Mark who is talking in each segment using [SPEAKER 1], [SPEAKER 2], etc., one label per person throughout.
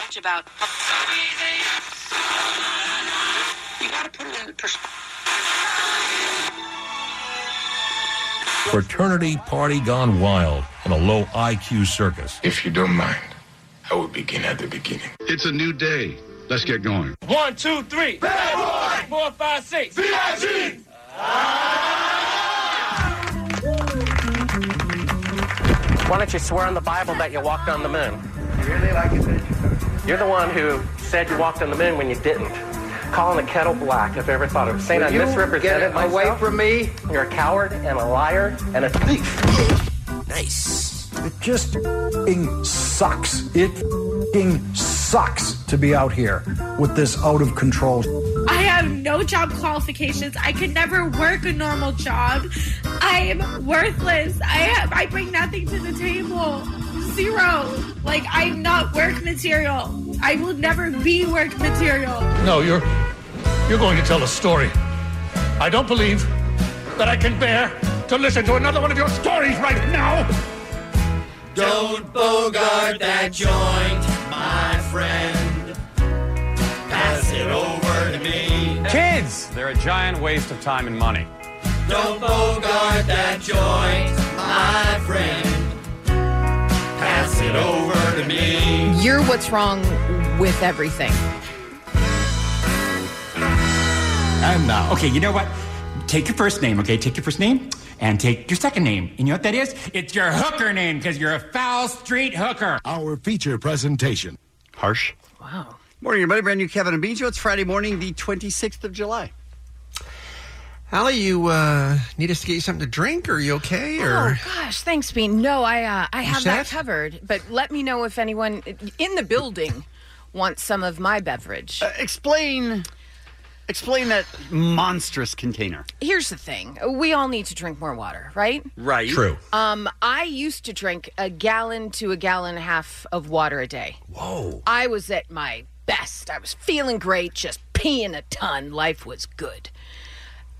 [SPEAKER 1] much about. You gotta put it in pers-
[SPEAKER 2] Fraternity party gone wild on a low IQ circus.
[SPEAKER 3] If you don't mind, I will begin at the beginning.
[SPEAKER 4] It's a new day. Let's get going.
[SPEAKER 5] One, two, three. Bad boy. Four, five, six. B.I.G.
[SPEAKER 6] Why don't you swear on the Bible that you walked on the moon? You're the one who said you walked on the moon when you didn't. Calling the kettle black, if I ever thought of it. Saying I
[SPEAKER 7] You
[SPEAKER 6] misrepresented
[SPEAKER 7] get
[SPEAKER 6] myself.
[SPEAKER 7] away from me.
[SPEAKER 6] You're a coward and a liar and a thief.
[SPEAKER 7] Nice.
[SPEAKER 8] It just f***ing sucks. It f***ing sucks to be out here with this out of control.
[SPEAKER 9] I have no job qualifications. I could never work a normal job. I am worthless. I have, I bring nothing to the table. Zero. Like I'm not work material. I will never be work material.
[SPEAKER 5] No, you're you're going to tell a story. I don't believe that I can bear to listen to another one of your stories right now.
[SPEAKER 10] Don't bogart that joint, my friend. Pass it over to me.
[SPEAKER 11] Kids! They're a giant waste of time and money.
[SPEAKER 10] Don't bogart that joint, my friend. Pass it over to me.
[SPEAKER 12] You're what's wrong with everything.
[SPEAKER 13] I'm now. Um, uh, Okay, you know what? Take your first name, okay? Take your first name and take your second name. And you know what that is? It's your hooker name because you're a foul street hooker.
[SPEAKER 4] Our feature presentation. Harsh.
[SPEAKER 13] Wow.
[SPEAKER 7] Morning, everybody. Brand new Kevin and Bean Show. It's Friday morning, the 26th of July. Allie, you uh, need us to get you something to drink? Or are you okay?
[SPEAKER 12] Oh
[SPEAKER 7] Or
[SPEAKER 12] gosh, thanks, Bean. No, I uh, I have that
[SPEAKER 7] set?
[SPEAKER 12] covered. But let me know if anyone in the building wants some of my beverage.
[SPEAKER 7] Uh, explain. explain that monstrous container.
[SPEAKER 12] Here's the thing: we all need to drink more water, right?
[SPEAKER 7] Right.
[SPEAKER 12] Um, I used to drink a gallon to a gallon and a half of water a day.
[SPEAKER 7] Whoa.
[SPEAKER 12] I was at my best. I was feeling great, just peeing a ton. Life was good.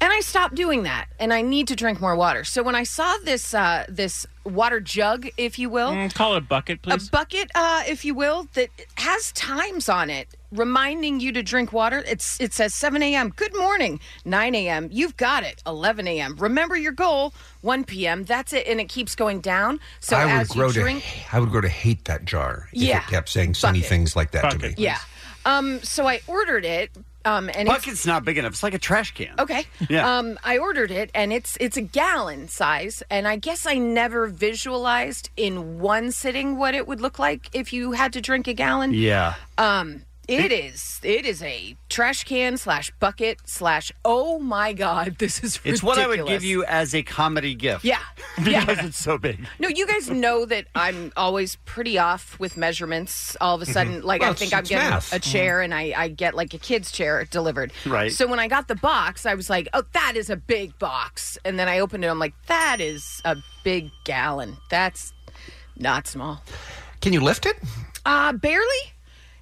[SPEAKER 12] And I stopped doing that, and I need to drink more water. So when I saw this uh, this water jug, if you will,
[SPEAKER 14] Mm, call it a bucket,
[SPEAKER 12] a
[SPEAKER 14] please.
[SPEAKER 12] bucket, uh, if you will, that has times on it reminding you to drink water. It's it says 7 a.m. Good morning, 9 a.m. You've got it. 11 a.m. Remember your goal, 1 p.m. That's it, and it keeps going down. So
[SPEAKER 15] I would
[SPEAKER 12] as
[SPEAKER 15] grow
[SPEAKER 12] you drink,
[SPEAKER 15] to I would grow to hate that jar if
[SPEAKER 12] Yeah.
[SPEAKER 15] it kept saying sunny
[SPEAKER 12] Bucket.
[SPEAKER 15] things like that to me.
[SPEAKER 12] yeah. Um, so I ordered it. Um, and it's-
[SPEAKER 7] Bucket's not big enough. It's like a trash can.
[SPEAKER 12] Okay.
[SPEAKER 7] Yeah.
[SPEAKER 12] Um, I ordered it, and it's it's a gallon size, and I guess I never visualized in one sitting what it would look like if you had to drink a gallon.
[SPEAKER 7] Yeah.
[SPEAKER 12] Um, it is it is a trash can slash bucket slash. Oh my god, this is ridiculous.
[SPEAKER 7] It's what I would give you as a comedy gift.
[SPEAKER 12] Yeah. Yeah.
[SPEAKER 7] because it's so big.
[SPEAKER 12] No, you guys know that I'm always pretty off with measurements. All of a sudden,
[SPEAKER 7] Mhm.
[SPEAKER 12] like
[SPEAKER 7] Well,
[SPEAKER 12] I think
[SPEAKER 7] it's-
[SPEAKER 12] I'm
[SPEAKER 7] it's
[SPEAKER 12] getting
[SPEAKER 7] math. Mm-hmm.
[SPEAKER 12] a chair, and I, I get like a kid's chair delivered.
[SPEAKER 7] Right.
[SPEAKER 12] So when I got the box, I was like, "Oh, that is a big box," and then I opened it. I'm like, "That is a big gallon. That's not small.
[SPEAKER 15] Can you lift it?
[SPEAKER 12] Uh barely."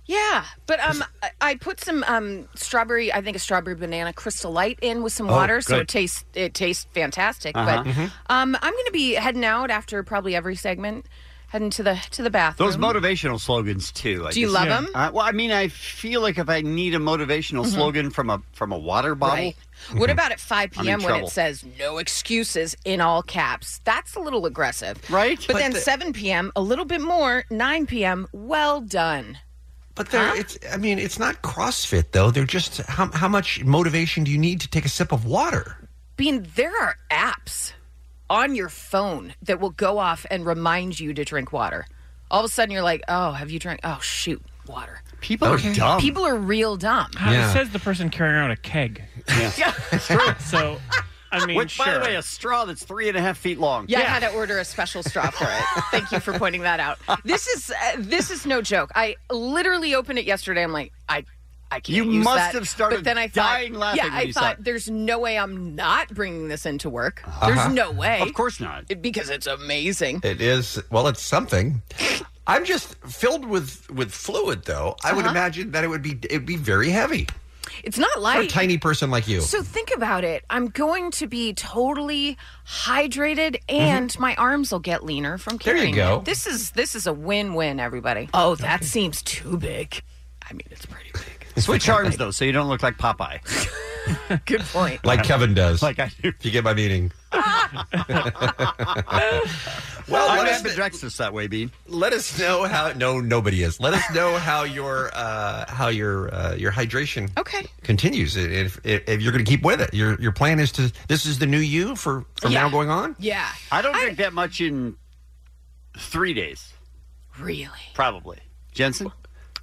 [SPEAKER 12] Yeah, but um, I- I put some um strawberry. I think a strawberry banana crystal light in with some
[SPEAKER 15] Oh,
[SPEAKER 12] water,
[SPEAKER 15] good.
[SPEAKER 12] so
[SPEAKER 15] mm-hmm.
[SPEAKER 12] it tastes it tastes fantastic.
[SPEAKER 7] Uh-huh.
[SPEAKER 12] But
[SPEAKER 7] Mhm.
[SPEAKER 12] um, I'm going to be heading out after probably every segment, heading to the to the bathroom.
[SPEAKER 7] Those motivational slogans too. I
[SPEAKER 12] Do you
[SPEAKER 7] guess.
[SPEAKER 12] love Yeah. 'em?
[SPEAKER 7] Uh, well, I mean, I feel like if I need a motivational
[SPEAKER 12] Mhm.
[SPEAKER 7] slogan from a from a water bottle,
[SPEAKER 12] Right. What
[SPEAKER 15] Mm-hmm.
[SPEAKER 12] about at 5
[SPEAKER 7] I'm in
[SPEAKER 12] p.m. when
[SPEAKER 7] trouble.
[SPEAKER 12] it says no excuses in all caps? That's a little aggressive.
[SPEAKER 7] Right?
[SPEAKER 12] But,
[SPEAKER 7] But
[SPEAKER 12] then
[SPEAKER 7] the-
[SPEAKER 12] 7 p.m., a little bit more, 9 p.m., well done.
[SPEAKER 15] But there, it's. I mean, it's not CrossFit though. They're just how how much motivation do you need to take a sip of water?
[SPEAKER 12] Bean, there are apps on your phone that will go off and remind you to drink water. All of a sudden, you're like, oh, have you drank? Oh, shoot, water.
[SPEAKER 7] People
[SPEAKER 14] are dumb.
[SPEAKER 12] People are real dumb.
[SPEAKER 14] Uh, It says the person carrying around a keg.
[SPEAKER 7] Yeah.
[SPEAKER 14] So I mean,
[SPEAKER 7] Which, by
[SPEAKER 14] sure.
[SPEAKER 7] the way, a straw that's three and a half feet long.
[SPEAKER 12] Yeah, I had to order a special straw for it. Thank you for pointing that out. This is uh, this is no joke. I literally opened it yesterday. I'm like, I I can't.
[SPEAKER 7] You
[SPEAKER 12] use
[SPEAKER 7] must
[SPEAKER 12] that.
[SPEAKER 7] have started
[SPEAKER 12] But then I thought,
[SPEAKER 7] dying laughing
[SPEAKER 12] Yeah,
[SPEAKER 7] when
[SPEAKER 12] I
[SPEAKER 7] you saw
[SPEAKER 12] thought
[SPEAKER 7] it.
[SPEAKER 12] there's no way I'm not bringing this into work.
[SPEAKER 7] Uh-huh.
[SPEAKER 12] There's no way.
[SPEAKER 15] Of course not.
[SPEAKER 12] because it's amazing.
[SPEAKER 15] Uh-huh. It is well, it's something. I'm just filled with with fluid, though. I would
[SPEAKER 12] Uh-huh.
[SPEAKER 15] imagine that it would be it'd be very heavy
[SPEAKER 12] It's not
[SPEAKER 15] for a
[SPEAKER 12] light.
[SPEAKER 15] tiny person like you.
[SPEAKER 12] So think about it. I'm going to be totally hydrated, and my arms will get leaner from
[SPEAKER 15] Mm-hmm. There you go.
[SPEAKER 12] carrying. it. This is this is a win-win, everybody. Oh, that seems too big. I mean, it's pretty
[SPEAKER 7] Switch arms though, so you don't look like Popeye.
[SPEAKER 12] Good point.
[SPEAKER 15] like Kevin does.
[SPEAKER 7] Like I do.
[SPEAKER 15] If you get my meaning.
[SPEAKER 7] Well, I'm
[SPEAKER 15] let us
[SPEAKER 7] happy to direct this that way, Bean.
[SPEAKER 15] Let us know how. No, nobody is. Let us know how your uh, how your uh, your hydration
[SPEAKER 12] okay
[SPEAKER 15] continues. If, if, if you're going to keep with it, your your plan is to. This is the new you for from now going on.
[SPEAKER 12] Yeah.
[SPEAKER 7] I don't drink that much in three days.
[SPEAKER 12] Really?
[SPEAKER 7] Probably. Jensen?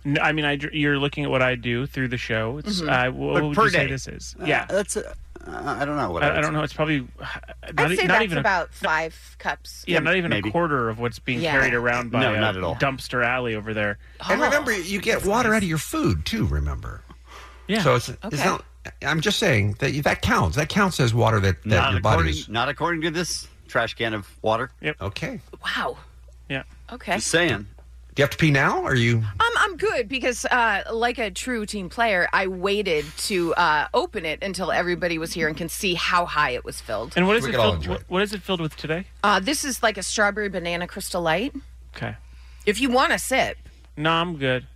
[SPEAKER 14] N- I mean, I, dr- you're looking at what I do through the show. It's,
[SPEAKER 12] Mm-hmm.
[SPEAKER 7] Mhm.
[SPEAKER 14] uh, what
[SPEAKER 7] But
[SPEAKER 14] would
[SPEAKER 7] per
[SPEAKER 14] you say
[SPEAKER 7] day.
[SPEAKER 14] this is? Yeah.
[SPEAKER 7] that's. Uh, I don't know what I
[SPEAKER 14] I,
[SPEAKER 7] would
[SPEAKER 14] don't
[SPEAKER 7] say.
[SPEAKER 14] know. It's probably. uh, Not,
[SPEAKER 12] I'd
[SPEAKER 14] e-
[SPEAKER 12] say
[SPEAKER 14] not
[SPEAKER 12] that's
[SPEAKER 14] even a-
[SPEAKER 12] about five cups.
[SPEAKER 14] yeah, not even
[SPEAKER 7] maybe.
[SPEAKER 14] a quarter of what's being
[SPEAKER 12] Yeah. Oh.
[SPEAKER 14] carried around by
[SPEAKER 7] No,
[SPEAKER 14] a
[SPEAKER 7] not at all.
[SPEAKER 14] dumpster alley over there.
[SPEAKER 15] And remember, you get water out of your food too. Remember.
[SPEAKER 14] Yeah.
[SPEAKER 15] So it's, it's
[SPEAKER 7] Okay.
[SPEAKER 15] not. I'm just saying that that counts. That counts as water that, that
[SPEAKER 7] Not
[SPEAKER 15] your
[SPEAKER 7] according,
[SPEAKER 15] body is.
[SPEAKER 7] not according to this trash can of water.
[SPEAKER 14] Yep.
[SPEAKER 15] Okay.
[SPEAKER 12] Wow.
[SPEAKER 14] Yeah.
[SPEAKER 12] Okay.
[SPEAKER 7] Just saying.
[SPEAKER 15] Do you have to pee now? Or are you?
[SPEAKER 12] Um, I'm good because, uh, like a true team player, I waited to uh, open it until everybody was here and can see how high it was filled.
[SPEAKER 14] And what is it filled? What, what is it filled with today?
[SPEAKER 12] Uh, this is like a strawberry banana crystal light.
[SPEAKER 14] Okay.
[SPEAKER 12] If you want to sip,
[SPEAKER 14] No, I'm good.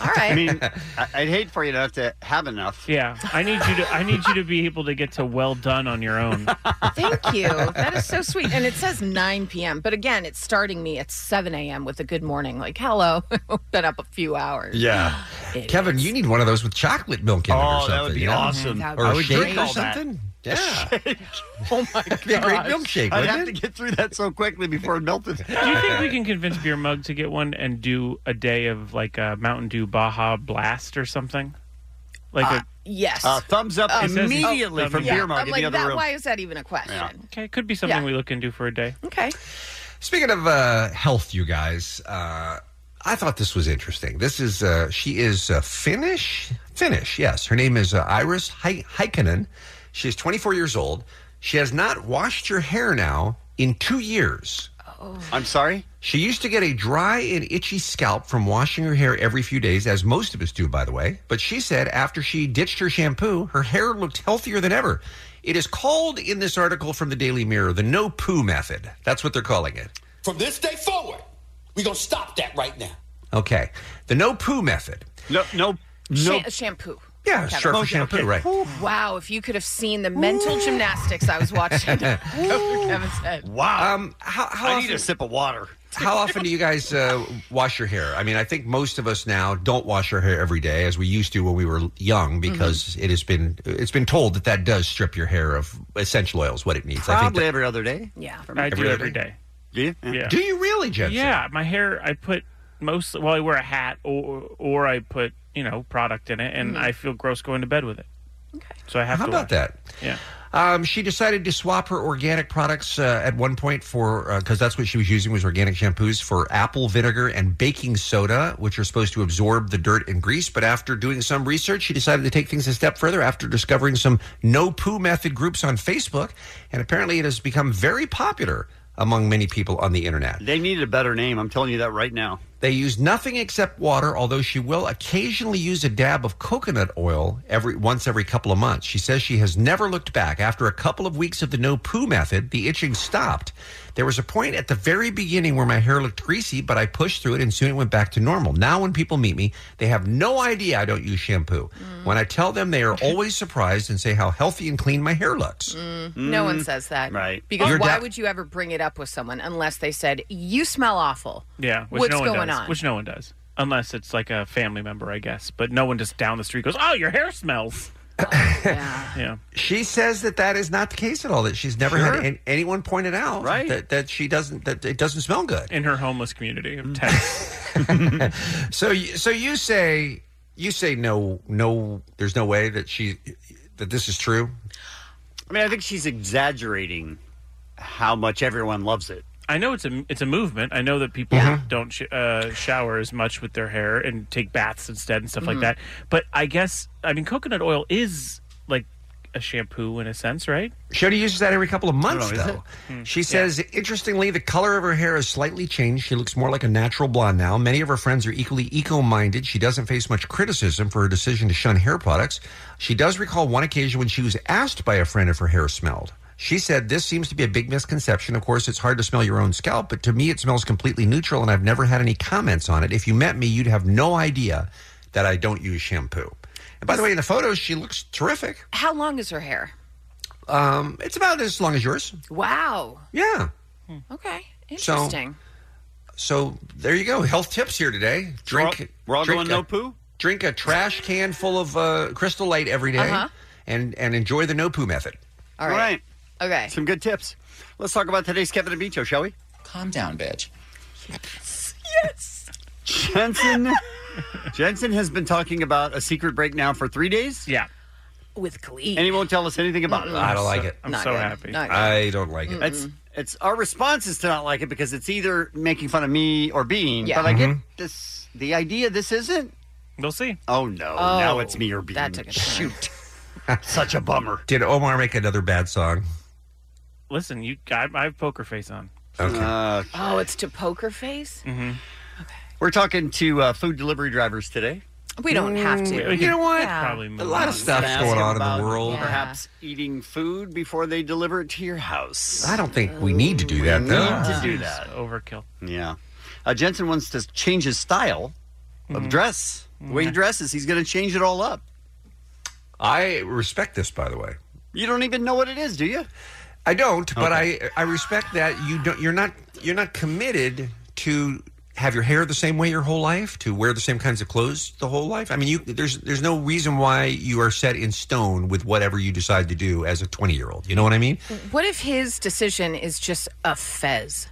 [SPEAKER 12] All right.
[SPEAKER 7] I mean, I- I'd hate for you not to have enough.
[SPEAKER 14] Yeah, I need you to. I need you to be able to get to well done on your own.
[SPEAKER 12] thank you. that is so sweet. And it says 9 p.m., but again, it's starting me at 7 a.m. with a good morning. Like, hello, been up a few hours.
[SPEAKER 15] Yeah. Kevin, you need one of those with chocolate milk in it or
[SPEAKER 7] Oh,
[SPEAKER 15] something.
[SPEAKER 7] that would be
[SPEAKER 15] you know?
[SPEAKER 7] awesome.
[SPEAKER 15] Or
[SPEAKER 7] I
[SPEAKER 15] a
[SPEAKER 7] would
[SPEAKER 15] shake
[SPEAKER 7] drink
[SPEAKER 15] or
[SPEAKER 7] all that.
[SPEAKER 15] something. Yeah.
[SPEAKER 7] Oh my god!
[SPEAKER 15] be a great milkshake,
[SPEAKER 7] I'd
[SPEAKER 15] wouldn't
[SPEAKER 7] have
[SPEAKER 15] it?
[SPEAKER 7] to get through that so quickly before it melted.
[SPEAKER 14] Do you think we can convince Beer Mug to get one and do a day of like a Mountain Dew Baja Blast or something? Like a
[SPEAKER 12] Yes.
[SPEAKER 7] Uh, thumbs up
[SPEAKER 12] It says-
[SPEAKER 7] immediately
[SPEAKER 14] Oh,
[SPEAKER 7] from
[SPEAKER 14] yeah.
[SPEAKER 7] Beer Mug
[SPEAKER 12] I'm
[SPEAKER 7] in
[SPEAKER 12] like,
[SPEAKER 7] the other
[SPEAKER 12] that,
[SPEAKER 7] room.
[SPEAKER 12] why is that even a question?
[SPEAKER 14] Okay, it could be something
[SPEAKER 12] Yeah.
[SPEAKER 14] we look into for a day.
[SPEAKER 12] Okay.
[SPEAKER 15] Speaking of uh, health, you guys, uh, I thought this was interesting. This is uh, she is uh, Finnish. Finnish, yes. Her name is uh, Iris Hi- Heikkinen. She is 24 years old. She has not washed her hair now in two years.
[SPEAKER 7] Oh. I'm sorry.
[SPEAKER 15] She used to get a dry and itchy scalp from washing her hair every few days, as most of us do, by the way. But she said after she ditched her shampoo, her hair looked healthier than ever. It is called in this article from the Daily Mirror the no poo method. That's what they're calling it.
[SPEAKER 16] From this day forward, we're going to stop that right now.
[SPEAKER 15] Okay. The no poo method.
[SPEAKER 7] No, no,
[SPEAKER 12] Sha- shampoo.
[SPEAKER 15] Yeah,
[SPEAKER 12] Kevin.
[SPEAKER 7] Oh,
[SPEAKER 15] sure, for shampoo, right.
[SPEAKER 12] Wow, if you could have seen the mental gymnastics I was watching. Go for Kevin's head.
[SPEAKER 7] Wow.
[SPEAKER 15] Um, how, how
[SPEAKER 7] I
[SPEAKER 15] often,
[SPEAKER 7] need a sip of water.
[SPEAKER 15] how often do you guys uh, wash your hair? I mean, I think most of us now don't wash our hair every day as we used to when we were young
[SPEAKER 12] Mm-hmm.
[SPEAKER 15] because it has been it's been told that that does strip your hair of essential oils, what it needs.
[SPEAKER 7] Probably
[SPEAKER 15] I think
[SPEAKER 7] every other day.
[SPEAKER 12] Yeah.
[SPEAKER 14] I do every day.
[SPEAKER 7] Do you?
[SPEAKER 14] Yeah.
[SPEAKER 15] Do you really, Jensen?
[SPEAKER 14] Yeah, my hair. I put mostly. Well, I wear a hat, or or I put you know product in it, and
[SPEAKER 12] Mm-hmm.
[SPEAKER 15] Mhm.
[SPEAKER 14] I feel gross going to bed with it. Okay. So I
[SPEAKER 15] that,
[SPEAKER 14] have
[SPEAKER 15] how
[SPEAKER 14] to.
[SPEAKER 15] about
[SPEAKER 14] wash.
[SPEAKER 15] that?
[SPEAKER 14] Yeah.
[SPEAKER 15] Um, she decided to swap her organic products uh, at one point for because that's what she was using was organic shampoos for apple vinegar and baking soda, which are supposed to absorb the dirt and grease. But after doing some research, she decided to take things a step further after discovering some no poo method groups on Facebook, and apparently it has become very popular among many people on the internet.
[SPEAKER 7] They needed a better name. I'm telling you that right now.
[SPEAKER 15] They use nothing except water, although she will occasionally use a dab of coconut oil every once every couple of months. She says she has never looked back. After a couple of weeks of the no poo method, the itching stopped. There was a point at the very beginning where my hair looked greasy, but I pushed through it and soon it went back to normal. Now when people meet me, they have no idea I don't use shampoo. When I tell them, they are always surprised and say how healthy and clean my hair looks.
[SPEAKER 12] Mm, No one says that.
[SPEAKER 15] Right.
[SPEAKER 12] Because
[SPEAKER 15] Your
[SPEAKER 12] why
[SPEAKER 15] da-
[SPEAKER 12] would you ever bring it up with someone unless they said, you smell awful?
[SPEAKER 14] Yeah. Which
[SPEAKER 12] What's
[SPEAKER 14] no one
[SPEAKER 12] going
[SPEAKER 14] does,
[SPEAKER 12] on?
[SPEAKER 14] Which no one does, unless it's like a family member, I guess. But no one just down the street goes, "Oh, your hair smells." yeah. Yeah.
[SPEAKER 15] She says that that is not the case at all. That she's never had an, anyone point it out right. that that she doesn't that it doesn't smell good
[SPEAKER 14] in her homeless community of Texas.
[SPEAKER 15] so you- so you say you say no no there's no way that she that this is true.
[SPEAKER 7] I mean, I think she's exaggerating how much everyone loves it.
[SPEAKER 14] I know it's a it's a movement. I know that people don't sh- uh, shower as much with their hair and take baths instead and stuff
[SPEAKER 7] Mhm.
[SPEAKER 14] like that. But I guess I mean coconut oil is like a shampoo in a sense, right?
[SPEAKER 15] Shota uses that every couple of months,
[SPEAKER 14] Oh, is
[SPEAKER 15] though.
[SPEAKER 14] it? Hmm.
[SPEAKER 15] She
[SPEAKER 14] Yeah.
[SPEAKER 15] says, interestingly, the color of her hair has slightly changed. She looks more like a natural blonde now. Many of her friends are equally eco minded. She doesn't face much criticism for her decision to shun hair products. She does recall one occasion when she was asked by a friend if her hair smelled. She said, This seems to be a big misconception. Of course, it's hard to smell your own scalp, but to me, it smells completely neutral, and I've never had any comments on it. If you met me, you'd have no idea that I don't use shampoo. And by the way, in the photos, she looks terrific.
[SPEAKER 12] How long is her hair?
[SPEAKER 15] Um, it's about as long as yours.
[SPEAKER 12] Wow.
[SPEAKER 15] Yeah.
[SPEAKER 12] Hmm. Okay.
[SPEAKER 15] So-
[SPEAKER 12] Interesting.
[SPEAKER 15] So there you go. Health tips here today. Drink.
[SPEAKER 7] We're all
[SPEAKER 15] drink
[SPEAKER 7] going
[SPEAKER 15] a,
[SPEAKER 7] no poo?
[SPEAKER 15] Drink a trash can full of uh, Crystal Light every day
[SPEAKER 7] Uh-huh.
[SPEAKER 15] and and enjoy the no poo method.
[SPEAKER 7] All right.
[SPEAKER 12] Okay.
[SPEAKER 7] Some good tips. Let's talk about today's Kevin and Bean show, shall we?
[SPEAKER 15] Calm down, bitch.
[SPEAKER 12] Yes.
[SPEAKER 7] Jensen Jensen has been talking about a secret break now for three days.
[SPEAKER 14] Yeah.
[SPEAKER 12] With glee.
[SPEAKER 7] And he won't tell us anything about it.
[SPEAKER 12] Mm-mm. I don't like it. I'm Not so good. happy. Not good. I
[SPEAKER 15] don't like
[SPEAKER 12] it.
[SPEAKER 7] It's it's our response is to not like it because it's either making fun of me or Bean.
[SPEAKER 12] Yeah.
[SPEAKER 7] But I get
[SPEAKER 12] Mhm.
[SPEAKER 7] this the idea this isn't.
[SPEAKER 14] We'll see.
[SPEAKER 7] Oh no.
[SPEAKER 12] Oh,
[SPEAKER 7] now it's me or Bean.
[SPEAKER 12] that took a turn.
[SPEAKER 7] Shoot. Such a bummer.
[SPEAKER 15] Did Omar make another bad song?
[SPEAKER 14] Listen, you I, I have poker face on.
[SPEAKER 15] Okay.
[SPEAKER 7] Uh,
[SPEAKER 12] Oh, it's to poker face?
[SPEAKER 14] hmm
[SPEAKER 7] we're talking to uh, food delivery drivers today.
[SPEAKER 12] We don't have to.
[SPEAKER 7] Mm, you know what?
[SPEAKER 12] Yeah.
[SPEAKER 7] A lot of
[SPEAKER 15] stuff's going on in the world. Yeah.
[SPEAKER 7] Perhaps eating food before they deliver it to your house.
[SPEAKER 15] I don't think we need to do that
[SPEAKER 7] We
[SPEAKER 15] though.
[SPEAKER 7] need to do that.
[SPEAKER 14] Overkill.
[SPEAKER 7] Yeah. Uh, Jensen wants to change his style of dress. The way he dresses, he's going to change it all up.
[SPEAKER 15] I respect this, by the way.
[SPEAKER 7] You don't even know what it is, do you?
[SPEAKER 15] I don't, but I I respect that you don't. You're not you're not committed to have your hair the same way your whole life, to wear the same kinds of clothes the whole life. I mean, you there's there's no reason why you are set in stone with whatever you decide to do as a 20 year old. You know what I mean?
[SPEAKER 12] What if his decision is just a fez?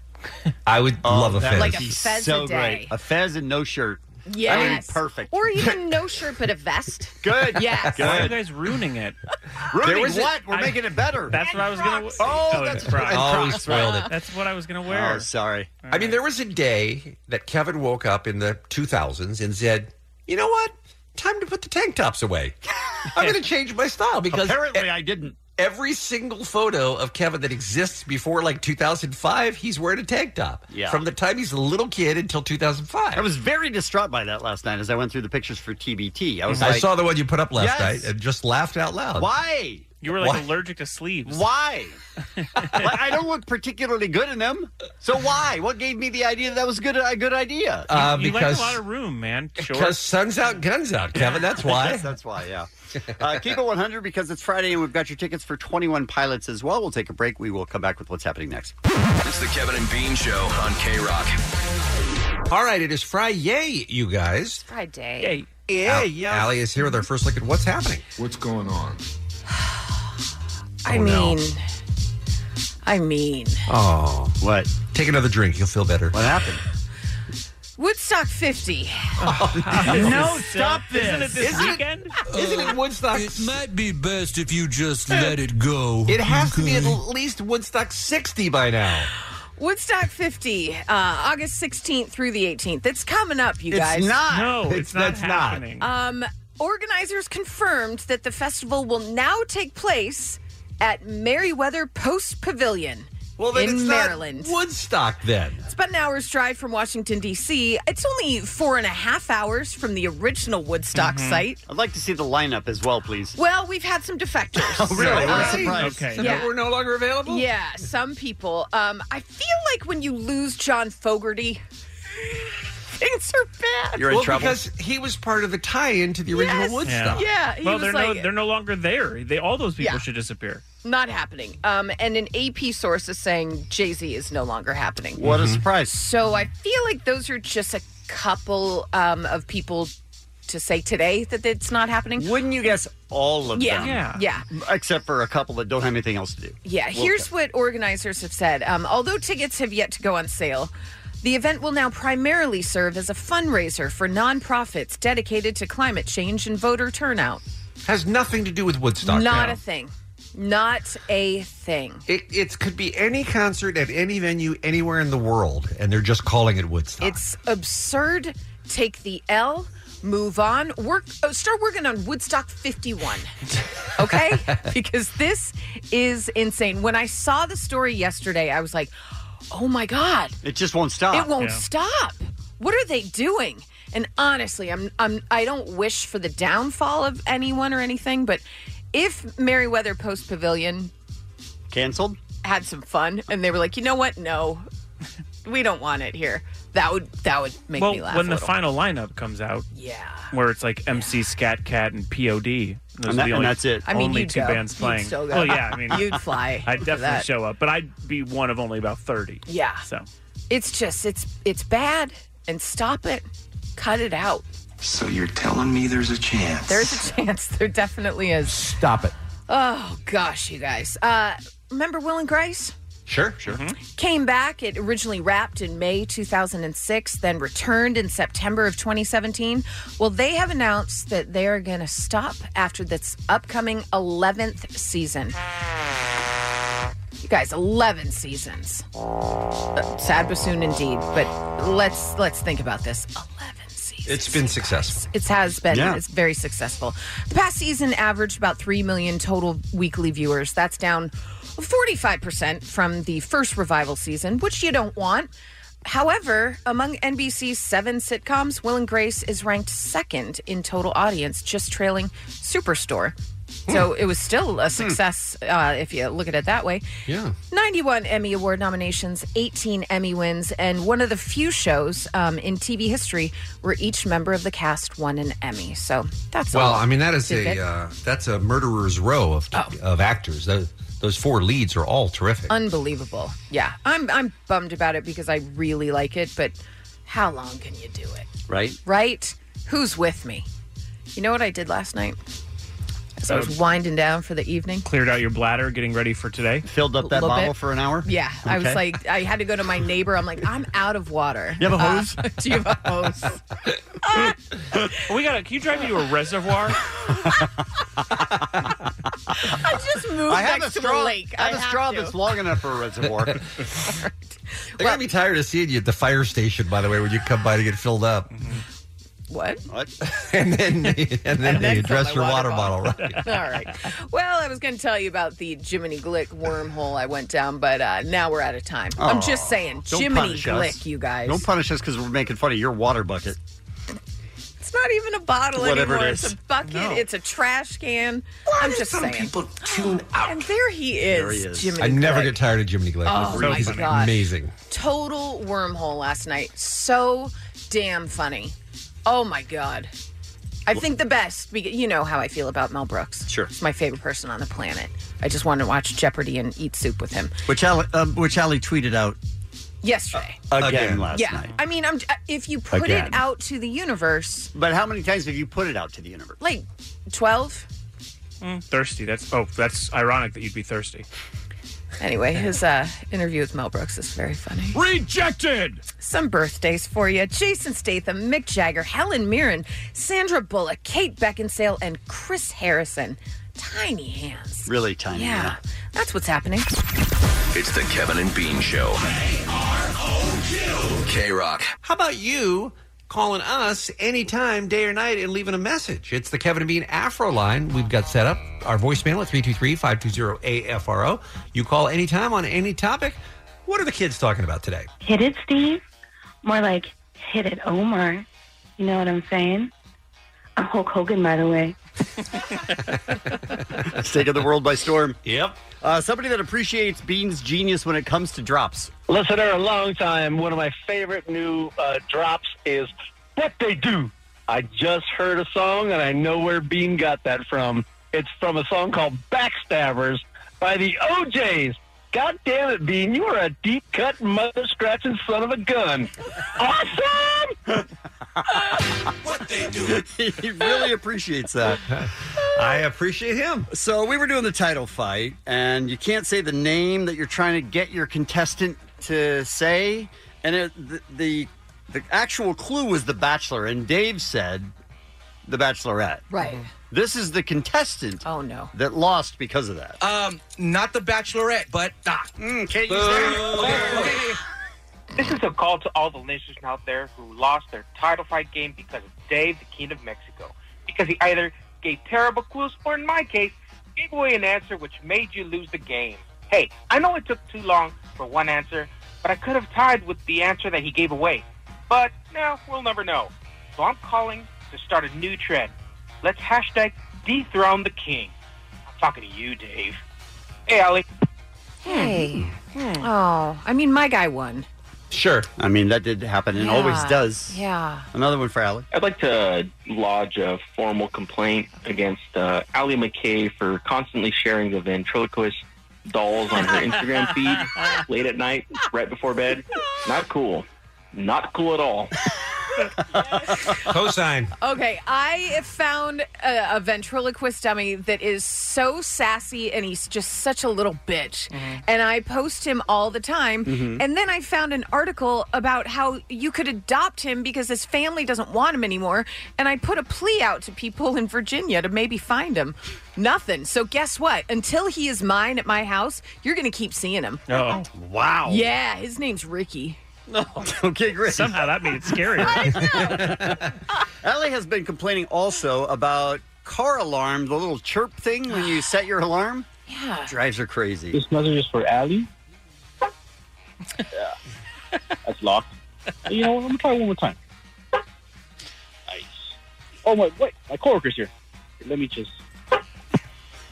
[SPEAKER 15] I would love a
[SPEAKER 7] that
[SPEAKER 15] fez.
[SPEAKER 7] would
[SPEAKER 12] Like a
[SPEAKER 7] be
[SPEAKER 12] fez
[SPEAKER 7] Oh,
[SPEAKER 12] a
[SPEAKER 7] so
[SPEAKER 12] day.
[SPEAKER 7] Great. A fez and no shirt.
[SPEAKER 12] Yes.
[SPEAKER 7] I mean, perfect.
[SPEAKER 12] Or even no shirt but a vest.
[SPEAKER 7] Good.
[SPEAKER 12] Yes.
[SPEAKER 14] Why are you
[SPEAKER 7] Good.
[SPEAKER 14] guys ruining it?
[SPEAKER 7] Ruining what? We're making it better.
[SPEAKER 14] That's what I was going to.
[SPEAKER 7] Oh, that's
[SPEAKER 15] right. Always spoiled it.
[SPEAKER 14] That's what I was going to wear.
[SPEAKER 7] sorry.
[SPEAKER 15] Oh, I mean, there was a day that Kevin woke up in the 2000s and said, "You know what? Time to put the tank tops away. I'm going to change my style because e-
[SPEAKER 7] apparently I didn't."
[SPEAKER 15] Every single photo of Kevin that exists before like 2005, he's wearing a tank top.
[SPEAKER 7] Yeah.
[SPEAKER 15] From the time he's a little kid until 2005.
[SPEAKER 7] I was very distraught by that last night as I went through the pictures for TBT. I was
[SPEAKER 15] I
[SPEAKER 7] like,
[SPEAKER 15] saw the one you put up last
[SPEAKER 7] Yes.
[SPEAKER 15] night and just laughed out loud.
[SPEAKER 7] Why?
[SPEAKER 14] You were like
[SPEAKER 15] Why?
[SPEAKER 14] allergic to sleeves.
[SPEAKER 7] Why? Like, I don't look particularly good in them. So why? What gave me the idea that was good a good idea?
[SPEAKER 15] Uh,
[SPEAKER 14] you
[SPEAKER 15] because-
[SPEAKER 14] like a lot of room, man. Short.
[SPEAKER 15] Because sun's out, guns out, Kevin. That's why.
[SPEAKER 7] Yes, that's why. Yeah. Uh, keep it 100 because it's Friday and we've got your tickets for 21 pilots as well. We'll take a break. We will come back with what's happening next.
[SPEAKER 17] It's the Kevin and Bean Show on K Rock.
[SPEAKER 15] All right, it is Friday, you guys.
[SPEAKER 12] Friday.
[SPEAKER 15] Al- Allie is here with our first look at what's happening. What's going on?
[SPEAKER 12] I
[SPEAKER 15] Oh, no.
[SPEAKER 12] mean, I mean,
[SPEAKER 15] Oh.
[SPEAKER 7] What?
[SPEAKER 15] Take another drink. You'll feel better. What
[SPEAKER 7] happened?
[SPEAKER 12] Woodstock 50.
[SPEAKER 15] Oh,
[SPEAKER 5] No, stop this.
[SPEAKER 12] Isn't it this
[SPEAKER 5] Isn't it-
[SPEAKER 12] weekend?
[SPEAKER 15] Isn't it Woodstock?
[SPEAKER 5] It might be best if you just let it go.
[SPEAKER 15] It has to be at least Woodstock 60 by now.
[SPEAKER 12] Woodstock 50, uh, August 16th through the 18th. It's coming up, you
[SPEAKER 15] It's
[SPEAKER 12] guys.
[SPEAKER 15] not. No, it's It's- not that's not. happening.
[SPEAKER 12] Um, organizers confirmed that the festival will now take place at Meriwether Post Pavilion
[SPEAKER 15] Well, then
[SPEAKER 12] in
[SPEAKER 15] it's not
[SPEAKER 12] Maryland.
[SPEAKER 15] Woodstock then.
[SPEAKER 12] It's about an hour's drive from Washington, D.C. It's only four and a half hours from the original Woodstock
[SPEAKER 15] Mm-hmm.
[SPEAKER 14] Mm-hmm.
[SPEAKER 12] site.
[SPEAKER 7] I'd like to see the lineup as well, please.
[SPEAKER 12] Well, we've had some defectors.
[SPEAKER 7] Oh, really? What
[SPEAKER 12] So,
[SPEAKER 7] a
[SPEAKER 12] um,
[SPEAKER 7] surprise. Okay. So
[SPEAKER 12] yeah.
[SPEAKER 7] we're
[SPEAKER 15] no longer available?
[SPEAKER 12] Yeah, some people. Um, I feel like when you lose John Fogerty, things are bad.
[SPEAKER 15] well, because he was part of the tie-in to the original
[SPEAKER 12] Yes.
[SPEAKER 15] Woodstock.
[SPEAKER 12] Yeah, he
[SPEAKER 14] well,
[SPEAKER 12] was
[SPEAKER 14] they're
[SPEAKER 12] like-
[SPEAKER 14] no, they're no longer there. They all those people
[SPEAKER 12] Yeah.
[SPEAKER 14] should disappear.
[SPEAKER 12] Not happening. Um, and an AP source is saying Jay Z is no longer happening.
[SPEAKER 14] What a Mhm.
[SPEAKER 7] surprise.
[SPEAKER 12] So I feel like those are just a couple um, of people to say today that it's not happening.
[SPEAKER 7] Wouldn't you guess all of
[SPEAKER 12] Yeah.
[SPEAKER 7] them?
[SPEAKER 12] Yeah. Yeah.
[SPEAKER 7] Except for a couple that don't have anything else to do.
[SPEAKER 12] Yeah,
[SPEAKER 7] Well,
[SPEAKER 12] here's what organizers have said. Um, although tickets have yet to go on sale, the event will now primarily serve as a fundraiser for nonprofits dedicated to climate change and voter turnout.
[SPEAKER 15] Has nothing to do with Woodstock.
[SPEAKER 12] Not
[SPEAKER 15] now.
[SPEAKER 12] a thing. Not a thing.
[SPEAKER 15] It, it could be any concert at any venue anywhere in the world, and they're just calling it Woodstock.
[SPEAKER 12] It's absurd. Take the L. Move on. Work. Oh, start working on Woodstock 51. Okay, because this is insane. When I saw the story yesterday, I was like, "Oh my god,
[SPEAKER 7] It just won't stop.
[SPEAKER 12] It won't stop. What are they doing? And honestly, I'm I'm I don't wish for the downfall of anyone or anything, but if Meriwether Post Pavilion
[SPEAKER 7] Canceled?
[SPEAKER 12] had some fun and they were like, you know what? No, we don't want it here. That would that would make
[SPEAKER 14] well,
[SPEAKER 12] me laugh.
[SPEAKER 14] when
[SPEAKER 12] a
[SPEAKER 14] the
[SPEAKER 12] little.
[SPEAKER 14] final lineup comes out,
[SPEAKER 12] yeah,
[SPEAKER 14] where it's like MC Scat Cat and POD.
[SPEAKER 7] And
[SPEAKER 14] Those
[SPEAKER 7] that-
[SPEAKER 14] are the
[SPEAKER 7] and
[SPEAKER 14] only,
[SPEAKER 7] that's it. I mean,
[SPEAKER 14] only
[SPEAKER 7] you'd
[SPEAKER 14] two
[SPEAKER 7] go.
[SPEAKER 14] bands
[SPEAKER 7] You'd
[SPEAKER 14] playing.
[SPEAKER 7] still go.
[SPEAKER 14] Well, yeah, I mean,
[SPEAKER 12] You'd fly
[SPEAKER 14] I'd
[SPEAKER 12] for
[SPEAKER 14] definitely
[SPEAKER 12] that.
[SPEAKER 14] show up, but I'd be one of only about thirty.
[SPEAKER 12] Yeah.
[SPEAKER 14] So
[SPEAKER 12] it's just it's it's bad. And stop it, cut it out.
[SPEAKER 17] So you're telling me there's a chance?
[SPEAKER 12] There's a chance. There definitely is.
[SPEAKER 15] Stop it.
[SPEAKER 12] Oh gosh, you guys. Uh, remember Will and Grace?
[SPEAKER 15] Sure, sure.
[SPEAKER 12] Came back. It originally wrapped in May 2006, then returned in September of 2017. Well, they have announced that they are going to stop after this upcoming 11th season. You guys, 11 seasons. Uh, Sad bassoon indeed, but let's let's think about this.
[SPEAKER 15] It's been successful.
[SPEAKER 12] It has been.
[SPEAKER 15] Yeah.
[SPEAKER 12] It's very successful. The past season averaged about 3 million total weekly viewers. That's down 45% from the first revival season, which you don't want. However, among NBC's seven sitcoms, Will and Grace is ranked second in total audience, just trailing Superstore. So it was still a success uh, if you look at it that way.
[SPEAKER 15] Yeah.
[SPEAKER 12] 91 Emmy Award nominations, 18 Emmy wins, and one of the few shows um, in TV history where each member of the cast won an Emmy. So that's
[SPEAKER 15] well,
[SPEAKER 12] all.
[SPEAKER 15] I mean that is
[SPEAKER 12] Tidbit.
[SPEAKER 15] a uh, that's a murderer's row of
[SPEAKER 12] Oh.
[SPEAKER 15] of actors. Those, those four leads are all terrific.
[SPEAKER 12] unbelievable. Yeah, I'm I'm bummed about it because I really like it, but how long can you do it,
[SPEAKER 7] Right?
[SPEAKER 12] right? Who's with me? You know what I did last night? As I was
[SPEAKER 14] Uh,
[SPEAKER 12] winding down for the evening.
[SPEAKER 14] cleared out your bladder, getting ready for today.
[SPEAKER 7] Filled up
[SPEAKER 12] that Little bottle bit.
[SPEAKER 7] for an hour.
[SPEAKER 12] Yeah, I was
[SPEAKER 14] Okay.
[SPEAKER 12] like, I had to go to my neighbor. I'm like, I'm out of water.
[SPEAKER 14] You have a
[SPEAKER 12] Uh,
[SPEAKER 14] hose?
[SPEAKER 12] do you have a hose?
[SPEAKER 14] we got. to Can you drive me to a reservoir?
[SPEAKER 12] I just moved
[SPEAKER 7] I have
[SPEAKER 12] next
[SPEAKER 7] a
[SPEAKER 12] to
[SPEAKER 7] straw.
[SPEAKER 12] a lake.
[SPEAKER 7] I have a straw
[SPEAKER 12] to.
[SPEAKER 7] that's long enough for a reservoir.
[SPEAKER 15] They're gonna be tired of seeing you at the fire station, by the way, when you come by to get filled up.
[SPEAKER 12] Mm-hmm. What?
[SPEAKER 7] What?
[SPEAKER 15] And then they, and then
[SPEAKER 12] And
[SPEAKER 15] they
[SPEAKER 12] then
[SPEAKER 15] address
[SPEAKER 12] fill my
[SPEAKER 15] your water,
[SPEAKER 12] water
[SPEAKER 15] bottle. Right?
[SPEAKER 12] All right. Well, I was going to tell you about the Jiminy Glick wormhole I went down, but uh, now we're out of time. I'm just saying,
[SPEAKER 7] Don't
[SPEAKER 12] Jiminy
[SPEAKER 7] punish us.
[SPEAKER 12] Glick, you guys.
[SPEAKER 7] Don't punish us because we're making fun of your water bucket.
[SPEAKER 12] It's not even a bottle
[SPEAKER 7] Whatever it
[SPEAKER 12] anymore.
[SPEAKER 7] is.
[SPEAKER 12] It's a bucket.
[SPEAKER 7] No.
[SPEAKER 12] It's a trash can. I'm just
[SPEAKER 7] some
[SPEAKER 12] saying. People tune out. And there he is, Jiminy
[SPEAKER 15] I never
[SPEAKER 12] Glick.
[SPEAKER 15] get tired of Jiminy Glick.
[SPEAKER 12] Oh,
[SPEAKER 15] He's-
[SPEAKER 12] my
[SPEAKER 15] he's
[SPEAKER 12] gosh.
[SPEAKER 15] amazing.
[SPEAKER 12] Total wormhole last night. So damn funny. Oh my god. I think the best. Because you know how I feel about Mel Brooks. Sure, he's my favorite person on the planet. I just wanted to watch Jeopardy and eat soup with him
[SPEAKER 7] Which Ali, um, which Ali tweeted out
[SPEAKER 12] yesterday.
[SPEAKER 7] Uh, again, last
[SPEAKER 12] yeah,
[SPEAKER 7] night.
[SPEAKER 12] I mean, I'm uh, if you put
[SPEAKER 7] Again.
[SPEAKER 12] it out to the universe,
[SPEAKER 7] But how many times have you put it out to the universe?
[SPEAKER 12] like twelve.
[SPEAKER 14] thirsty. That's oh, that's ironic that you'd be thirsty.
[SPEAKER 12] Anyway, his uh, interview with Mel Brooks is very funny.
[SPEAKER 14] Rejected.
[SPEAKER 12] Some birthdays for you: Jason Statham, Mick Jagger, Helen Mirren, Sandra Bullock, Kate Beckinsale, and Chris Harrison. Tiny hands.
[SPEAKER 7] Really tiny.
[SPEAKER 12] Yeah, that's what's happening.
[SPEAKER 17] It's the Kevin and Bean Show. K Rock.
[SPEAKER 15] How about you calling us anytime, day or night, and leaving a message? It's the Kevin and Bean Afro line we've got set up. Our voicemail at 323 520 AFRO. You call anytime on any topic. What are the kids talking about today?
[SPEAKER 18] Hit it, Steve. More like hit it, Omar. You know what I'm saying? I'm Hulk Hogan, by the way.
[SPEAKER 7] It's taking the world by storm.
[SPEAKER 15] Yep.
[SPEAKER 7] Uh, somebody that appreciates Bean's genius when it comes to drops.
[SPEAKER 6] listener a long time. One of my favorite new uh, drops is What They Do. I just heard a song and I know where Bean got that from. It's from a song called Backstabbers by the OJs. God damn it, Bean. You are a deep cut, mother scratching son of a gun. Awesome!
[SPEAKER 7] he really appreciates that.
[SPEAKER 15] I appreciate him.
[SPEAKER 7] So we were doing the title fight, and you can't say the name that you're trying to get your contestant to say. And it, the, the the actual clue was The Bachelor, and Dave said The Bachelorette.
[SPEAKER 12] Right.
[SPEAKER 7] This is the contestant.
[SPEAKER 12] Oh no.
[SPEAKER 7] That lost because of that.
[SPEAKER 19] Um, not the Bachelorette, but ah.
[SPEAKER 7] can't
[SPEAKER 19] use
[SPEAKER 20] This is a call to all the listeners out there who lost their title fight game because of Dave, the King of Mexico, because he either gave terrible clues or, in my case, gave away an answer which made you lose the game. Hey, I know it took too long for one answer, but I could have tied with the answer that he gave away. But now we'll never know. So I'm calling to start a new trend. Let's hashtag dethrone the king. I'm talking to you, Dave. Hey, Allie.
[SPEAKER 12] Hey. Oh, I mean, my guy won.
[SPEAKER 7] Sure. I mean, that did happen and
[SPEAKER 12] Yeah.
[SPEAKER 7] always does.
[SPEAKER 12] Yeah.
[SPEAKER 7] Another one for Allie.
[SPEAKER 18] I'd like to lodge a formal complaint against uh, Allie McKay for constantly sharing the ventriloquist dolls on her Instagram feed late at night, right before bed. Not cool. Not cool at all.
[SPEAKER 15] Cosine.
[SPEAKER 12] Okay, I found a, a ventriloquist dummy that is so sassy and he's just such a little bitch. And I post him all the time.
[SPEAKER 9] Mhm.
[SPEAKER 12] And then I found an article about how you could adopt him because his family doesn't want him anymore. And I put a plea out to people in Virginia to maybe find him. Nothing. So guess what? Until he is mine at my house, you're going to keep seeing him.
[SPEAKER 14] Oh.
[SPEAKER 7] Wow.
[SPEAKER 12] Yeah, his name's Ricky.
[SPEAKER 7] okay, great.
[SPEAKER 14] Somehow that made it scarier.
[SPEAKER 7] Allie has been complaining also about car alarm, the little chirp thing when you set your alarm.
[SPEAKER 12] Yeah.
[SPEAKER 7] Drives her crazy.
[SPEAKER 18] This message is for Allie.
[SPEAKER 21] That's locked. You know, let me try one more time. Nice. Oh my! Wait, my coworker's here. Let me just.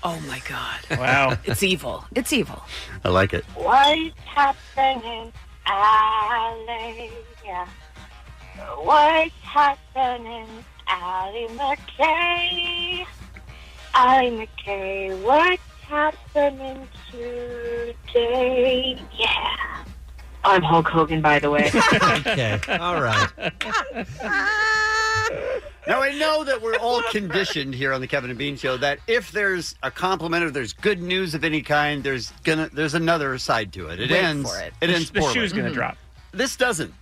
[SPEAKER 12] Oh my God.
[SPEAKER 7] Wow.
[SPEAKER 12] It's evil. It's evil.
[SPEAKER 7] I like it.
[SPEAKER 10] What's happening, Allie? What's happening, Allie McKay? Allie McKay, what's happening today? Yeah.
[SPEAKER 22] I'm Hulk Hogan, by the way.
[SPEAKER 7] Okay. All right. Now I know that we're all conditioned here on the Kevin and Bean Show that if there's a compliment or there's good news of any kind, there's gonna there's another side to it. It
[SPEAKER 23] Wait
[SPEAKER 7] ends.
[SPEAKER 23] for it.
[SPEAKER 7] it
[SPEAKER 23] The
[SPEAKER 7] ends.
[SPEAKER 23] sh- the
[SPEAKER 7] poorly. Mm-hmm.
[SPEAKER 23] shoe's gonna Mhm. drop. Hmm.
[SPEAKER 7] This doesn't.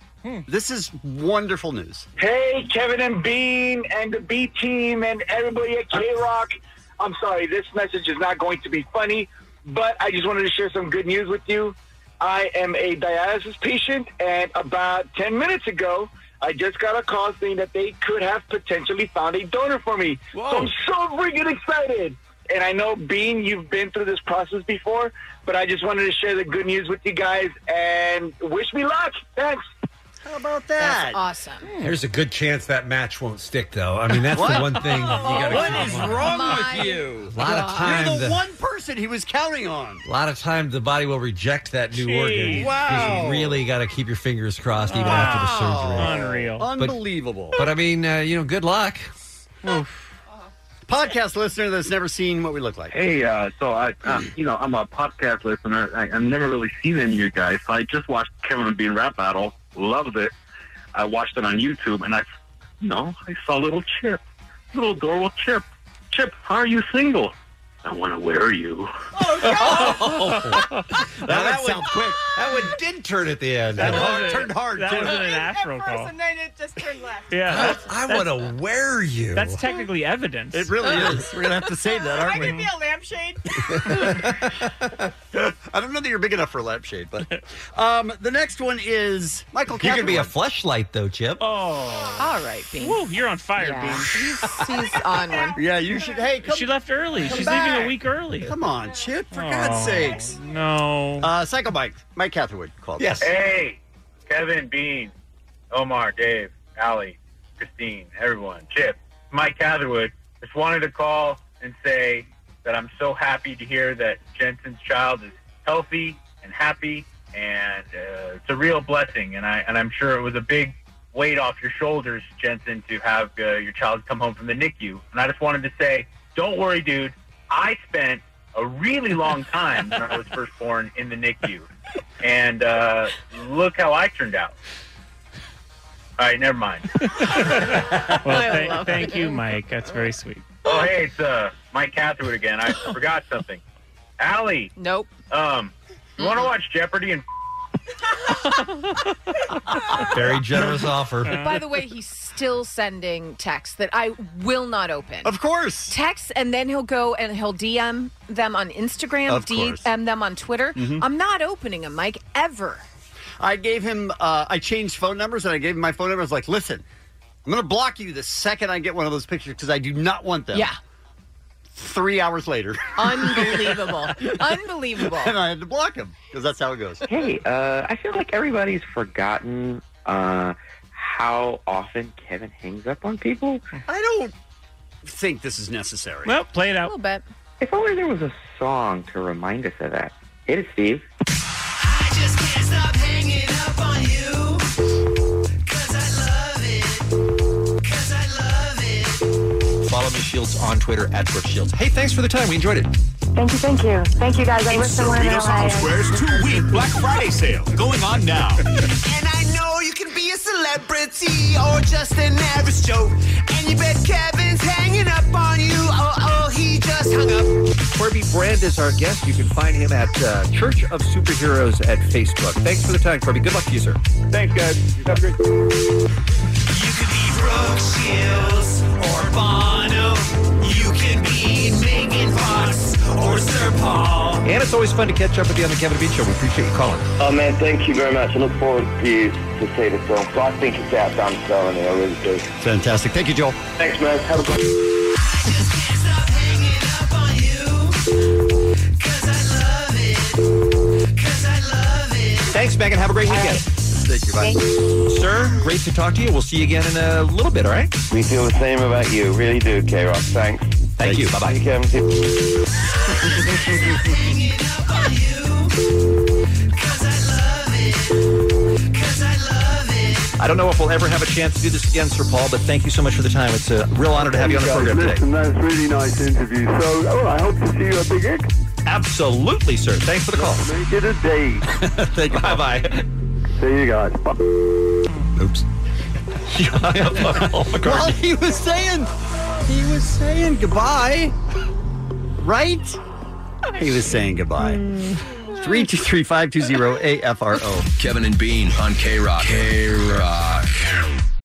[SPEAKER 7] This is wonderful news.
[SPEAKER 24] Hey, Kevin and Bean and the B team and everybody at K Rock. I'm sorry, this message is not going to be funny, but I just wanted to share some good news with you. I am a dialysis patient, and about 10 minutes ago, I just got a call saying that they could have potentially found a donor for me. So I'm so freaking excited. And I know, Bean, you've been through this process before, but I just wanted to share the good news with you guys and wish me luck. Thanks.
[SPEAKER 7] How about
[SPEAKER 12] That's awesome.
[SPEAKER 15] There's a good chance that match won't stick, though. I mean, that's the
[SPEAKER 7] What?
[SPEAKER 15] one thing you got to.
[SPEAKER 7] What is wrong with
[SPEAKER 15] A
[SPEAKER 7] you?
[SPEAKER 15] lot of time.
[SPEAKER 7] You're the
[SPEAKER 15] the-
[SPEAKER 7] one person he was counting on.
[SPEAKER 15] A lot of times the body will reject that new
[SPEAKER 7] Jeez.
[SPEAKER 15] organ.
[SPEAKER 7] Wow.
[SPEAKER 15] You really got to keep your fingers crossed even after the
[SPEAKER 7] Wow.
[SPEAKER 15] surgery.
[SPEAKER 7] Unreal.
[SPEAKER 15] But-
[SPEAKER 7] Unbelievable.
[SPEAKER 15] But, I mean, uh, you know, good luck.
[SPEAKER 7] Podcast listener that's never seen what we look like.
[SPEAKER 16] Hey, uh, so I,
[SPEAKER 7] Ah.
[SPEAKER 16] um, you know, I'm a podcast listener. I, I've never really seen any of you guys. So I just watched Kevin and Bean rap battle. Loved it. I watched it on YouTube, and I, no, I saw little Chip, little adorable Chip. Chip, how are you single? I want to wear you.
[SPEAKER 15] That, would sound quick. That one did turn at the end.
[SPEAKER 23] That
[SPEAKER 15] It
[SPEAKER 23] wasn't-
[SPEAKER 15] turned hard,
[SPEAKER 23] that
[SPEAKER 15] too.
[SPEAKER 23] wasn't an At
[SPEAKER 15] afro call.
[SPEAKER 23] and
[SPEAKER 25] then it just turned left.
[SPEAKER 14] Yeah.
[SPEAKER 15] I want to wear you.
[SPEAKER 14] That's technically evidence.
[SPEAKER 7] It really is. We're gonna have to save that, aren't we?
[SPEAKER 25] a lampshade?
[SPEAKER 7] I don't know that you're big enough for a lampshade, but um, the next one is Michael.
[SPEAKER 15] You could be a
[SPEAKER 7] Capricorn.
[SPEAKER 15] fleshlight, though, Chip.
[SPEAKER 14] Oh.
[SPEAKER 12] All right, Bean.
[SPEAKER 14] Woo, you're on fire,
[SPEAKER 12] Yeah.
[SPEAKER 14] Bean.
[SPEAKER 12] He's, he's on one.
[SPEAKER 7] Yeah, you should. Hey, come,
[SPEAKER 14] she left early.
[SPEAKER 7] come
[SPEAKER 14] She's leaving
[SPEAKER 7] back.
[SPEAKER 14] a week early.
[SPEAKER 7] Come on, Chip, for
[SPEAKER 14] Oh,
[SPEAKER 7] God's sakes.
[SPEAKER 14] No.
[SPEAKER 7] Uh, Psycho Mike, Mike Catherwood called.
[SPEAKER 24] Hey, Kevin, Bean, Omar, Dave, Allie, Christine, everyone, Chip, Mike Catherwood. Just wanted to call and say that I'm so happy to hear that Jensen's child is healthy and happy, and uh, it's a real blessing. And I and I'm sure it was a big weight off your shoulders, Jensen, to have uh, your child come home from the NICU. And I just wanted to say, don't worry, dude. I spent a really long time when I was first born in the NICU and uh, look how I turned out. All right, never mind.
[SPEAKER 14] Well, thank- thank you, Mike. That's very sweet.
[SPEAKER 24] Oh, hey, it's uh, Mike Catherwood again. I forgot something. Allie.
[SPEAKER 12] Nope.
[SPEAKER 24] Um, you want to watch Jeopardy and?
[SPEAKER 15] Very generous offer.
[SPEAKER 12] By the way, he's still sending texts that I will not open.
[SPEAKER 15] Of course.
[SPEAKER 12] Texts, and then he'll go and he'll DM them on Instagram,
[SPEAKER 7] Of
[SPEAKER 12] DM
[SPEAKER 7] course.
[SPEAKER 12] them on Twitter.
[SPEAKER 7] Mhm.
[SPEAKER 12] I'm not opening them, Mike, ever.
[SPEAKER 7] I gave him, uh, I changed phone numbers and I gave him my phone number. I was like, listen, I'm going to block you the second I get one of those pictures because I do not want them.
[SPEAKER 12] Yeah.
[SPEAKER 7] Three hours later.
[SPEAKER 12] Unbelievable. Unbelievable.
[SPEAKER 7] and I had to block him because that's how it goes.
[SPEAKER 26] Hey, uh, I feel like everybody's forgotten uh, how often Kevin hangs up on people.
[SPEAKER 7] I don't think this is necessary.
[SPEAKER 26] Well, play it
[SPEAKER 12] A little bit.
[SPEAKER 26] If only there was a song to remind us of that. Hit it, Steve.
[SPEAKER 15] Follow me, Shields, on Twitter at Brooke Shields. Hey, thanks for the time. We enjoyed it.
[SPEAKER 27] Thank you, thank you. Thank you guys. I wish someone in LA.
[SPEAKER 4] two-week Black Friday sale going on now.
[SPEAKER 10] And I know you can be a celebrity or just an average Joe. And you bet Kevin's hanging up on you. Oh, oh, he just hung up.
[SPEAKER 28] Corby Brand is our guest. You can find him at uh, Church of Superheroes at Facebook. Thanks for the time, Corby. Good luck to you, sir.
[SPEAKER 4] Thanks, guys. Have a great
[SPEAKER 10] Brooke Shields or Bono. You can be Megan Fox or Sir Paul.
[SPEAKER 15] And it's always fun to catch up with you on the Kevin and Bean Show. We appreciate you calling.
[SPEAKER 29] Oh man, thank you very much. I look forward to you to see the film. I think it's outdone selling it. I really do.
[SPEAKER 7] Fantastic. Thank you, Joel.
[SPEAKER 29] Thanks, man. Have a good.
[SPEAKER 15] Thanks, Megan. Have a great weekend. Thank you. Sir, great to talk to you. We'll see you again in a little bit, all right?
[SPEAKER 29] We feel the same about you. Really do, K Rock. Thanks.
[SPEAKER 15] Thank you. Bye bye. I don't know if we'll ever have a chance to do this again, Sir Paul, but thank you so much for the time. It's a real honor to have you on the program today.
[SPEAKER 11] Listen, that's really nice interview. So, oh, I hope to see you at Big X.
[SPEAKER 15] Absolutely, sir. Thanks for the call.
[SPEAKER 11] Make it a day.
[SPEAKER 15] Thank you. Bye bye.
[SPEAKER 11] See you guys. Bye.
[SPEAKER 15] Oops. Oh,
[SPEAKER 28] Well, he was saying, he was saying goodbye, right?
[SPEAKER 7] He was saying goodbye. 323 520 AFRO.
[SPEAKER 17] Kevin and Bean on K Rock. K Rock.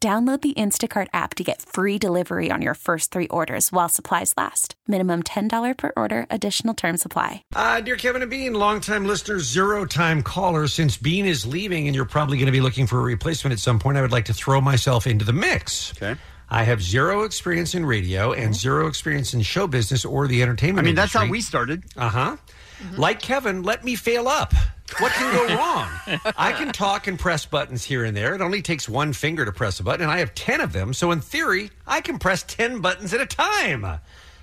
[SPEAKER 30] Download the Instacart app to get free delivery on your first three orders while supplies last. Minimum $10 per order, additional term supply.
[SPEAKER 15] Uh, dear Kevin and Bean, longtime listener, zero time caller. Since Bean is leaving and you're probably going to be looking for a replacement at some point, I would like to throw myself into the mix. Okay. I have zero experience in radio and zero experience in show business or the
[SPEAKER 7] I
[SPEAKER 15] entertainment
[SPEAKER 7] mean, that's how we
[SPEAKER 15] started. Uh huh. Like Kevin, let me fail up. What can go wrong? I can talk and press buttons here and there. It only takes one finger to press a button, and I have 10 of them. So, in theory, I can press 10 buttons at a time.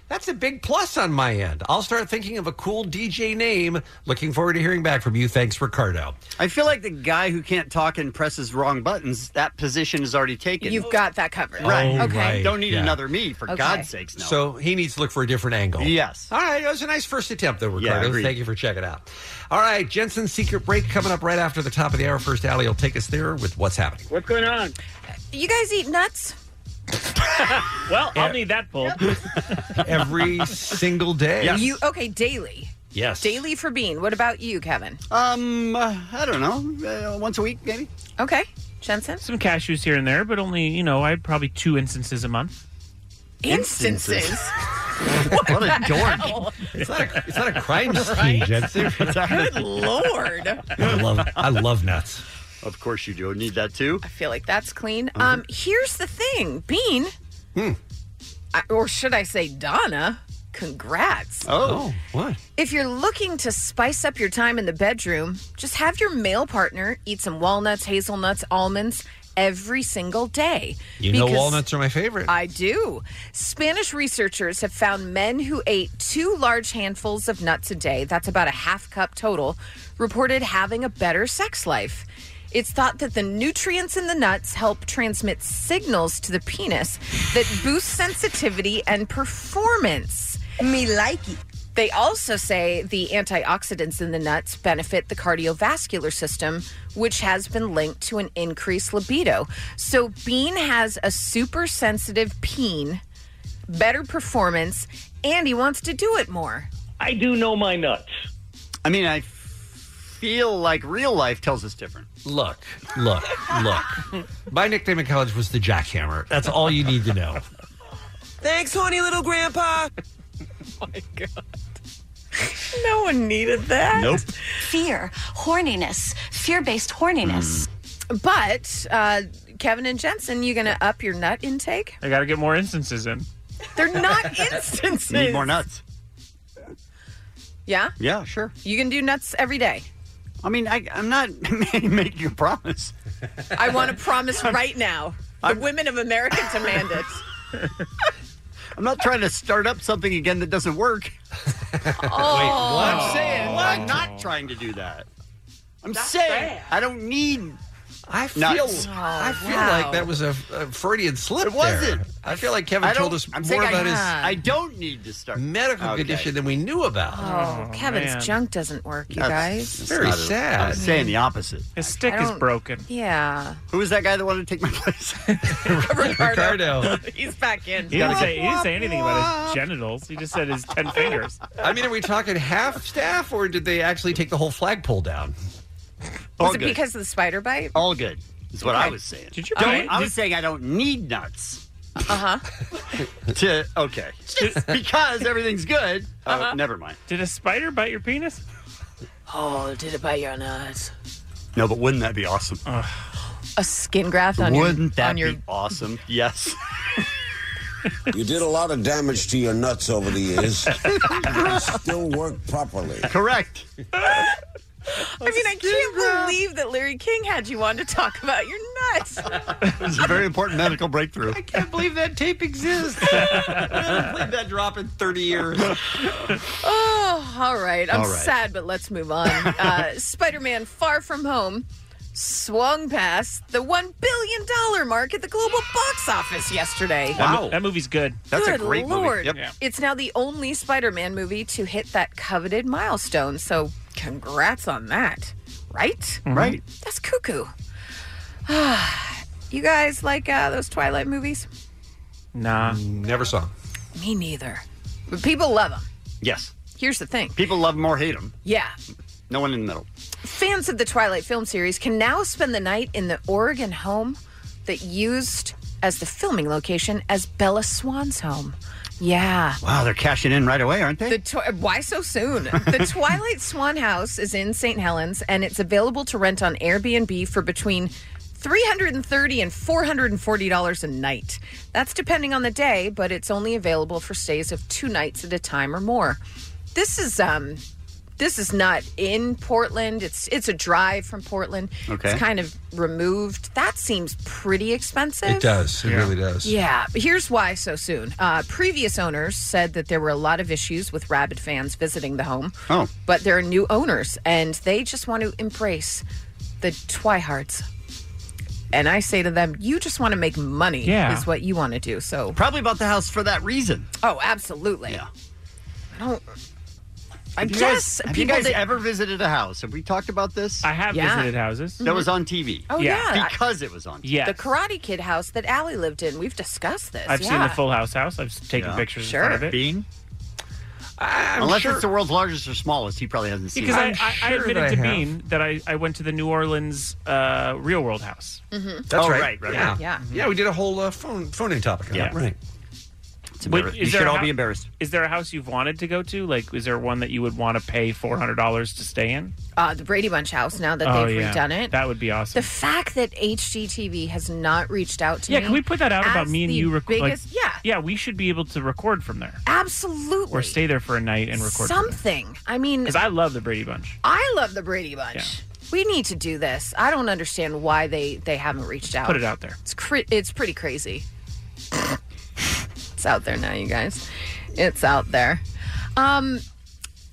[SPEAKER 15] That's a big plus on my end. I'll start thinking of a cool DJ name. Looking forward to hearing back from you. Thanks, Ricardo.
[SPEAKER 7] I feel like the guy who can't talk and presses wrong buttons, that position is already taken.
[SPEAKER 12] You've got that covered.
[SPEAKER 7] Right.
[SPEAKER 15] Oh, right,
[SPEAKER 7] Don't need
[SPEAKER 15] yeah.
[SPEAKER 7] another me, for
[SPEAKER 12] Okay.
[SPEAKER 7] God's sakes. No.
[SPEAKER 15] So he needs to look for a different angle. Yes. All right. It was a nice first attempt, though,
[SPEAKER 7] Yeah,
[SPEAKER 15] Ricardo.
[SPEAKER 7] agreed.
[SPEAKER 15] Thank you for checking out. All right. Jensen's secret break coming up right after the top of the hour. First, Allie will take us there with what's happening.
[SPEAKER 14] What's going on?
[SPEAKER 12] You guys eat nuts?
[SPEAKER 14] Well,
[SPEAKER 15] Yeah.
[SPEAKER 14] I'll need that pulled.
[SPEAKER 15] Every single day.
[SPEAKER 12] You okay? Daily.
[SPEAKER 15] Yes.
[SPEAKER 12] Daily for Bean. What about you, Kevin?
[SPEAKER 7] Um, uh, I don't know. Uh, once a week, maybe.
[SPEAKER 12] Okay, Jensen.
[SPEAKER 14] Some cashews here and there, but only, you know, I had probably two instances a month.
[SPEAKER 12] Instances.
[SPEAKER 14] what
[SPEAKER 12] a
[SPEAKER 14] the
[SPEAKER 12] dork.
[SPEAKER 14] hell?
[SPEAKER 15] It's not a, it's not a crime scene,
[SPEAKER 14] Right?
[SPEAKER 15] Jensen.
[SPEAKER 12] Good lord.
[SPEAKER 15] I love, I love nuts.
[SPEAKER 7] Of course you do. Need that too.
[SPEAKER 12] I feel like that's clean. Um, here's the thing, Bean, I, or should I say Donna? Congrats.
[SPEAKER 15] Oh, what?
[SPEAKER 12] If you're looking to spice up your time in the bedroom, just have your male partner eat some walnuts, hazelnuts, almonds every single day.
[SPEAKER 15] You know,
[SPEAKER 12] Because-
[SPEAKER 15] walnuts are my favorite.
[SPEAKER 12] I do. Spanish researchers have found men who ate two large handfuls of nuts a day, that's about a half cup total, reported having a better sex life. It's thought that the nutrients in the nuts help transmit signals to the penis that boost sensitivity and performance. Me like it. They also say the antioxidants in the nuts benefit the cardiovascular system, which has been linked to an increased libido. So, Bean has a super sensitive peen, better performance, and he wants to do it more.
[SPEAKER 7] I do know my nuts. I mean, I feel like real life tells us different.
[SPEAKER 15] Look, look, look. My nickname in college was the Jackhammer. That's all you need to know.
[SPEAKER 10] Thanks, horny little grandpa.
[SPEAKER 12] Oh No one needed that.
[SPEAKER 15] Nope.
[SPEAKER 12] Fear, horniness, fear based horniness. Mm. But, uh, Kevin and Jensen, you going to up your nut intake?
[SPEAKER 14] I got to get more instances in.
[SPEAKER 12] They're not instances.
[SPEAKER 14] Need more nuts.
[SPEAKER 12] Yeah?
[SPEAKER 7] Yeah, sure.
[SPEAKER 12] You can do nuts every day.
[SPEAKER 7] I mean, I, I'm not making a promise.
[SPEAKER 12] I want to promise right now. The women of America demand it.
[SPEAKER 7] I'm not trying to start up something again that doesn't work.
[SPEAKER 12] Oh,
[SPEAKER 7] I'm saying I'm not trying to do that. I'm saying I don't need.
[SPEAKER 15] I feel.
[SPEAKER 12] Oh,
[SPEAKER 15] I feel like that was a, a Freudian slip.
[SPEAKER 7] It wasn't.
[SPEAKER 15] there. I feel like Kevin
[SPEAKER 7] I don't-
[SPEAKER 15] told us
[SPEAKER 7] I'm
[SPEAKER 15] more
[SPEAKER 7] saying I-
[SPEAKER 15] about his
[SPEAKER 7] I don't need to start
[SPEAKER 15] medical
[SPEAKER 7] Okay.
[SPEAKER 15] condition than we knew about.
[SPEAKER 12] Oh, Kevin's junk doesn't work, you guys.
[SPEAKER 15] very sad.
[SPEAKER 7] I'm saying the opposite.
[SPEAKER 14] His stick
[SPEAKER 12] I don't- Yeah.
[SPEAKER 7] Who was that guy that wanted to take my place?
[SPEAKER 15] Ricardo.
[SPEAKER 12] He's back in.
[SPEAKER 14] He didn't, say, he didn't say anything about his genitals. He just said his 10 fingers.
[SPEAKER 15] I mean, are we talking half staff, or did they actually take the whole flagpole down?
[SPEAKER 12] Was it because of the spider bite?
[SPEAKER 7] All good. Is what I was saying.
[SPEAKER 14] Did you?
[SPEAKER 7] Don't-
[SPEAKER 12] Okay.
[SPEAKER 7] I was saying I don't need nuts.
[SPEAKER 12] Uh huh.
[SPEAKER 7] To okay, Just because everything's good. Oh,
[SPEAKER 14] Uh-huh.
[SPEAKER 7] never mind.
[SPEAKER 14] Did a spider bite your penis?
[SPEAKER 12] Oh, did it bite your nuts?
[SPEAKER 7] No, but wouldn't that be awesome?
[SPEAKER 12] A skin graft on your
[SPEAKER 7] Wouldn't that
[SPEAKER 12] on your
[SPEAKER 7] be awesome? Yes.
[SPEAKER 31] You did a lot of damage to your nuts over the years. They still work properly.
[SPEAKER 7] Correct.
[SPEAKER 12] I mean, I can't believe that Larry King had you on to talk about your nuts.
[SPEAKER 7] it was a very important medical breakthrough.
[SPEAKER 15] I can't believe that tape exists. played that drop in 30 years.
[SPEAKER 12] oh, all right. I'm
[SPEAKER 15] All right.
[SPEAKER 12] sad, but let's move on. Uh, Spider Man Far From Home swung past the $1 billion mark at the global box office yesterday.
[SPEAKER 14] That, mo- that movie's good.
[SPEAKER 12] Good Lord. It's now the only Spider Man movie to hit that coveted milestone. So, congrats on that. Right?
[SPEAKER 15] Mm-hmm.
[SPEAKER 7] Mhm. Right.
[SPEAKER 12] That's cuckoo. you guys like uh, those Twilight movies?
[SPEAKER 14] Nah.
[SPEAKER 15] Never saw.
[SPEAKER 12] Me neither. But people love them.
[SPEAKER 7] Yes.
[SPEAKER 12] Here's the thing.
[SPEAKER 7] People love 'em or hate them.
[SPEAKER 12] Yeah.
[SPEAKER 7] No one in the middle.
[SPEAKER 12] Fans of the Twilight film series can now spend the night in the Oregon home that used as the filming location as Bella Swan's home. Yeah.
[SPEAKER 7] Wow, they're cashing in right away, aren't they?
[SPEAKER 12] The twi- why so soon? The Twilight Swan House is in St. Helens, and it's available to rent on Airbnb for between three hundred and thirty and four hundred and forty dollars a night. That's depending on the day, but it's only available for stays of two nights at a time or more. This is um, this is not in Portland. It's it's a drive from Portland.
[SPEAKER 15] Okay.
[SPEAKER 12] it's kind of removed. That seems pretty expensive.
[SPEAKER 15] It does. It really does.
[SPEAKER 12] Yeah, but here's why so soon. Uh, previous owners said that there were a lot of issues with rabid fans visiting the home.
[SPEAKER 7] Oh.
[SPEAKER 12] But there are new owners, and they just want to embrace the Twihards. And I say to them, you just want to make money,
[SPEAKER 7] Yeah.
[SPEAKER 12] is what you want to do. So
[SPEAKER 7] Probably bought the house for that reason.
[SPEAKER 12] Oh, absolutely. Yeah. I don't. I
[SPEAKER 7] Have you
[SPEAKER 12] guess
[SPEAKER 7] guys, have you
[SPEAKER 12] people
[SPEAKER 7] guys
[SPEAKER 12] that-
[SPEAKER 7] ever visited a house? Have we talked about this?
[SPEAKER 14] I have
[SPEAKER 12] Yeah. visited
[SPEAKER 14] houses.
[SPEAKER 7] That was on TV.
[SPEAKER 12] Oh, Yeah. yeah.
[SPEAKER 7] Because it was on TV.
[SPEAKER 12] The Karate Kid house that Allie lived in. We've discussed this.
[SPEAKER 14] I've seen
[SPEAKER 12] yeah.
[SPEAKER 14] the Full House house. I've taken
[SPEAKER 7] Yeah.
[SPEAKER 14] pictures
[SPEAKER 7] Sure.
[SPEAKER 14] in front of it.
[SPEAKER 7] Bean? Unless it's the world's largest or smallest, he probably hasn't seen
[SPEAKER 14] Because I,
[SPEAKER 7] it.
[SPEAKER 14] I, I admitted to Bean that I, I went to the New Orleans uh, Real World house.
[SPEAKER 12] Mhm.
[SPEAKER 15] That's
[SPEAKER 14] Oh,
[SPEAKER 15] right.
[SPEAKER 14] right, right,
[SPEAKER 15] Yeah.
[SPEAKER 14] right.
[SPEAKER 15] yeah.
[SPEAKER 14] Yeah.
[SPEAKER 15] we did a whole uh, phone phone in topic on
[SPEAKER 14] Yeah.
[SPEAKER 15] that. Right.
[SPEAKER 14] Wait,
[SPEAKER 15] embarrass-
[SPEAKER 14] is
[SPEAKER 15] you
[SPEAKER 14] there
[SPEAKER 15] should
[SPEAKER 14] a
[SPEAKER 15] all
[SPEAKER 14] hou-
[SPEAKER 15] be embarrassed.
[SPEAKER 14] Is there a house you've wanted to go to? Like, is there one that you would want to pay four hundred dollars to stay in?
[SPEAKER 12] uh, the Brady Bunch house now that
[SPEAKER 14] oh,
[SPEAKER 12] they've
[SPEAKER 14] yeah.
[SPEAKER 12] redone it.
[SPEAKER 14] That would be
[SPEAKER 12] The
[SPEAKER 14] awesome.
[SPEAKER 12] fact that HGTV has not reached out to
[SPEAKER 14] yeah,
[SPEAKER 12] me.
[SPEAKER 14] can we put that out about
[SPEAKER 12] as
[SPEAKER 14] me and
[SPEAKER 12] the
[SPEAKER 14] you? Rec- like-
[SPEAKER 12] biggest- yeah,
[SPEAKER 14] yeah, we should be able to record from there
[SPEAKER 12] absolutely.
[SPEAKER 14] or stay there for a night and record.
[SPEAKER 12] something. I mean,
[SPEAKER 14] Because I love the Brady Bunch.
[SPEAKER 12] I love the Brady Bunch. We need to do this. I don't understand why they they haven't reached out.
[SPEAKER 14] Put it out there.
[SPEAKER 12] It's cr- it's pretty crazy. it's out there now, you guys. It's out there. Um,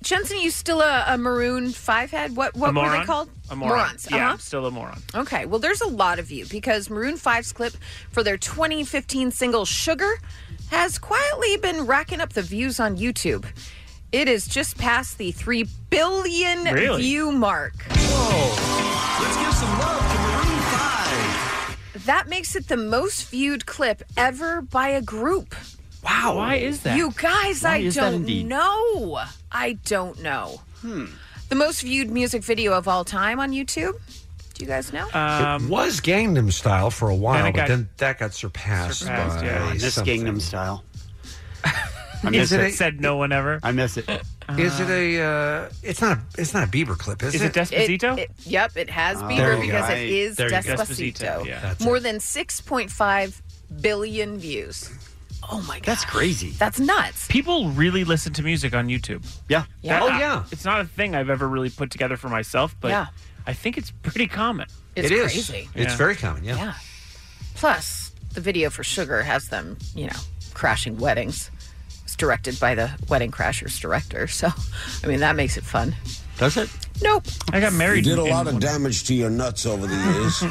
[SPEAKER 12] Jensen, you still a, a maroon five head? What what
[SPEAKER 14] a
[SPEAKER 12] were
[SPEAKER 14] moron?
[SPEAKER 12] they called?
[SPEAKER 14] A moron.
[SPEAKER 12] Morons.
[SPEAKER 14] Yeah,
[SPEAKER 12] uh-huh.
[SPEAKER 14] I'm still a moron.
[SPEAKER 12] Okay, well, there's a lot of you because Maroon 5's clip for their 2015 single Sugar has quietly been racking up the views on YouTube. It is just past the 3 billion
[SPEAKER 10] Really?
[SPEAKER 12] view mark.
[SPEAKER 10] Whoa. Let's give some love to Maroon 5.
[SPEAKER 12] That makes it the most viewed clip ever by a group.
[SPEAKER 28] Wow. Why is that?
[SPEAKER 12] You guys,
[SPEAKER 28] Why
[SPEAKER 12] I
[SPEAKER 28] is that
[SPEAKER 12] don't
[SPEAKER 28] indeed?
[SPEAKER 12] know. I don't know.
[SPEAKER 28] Hmm.
[SPEAKER 12] The most viewed music video of all time on YouTube. Do you guys know?
[SPEAKER 28] Um,
[SPEAKER 14] Um,
[SPEAKER 15] it was Gangnam Style for a while,
[SPEAKER 28] then it
[SPEAKER 15] but
[SPEAKER 28] got-
[SPEAKER 15] then that got surpassed,
[SPEAKER 14] surpassed,
[SPEAKER 15] by
[SPEAKER 14] yeah.
[SPEAKER 7] This
[SPEAKER 15] something.
[SPEAKER 7] Gangnam Style.
[SPEAKER 15] I miss it.
[SPEAKER 14] Said no one ever.
[SPEAKER 7] I miss it.
[SPEAKER 15] Is it a? Uh, it's not a. It's not a Bieber clip, is, it?
[SPEAKER 12] It, it- yep, it has
[SPEAKER 15] Oh, there
[SPEAKER 12] Bieber
[SPEAKER 15] you go.
[SPEAKER 12] because
[SPEAKER 15] Right.
[SPEAKER 12] it is
[SPEAKER 15] There you go.
[SPEAKER 12] Despacito.
[SPEAKER 15] Despacito, yeah. That's
[SPEAKER 12] More than 6.5 billion views. Oh my god.
[SPEAKER 14] That's
[SPEAKER 7] crazy.
[SPEAKER 12] That's nuts.
[SPEAKER 14] People really listen to music on YouTube.
[SPEAKER 7] Yeah.
[SPEAKER 12] Yeah. Oh, yeah.
[SPEAKER 14] It's not a thing I've ever really put together for myself, but
[SPEAKER 12] Yeah.
[SPEAKER 14] I think it's pretty common.
[SPEAKER 12] It's It is. crazy. It's
[SPEAKER 15] very common. Yeah.
[SPEAKER 12] Yeah. Plus, the video for Sugar has them, you know, crashing weddings. It's directed by the Wedding Crashers director. So, I mean, that makes it fun.
[SPEAKER 7] Does it?
[SPEAKER 12] Nope.
[SPEAKER 14] I got
[SPEAKER 31] You did a lot of damage to your nuts over the years.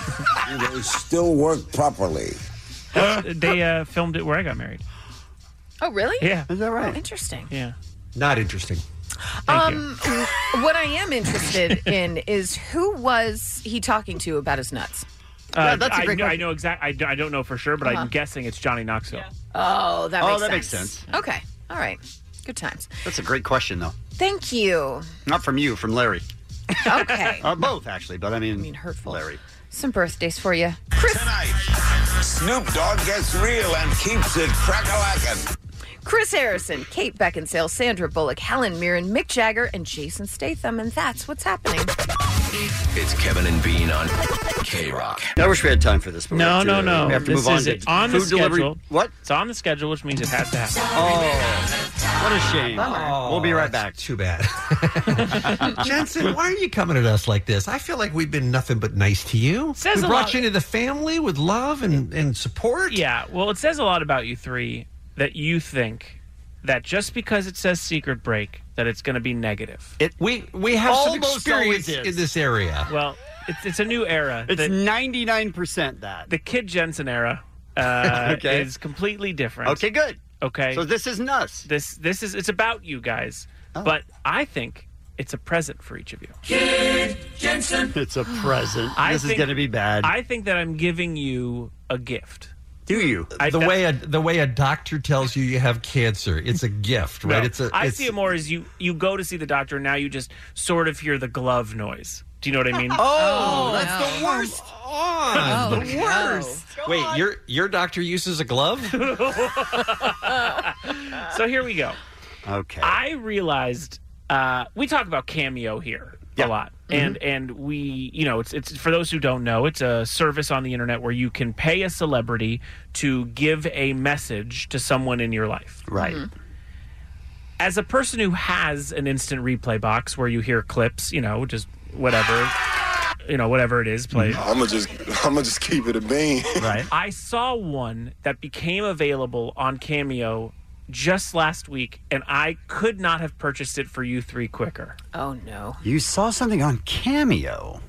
[SPEAKER 31] And they still work properly.
[SPEAKER 14] they uh, filmed it where I got married.
[SPEAKER 12] Oh, really?
[SPEAKER 14] Yeah.
[SPEAKER 7] Is that
[SPEAKER 12] right? interesting.
[SPEAKER 14] Yeah.
[SPEAKER 15] Not interesting.
[SPEAKER 12] um, what I am interested in is who was he talking to about his nuts?
[SPEAKER 14] Uh, I know, I know exactly. I, don't- I don't know for sure, but
[SPEAKER 12] Uh-huh.
[SPEAKER 14] I'm guessing it's Johnny Knoxville.
[SPEAKER 12] Oh, that
[SPEAKER 7] Oh,
[SPEAKER 12] makes sense.
[SPEAKER 7] that makes sense.
[SPEAKER 12] Okay. All right. Good times.
[SPEAKER 7] That's a great question, though.
[SPEAKER 12] Thank you.
[SPEAKER 7] Not from you, from Larry.
[SPEAKER 12] Okay.
[SPEAKER 7] Uh, both, actually, but I mean, I mean
[SPEAKER 12] hurtful.
[SPEAKER 7] Larry.
[SPEAKER 12] Some birthdays for you. Chris
[SPEAKER 31] Snoop Dogg gets real and keeps it crackalackin'.
[SPEAKER 12] Chris Harrison, Kate Beckinsale, Sandra Bullock, Helen Mirren, Mick Jagger, and Jason Statham, and that's what's happening.
[SPEAKER 17] It's Kevin and Bean on K Rock.
[SPEAKER 7] I wish we had time for this. but we
[SPEAKER 14] No,
[SPEAKER 7] have to-
[SPEAKER 14] no, no.
[SPEAKER 7] We have to
[SPEAKER 14] This
[SPEAKER 7] move on
[SPEAKER 14] is
[SPEAKER 7] to
[SPEAKER 14] on the
[SPEAKER 7] food delivery.
[SPEAKER 14] schedule.
[SPEAKER 7] What?
[SPEAKER 14] It's on the schedule, which means it has to happen.
[SPEAKER 7] Oh, what a shame. we'll be right back.
[SPEAKER 15] Too bad. Jensen, why are you coming at us like this? I feel like we've been nothing but nice to you.
[SPEAKER 14] Says
[SPEAKER 15] we
[SPEAKER 14] a
[SPEAKER 15] brought
[SPEAKER 14] lot.
[SPEAKER 15] you into the family with love and, and support.
[SPEAKER 14] Yeah. Well, it says a lot about you three that you think that just because it says secret break that it's going to be negative.
[SPEAKER 7] It
[SPEAKER 15] we we have some experience in this area.
[SPEAKER 14] Well, it's it's a new era.
[SPEAKER 7] It's
[SPEAKER 14] The-
[SPEAKER 7] ninety nine percent that.
[SPEAKER 14] the Kid Jensen era uh,
[SPEAKER 7] Okay.
[SPEAKER 14] is completely different.
[SPEAKER 7] Okay, good.
[SPEAKER 14] Okay.
[SPEAKER 7] So this Oh. isn't us.
[SPEAKER 14] This this is it's about you guys. But I think it's a present for each of you.
[SPEAKER 7] Jensen. It's a present.
[SPEAKER 14] I
[SPEAKER 7] this is
[SPEAKER 14] think-
[SPEAKER 7] going to be bad.
[SPEAKER 14] I think that I'm giving you a gift.
[SPEAKER 7] Do you?
[SPEAKER 15] the way a, the way a doctor tells you you have cancer, it's a gift, right?
[SPEAKER 14] No,
[SPEAKER 15] It's a.
[SPEAKER 14] I
[SPEAKER 15] it's-
[SPEAKER 14] see it more as you you go to see the doctor and now you just sort of hear the glove noise. Do you know what I mean?
[SPEAKER 7] Oh, that's the worst.
[SPEAKER 15] on.
[SPEAKER 7] the worst.
[SPEAKER 15] Wait, your your doctor uses a glove?
[SPEAKER 14] so here we go.
[SPEAKER 7] Okay.
[SPEAKER 14] I realized uh, we talk about cameo here a lot,
[SPEAKER 7] Mm-hmm.
[SPEAKER 14] and and we you know it's it's for those who don't know, it's a service on the internet where you can pay a celebrity to give a message to someone in your life.
[SPEAKER 7] Right.
[SPEAKER 14] As a person who has an instant replay box where you hear clips, you know, just whatever, you know, whatever it is, play.
[SPEAKER 7] Mm-hmm.
[SPEAKER 20] I'm gonna just, I'm gonna just keep it a bean.
[SPEAKER 14] Right. I saw one that became available on Cameo just last week, and I could not have purchased it for you three quicker.
[SPEAKER 12] Oh no.
[SPEAKER 7] You saw something on Cameo.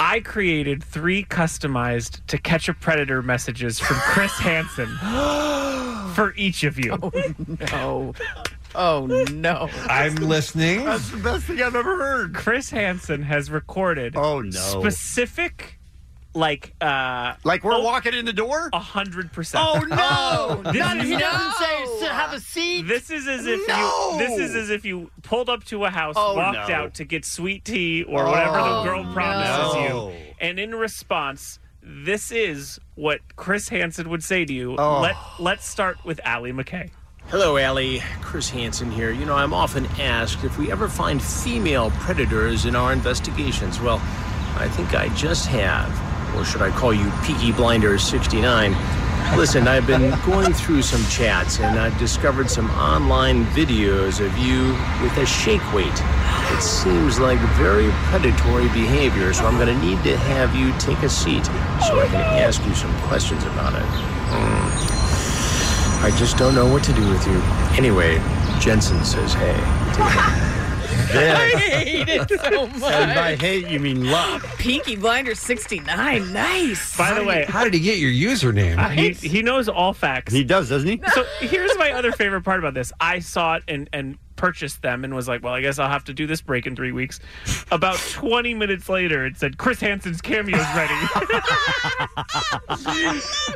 [SPEAKER 14] I created three customized to catch a predator messages from Chris Hansen for each of you. Oh
[SPEAKER 12] no. Oh no.
[SPEAKER 15] I'm listening.
[SPEAKER 14] That's
[SPEAKER 7] the best thing I've ever heard.
[SPEAKER 14] Chris Hansen has recorded
[SPEAKER 7] Oh no.
[SPEAKER 14] specific like uh
[SPEAKER 7] like we're walking in the door?
[SPEAKER 14] A hundred percent.
[SPEAKER 7] Oh, no.
[SPEAKER 14] This
[SPEAKER 7] Not-
[SPEAKER 14] is-
[SPEAKER 7] he doesn't say, "Sit- have a seat.
[SPEAKER 14] This is as if
[SPEAKER 7] No.
[SPEAKER 14] you this is as if you pulled up to a house,
[SPEAKER 7] Oh,
[SPEAKER 14] walked
[SPEAKER 7] no.
[SPEAKER 14] out to get sweet tea or whatever
[SPEAKER 7] Oh,
[SPEAKER 14] the girl promises
[SPEAKER 7] no.
[SPEAKER 14] you. And in response, this is what Chris Hansen would say to you.
[SPEAKER 32] Oh.
[SPEAKER 14] Let let's start with Allie McKay.
[SPEAKER 32] Hello, Allie. Chris Hansen here. You know, I'm often asked if we ever find female predators in our investigations. Well, I think I just have. Or should I call you Peaky Blinders 69? Listen, I've been going through some chats and I've discovered some online videos of you with a shake weight. It seems like very predatory behavior, so I'm going to need to have you take a seat so I can ask you some questions about it. Hmm. Mm. I just don't know what to do with you. Anyway, Jensen says hey.
[SPEAKER 12] I hate it so much.
[SPEAKER 7] And by hate, you mean love.
[SPEAKER 12] Pinky Blinder 69. Nice.
[SPEAKER 14] By the way,
[SPEAKER 15] how did he get your username?
[SPEAKER 14] he, he knows all facts.
[SPEAKER 7] He does, doesn't he?
[SPEAKER 14] So here's my other favorite part about this. I saw it and and purchased them and was like, well, I guess I'll have to do this break in three weeks. About 20 minutes later, it said Chris Hansen's cameo's ready.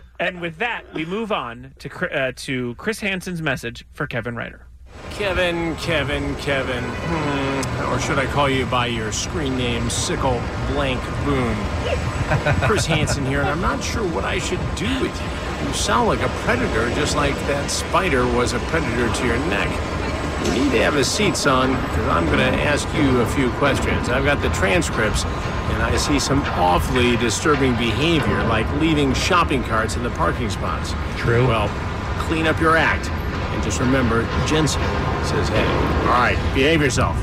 [SPEAKER 14] and with that, we move on to Chri- uh, to Chris Hansen's message for Kevin Ryder.
[SPEAKER 32] Kevin, Kevin, Kevin. Hmm, or should I call you by your screen name, Sickle Blank Boom? Chris Hansen here, and I'm not sure what I should do with you. You sound like a predator, just like that spider was a predator to your neck. You need to have a seat, son, because I'm going to ask you a few questions. I've got the transcripts, and I see some awfully disturbing behavior, like leaving shopping carts in the parking spots.
[SPEAKER 15] True.
[SPEAKER 32] Well, clean up your act. And just remember, Jensen says, hey, all right, behave yourself.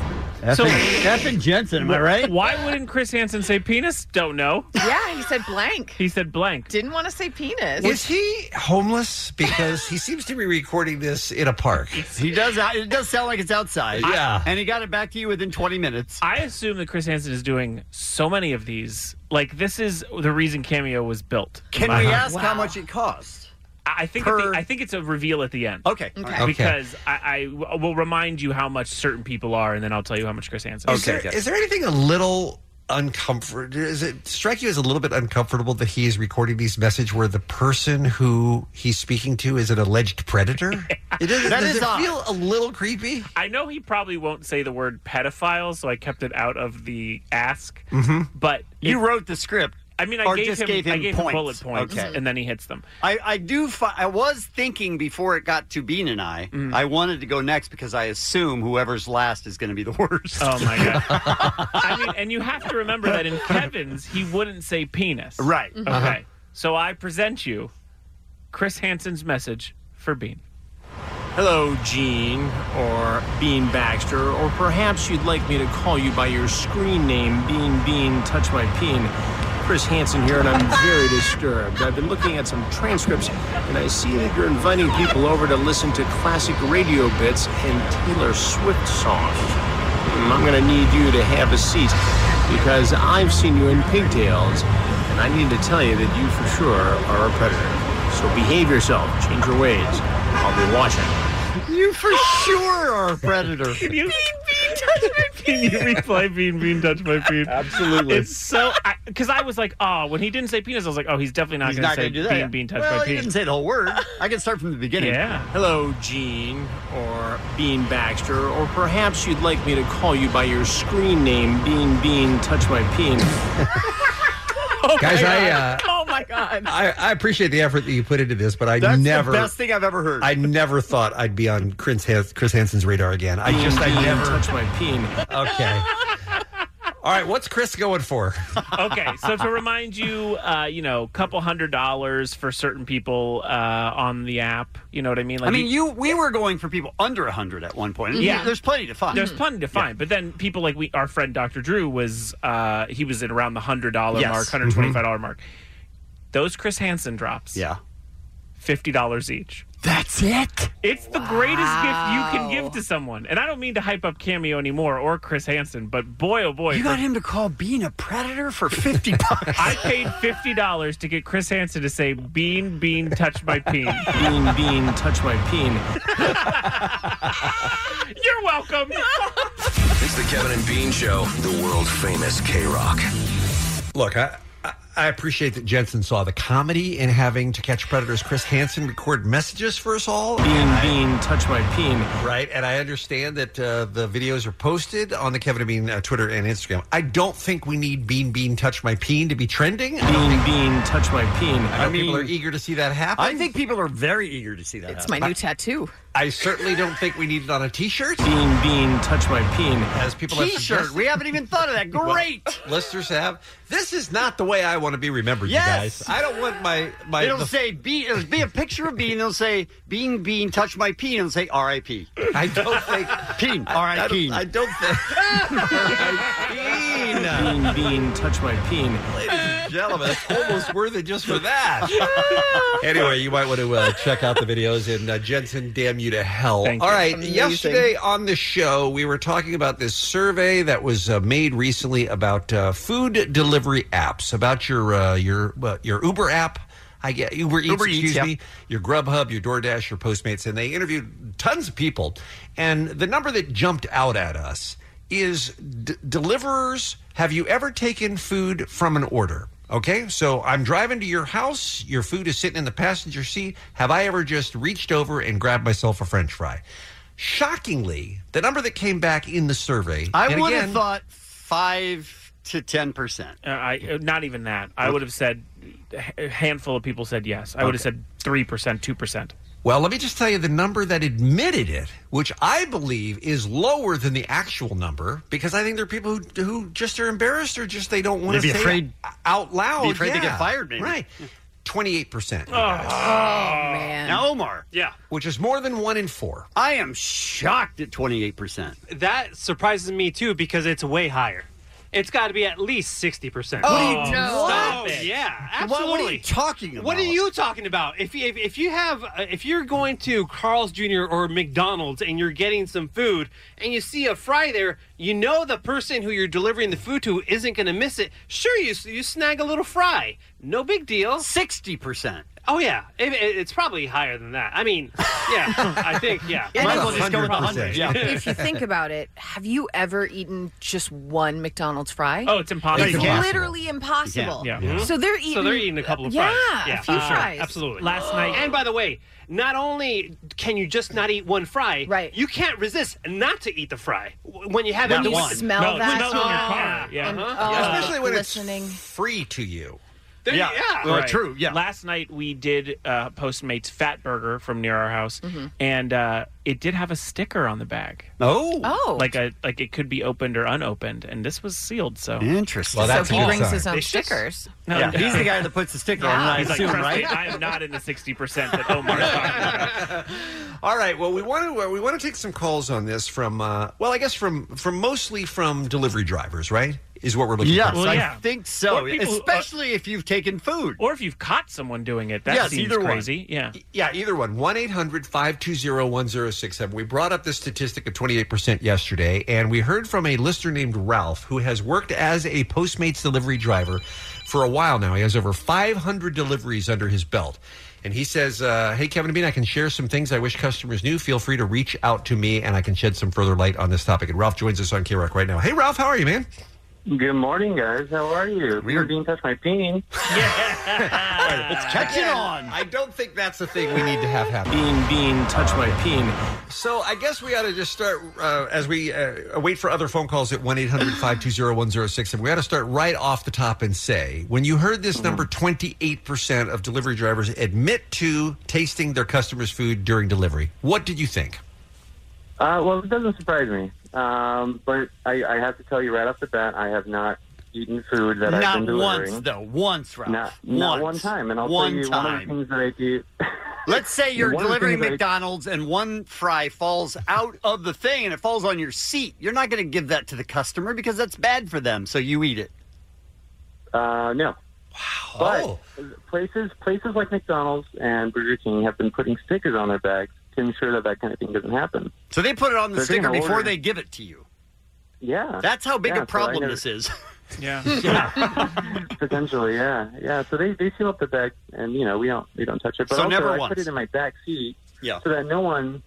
[SPEAKER 7] So, Effing Jensen, am I right?
[SPEAKER 14] Why wouldn't Chris Hansen say penis? Don't know.
[SPEAKER 12] Yeah, he said blank.
[SPEAKER 14] He said blank.
[SPEAKER 12] Didn't want to say penis.
[SPEAKER 15] Is he homeless? Because he seems to be recording this in a park.
[SPEAKER 7] He does. It does sound like it's outside.
[SPEAKER 15] Yeah.
[SPEAKER 7] And he got it back to you within 20 minutes.
[SPEAKER 14] I assume that Chris Hansen is doing so many of these. Like, this is the reason Cameo was built.
[SPEAKER 7] Can we ask how much it costs?
[SPEAKER 14] I think
[SPEAKER 7] per-
[SPEAKER 14] at the, I think it's a reveal at the end.
[SPEAKER 7] Okay.
[SPEAKER 12] Okay.
[SPEAKER 14] Because I, I w- will remind you how much certain people are, and then I'll tell you how much Chris Hansen.
[SPEAKER 15] Is there, is there anything a little uncomfortable? Does it strike you as a little bit uncomfortable that he is recording these messages where the person who he's speaking to is an alleged predator? It does,
[SPEAKER 14] That
[SPEAKER 15] does
[SPEAKER 14] is
[SPEAKER 15] it
[SPEAKER 14] odd.
[SPEAKER 15] feel a little creepy?
[SPEAKER 14] I know he probably won't say the word pedophile, so I kept it out of the ask.
[SPEAKER 15] Mm-hmm.
[SPEAKER 14] But
[SPEAKER 7] You wrote the script.
[SPEAKER 14] I mean, I
[SPEAKER 7] or
[SPEAKER 14] gave
[SPEAKER 7] just
[SPEAKER 14] him-
[SPEAKER 7] gave him
[SPEAKER 14] I gave him
[SPEAKER 7] points.
[SPEAKER 14] bullet points,
[SPEAKER 7] Okay.
[SPEAKER 14] and then he hits them.
[SPEAKER 7] I, I do. Fi- I was thinking before it got to Bean and I, I wanted to go next because I assume whoever's last is going to be the worst.
[SPEAKER 14] Oh my god! I mean, and you have to remember that in Kevin's, he wouldn't say penis.
[SPEAKER 7] Right.
[SPEAKER 14] Okay.
[SPEAKER 7] Uh-huh.
[SPEAKER 14] So I present you Chris Hansen's message for Bean. Hello,
[SPEAKER 32] Gene or Bean Baxter, or perhaps you'd like me to call you by your screen name, Bean Bean Touch My Peen. Chris Hansen here, and I'm very disturbed. I've been looking at some transcripts, and I see that you're inviting people over to listen to classic radio bits and Taylor Swift songs. Mm, I'm going to need you to have a seat because I've seen you in pigtails, and I need to tell you that you for sure are a predator. So behave yourself, change your ways. I'll be watching.
[SPEAKER 7] You for sure are a predator.
[SPEAKER 14] Can you, Can you replay Bean Bean touch my peen?
[SPEAKER 7] Absolutely.
[SPEAKER 14] It's so because I, was like, oh, when he didn't say penis, I was like, oh, he's definitely not
[SPEAKER 7] He's
[SPEAKER 14] going to
[SPEAKER 7] not
[SPEAKER 14] say
[SPEAKER 7] going to do that.
[SPEAKER 14] Bean Bean touch
[SPEAKER 7] well,
[SPEAKER 14] my
[SPEAKER 7] he
[SPEAKER 14] peen.
[SPEAKER 7] didn't say the whole word. I can start from the beginning.
[SPEAKER 32] Hello, Gene or Bean Baxter, or perhaps you'd like me to call you by your screen name, Bean Bean Touch My Peen.
[SPEAKER 15] Guys, I, uh,
[SPEAKER 12] oh my god.
[SPEAKER 15] I, uh, I appreciate the effort that you put into this, but I
[SPEAKER 7] That's
[SPEAKER 15] never.
[SPEAKER 7] the best thing I've ever heard.
[SPEAKER 15] I never thought I'd be on Chris, Hans- Chris Hansen's radar again. I
[SPEAKER 32] Bean,
[SPEAKER 15] just, I
[SPEAKER 32] bean,
[SPEAKER 15] never.
[SPEAKER 32] touch my peen.
[SPEAKER 15] Okay. All right, what's Chris going for?
[SPEAKER 14] okay, so to remind you, uh, you know, couple hundred dollars for certain people uh, on the app. You know what I mean?
[SPEAKER 7] I mean, you we were going for people under 100 at one point.
[SPEAKER 14] Yeah.
[SPEAKER 7] There's plenty to find.
[SPEAKER 14] There's plenty to find, but then people like we, our friend Dr. Drew was, uh, he was at around the hundred dollar
[SPEAKER 7] Yes. Mm-hmm.
[SPEAKER 14] mark, hundred twenty five dollar mark. Those Chris Hansen drops,
[SPEAKER 7] yeah,
[SPEAKER 14] fifty dollars each.
[SPEAKER 7] That's it.
[SPEAKER 14] It's the greatest gift you can give to someone, and I don't mean to hype up Cameo anymore or Chris Hansen, but boy oh boy,
[SPEAKER 7] You
[SPEAKER 14] for-
[SPEAKER 7] got him to call being a predator for 50 bucks.
[SPEAKER 14] I paid fifty dollars to get Chris Hansen to say "Bean, bean, touch my peen."
[SPEAKER 32] Bean Bean Touch My Peen.
[SPEAKER 14] You're welcome.
[SPEAKER 17] It's the Kevin and Bean Show, the world famous K Rock.
[SPEAKER 15] Look, I, I- I appreciate that Jensen saw the comedy in having to catch predators. Chris Hansen record messages for us all.
[SPEAKER 32] Bean Bean Touch My Peen.
[SPEAKER 15] Right, and I understand that uh, the videos are posted on the Kevin and Bean uh, Twitter and Instagram. I don't think we need Bean Bean Touch My Peen to be trending. Bean
[SPEAKER 32] Bean Touch My Peen.
[SPEAKER 15] I, know people are eager to see that happen.
[SPEAKER 7] I think people are very eager to see that.
[SPEAKER 12] It's my
[SPEAKER 7] happen.
[SPEAKER 12] new tattoo.
[SPEAKER 15] I certainly don't think we need it on a T-shirt.
[SPEAKER 32] Bean Bean Touch My Peen.
[SPEAKER 15] As people have
[SPEAKER 7] T-shirt.
[SPEAKER 15] suggested.
[SPEAKER 7] We haven't even thought of that. Great.
[SPEAKER 15] listeners have. This is not the way I want to be remembered,
[SPEAKER 7] Yes.
[SPEAKER 15] you guys. I don't want my my.
[SPEAKER 7] it'll
[SPEAKER 15] the-
[SPEAKER 7] say be it'll be a picture of Bean. It'll say Bean Bean touch my peen. It'll say R.I.P.
[SPEAKER 15] I don't think
[SPEAKER 7] Peen.
[SPEAKER 15] I
[SPEAKER 7] R.I.P.
[SPEAKER 15] don't, I don't think.
[SPEAKER 32] Bean Bean Touch My Peen.
[SPEAKER 15] Ladies and
[SPEAKER 28] gentlemen, that's almost worth it just for that.
[SPEAKER 15] Anyway, you might want to uh, check out the videos. And uh, Jensen, damn you to hell.
[SPEAKER 28] Thank
[SPEAKER 15] All
[SPEAKER 28] you.
[SPEAKER 15] right.
[SPEAKER 28] Amazing.
[SPEAKER 15] Yesterday on the show, we were talking about this survey that was uh, made recently about uh, food delivery apps, about your uh, your well, your Uber app. I get Uber Eats,
[SPEAKER 28] Uber Eats,
[SPEAKER 15] excuse
[SPEAKER 28] yep.
[SPEAKER 15] me, your Grubhub, your DoorDash, your Postmates, and they interviewed tons of people. And the number that jumped out at us is d- deliverers. Have you ever taken food from an order? Okay, so I'm driving to your house. Your food is sitting in the passenger seat. Have I ever just reached over and grabbed myself a French fry? Shockingly, the number that came back in the survey.
[SPEAKER 7] I
[SPEAKER 15] and
[SPEAKER 7] would have
[SPEAKER 15] again-
[SPEAKER 7] thought five to ten percent.
[SPEAKER 14] I uh, not even that. I would have said a handful of people said yes. I would have
[SPEAKER 15] Okay.
[SPEAKER 14] said three percent, two percent.
[SPEAKER 15] Well, let me just tell you the number that admitted it, which I believe is lower than the actual number, because I think there are people who, who just are embarrassed or just they don't want to
[SPEAKER 7] They'd be
[SPEAKER 15] say
[SPEAKER 7] afraid-
[SPEAKER 15] it out loud.
[SPEAKER 7] be afraid they get
[SPEAKER 15] Yeah.
[SPEAKER 7] fired, maybe.
[SPEAKER 15] Right. 28%. you
[SPEAKER 14] Oh.
[SPEAKER 12] Oh,
[SPEAKER 15] guys.
[SPEAKER 5] Oh,
[SPEAKER 7] man! Now Omar,
[SPEAKER 5] Yeah.
[SPEAKER 15] Which is more than one in four.
[SPEAKER 7] I am shocked at twenty eight percent.
[SPEAKER 5] That surprises me too because it's way higher. It's got to be at least 60%.
[SPEAKER 7] What are you-
[SPEAKER 5] Oh,
[SPEAKER 7] no.
[SPEAKER 5] Stop
[SPEAKER 7] What?
[SPEAKER 5] it.
[SPEAKER 7] What-
[SPEAKER 5] Yeah,
[SPEAKER 7] what are
[SPEAKER 5] absolutely.
[SPEAKER 7] you talking about?
[SPEAKER 5] What are you talking about? If you, if, if you have uh, if you're going to Carl's Jr. or McDonald's and you're getting some food and you see a fry there, you know the person who you're delivering the food to isn't going to miss it. Sure, you you snag a little fry. No big deal.
[SPEAKER 7] 60%.
[SPEAKER 5] Oh yeah, It- it- it's probably higher than that. I mean, yeah, I think yeah.
[SPEAKER 12] Might as
[SPEAKER 7] well just go with the 100, yeah.
[SPEAKER 12] if you think about it, have you ever eaten just one McDonald's fry?
[SPEAKER 14] Oh, it's impossible.
[SPEAKER 12] It's
[SPEAKER 14] You can't.
[SPEAKER 12] literally impossible.
[SPEAKER 14] Yeah. Mhm.
[SPEAKER 12] So they're eating.
[SPEAKER 5] So they're eating a couple of
[SPEAKER 12] yeah,
[SPEAKER 5] fries.
[SPEAKER 12] a few
[SPEAKER 5] Uh,
[SPEAKER 12] fries.
[SPEAKER 5] Absolutely.
[SPEAKER 14] Last night-
[SPEAKER 5] And by the way, not only can you just not eat one fry, right. you can't resist not to eat the fry w- when you have
[SPEAKER 12] When
[SPEAKER 5] it.
[SPEAKER 12] you
[SPEAKER 5] one.
[SPEAKER 12] smell No, it that smells in your song car.
[SPEAKER 14] Yeah.
[SPEAKER 5] Uh-huh.
[SPEAKER 12] oh,
[SPEAKER 15] Especially when it's free to you.
[SPEAKER 5] There- yeah.
[SPEAKER 14] Well, true. Yeah. Last night we did uh, Postmates Fat Burger from near our house,
[SPEAKER 12] Mm-hmm.
[SPEAKER 5] Mhm.
[SPEAKER 14] and uh, it did have a sticker on the bag.
[SPEAKER 7] Oh,
[SPEAKER 12] Oh.
[SPEAKER 14] like a like it could be opened or unopened, and this was sealed. So
[SPEAKER 7] Interesting.
[SPEAKER 12] Well, that's So he a good brings sign. his own stickers.
[SPEAKER 14] No,
[SPEAKER 7] yeah.
[SPEAKER 14] no.
[SPEAKER 7] He's the guy that puts the sticker on, I
[SPEAKER 14] He's like,
[SPEAKER 7] assume,
[SPEAKER 14] "Trust me,
[SPEAKER 7] right?
[SPEAKER 14] I am not in the sixty percent that Omar's talking
[SPEAKER 15] All right. Well, we want to uh, we want to take some calls on this from uh, well, I guess from from mostly from delivery drivers, right? Is what we're looking
[SPEAKER 7] Yes,
[SPEAKER 15] for.
[SPEAKER 7] I think so. Especially if you've taken food.
[SPEAKER 14] uh, Or if you've caught someone doing it.
[SPEAKER 7] That Yes, seems either one. crazy.
[SPEAKER 14] Yeah.
[SPEAKER 15] E, Yeah, either one. 1 800 520 1067. We brought up this statistic of 28% yesterday, and we heard from a listener named Ralph who has worked as a Postmates delivery driver for a while now. He has over 500 deliveries under his belt. And he says, uh, Hey, Kevin and Bean, I can share some things I wish customers knew. Feel free to reach out to me, and I can shed some further light on this topic. And Ralph joins us on K Rock right now. Hey, Ralph, how are you, man?
[SPEAKER 11] Good morning, guys. How are you? We are being touch my peen.
[SPEAKER 15] Let's catch it on. Uh, I don't think that's the thing we need to have happen. Bean, bean, touch my peen. So I guess we ought to just start uh, as we uh, wait for other phone calls at 1 800 520 1067. We ought to start right off the top and say when you heard this number, 28% of delivery drivers admit to tasting their customers' food during delivery. What did you think?
[SPEAKER 11] Uh, well, it doesn't surprise me. Um, but I, I have to tell you right off the bat, I have not eaten food that I've
[SPEAKER 7] Not
[SPEAKER 11] been delivering.
[SPEAKER 7] once, though. Once, Ralph.
[SPEAKER 11] Not, not one
[SPEAKER 7] Once.
[SPEAKER 11] time. And I'll
[SPEAKER 7] One
[SPEAKER 11] tell you one of
[SPEAKER 7] time.
[SPEAKER 11] the things that I do.
[SPEAKER 7] Let's say you're
[SPEAKER 11] One of the
[SPEAKER 7] delivering
[SPEAKER 11] things that I-
[SPEAKER 7] McDonald's and one fry falls out of the thing and it falls on your seat. You're not going to give that to the customer because that's bad for them. So you eat it.
[SPEAKER 11] Uh, no. Wow. But places places like McDonald's and Burger King have been putting stickers on their bags to ensure that that kind of thing doesn't happen.
[SPEAKER 7] So they put it on the
[SPEAKER 11] They're
[SPEAKER 7] sticker
[SPEAKER 11] gonna
[SPEAKER 7] before
[SPEAKER 11] order.
[SPEAKER 7] they give it to you.
[SPEAKER 11] Yeah.
[SPEAKER 7] That's how big
[SPEAKER 11] Yeah, so
[SPEAKER 7] a
[SPEAKER 11] I
[SPEAKER 7] problem
[SPEAKER 11] never-
[SPEAKER 7] this is.
[SPEAKER 14] Yeah.
[SPEAKER 11] Potentially, yeah, yeah. So they they seal up the bag, and you know we don't we don't touch it. But
[SPEAKER 7] So
[SPEAKER 11] also,
[SPEAKER 7] never
[SPEAKER 11] I
[SPEAKER 7] once.
[SPEAKER 11] put it in my back seat,
[SPEAKER 7] Yeah.
[SPEAKER 11] so that no one,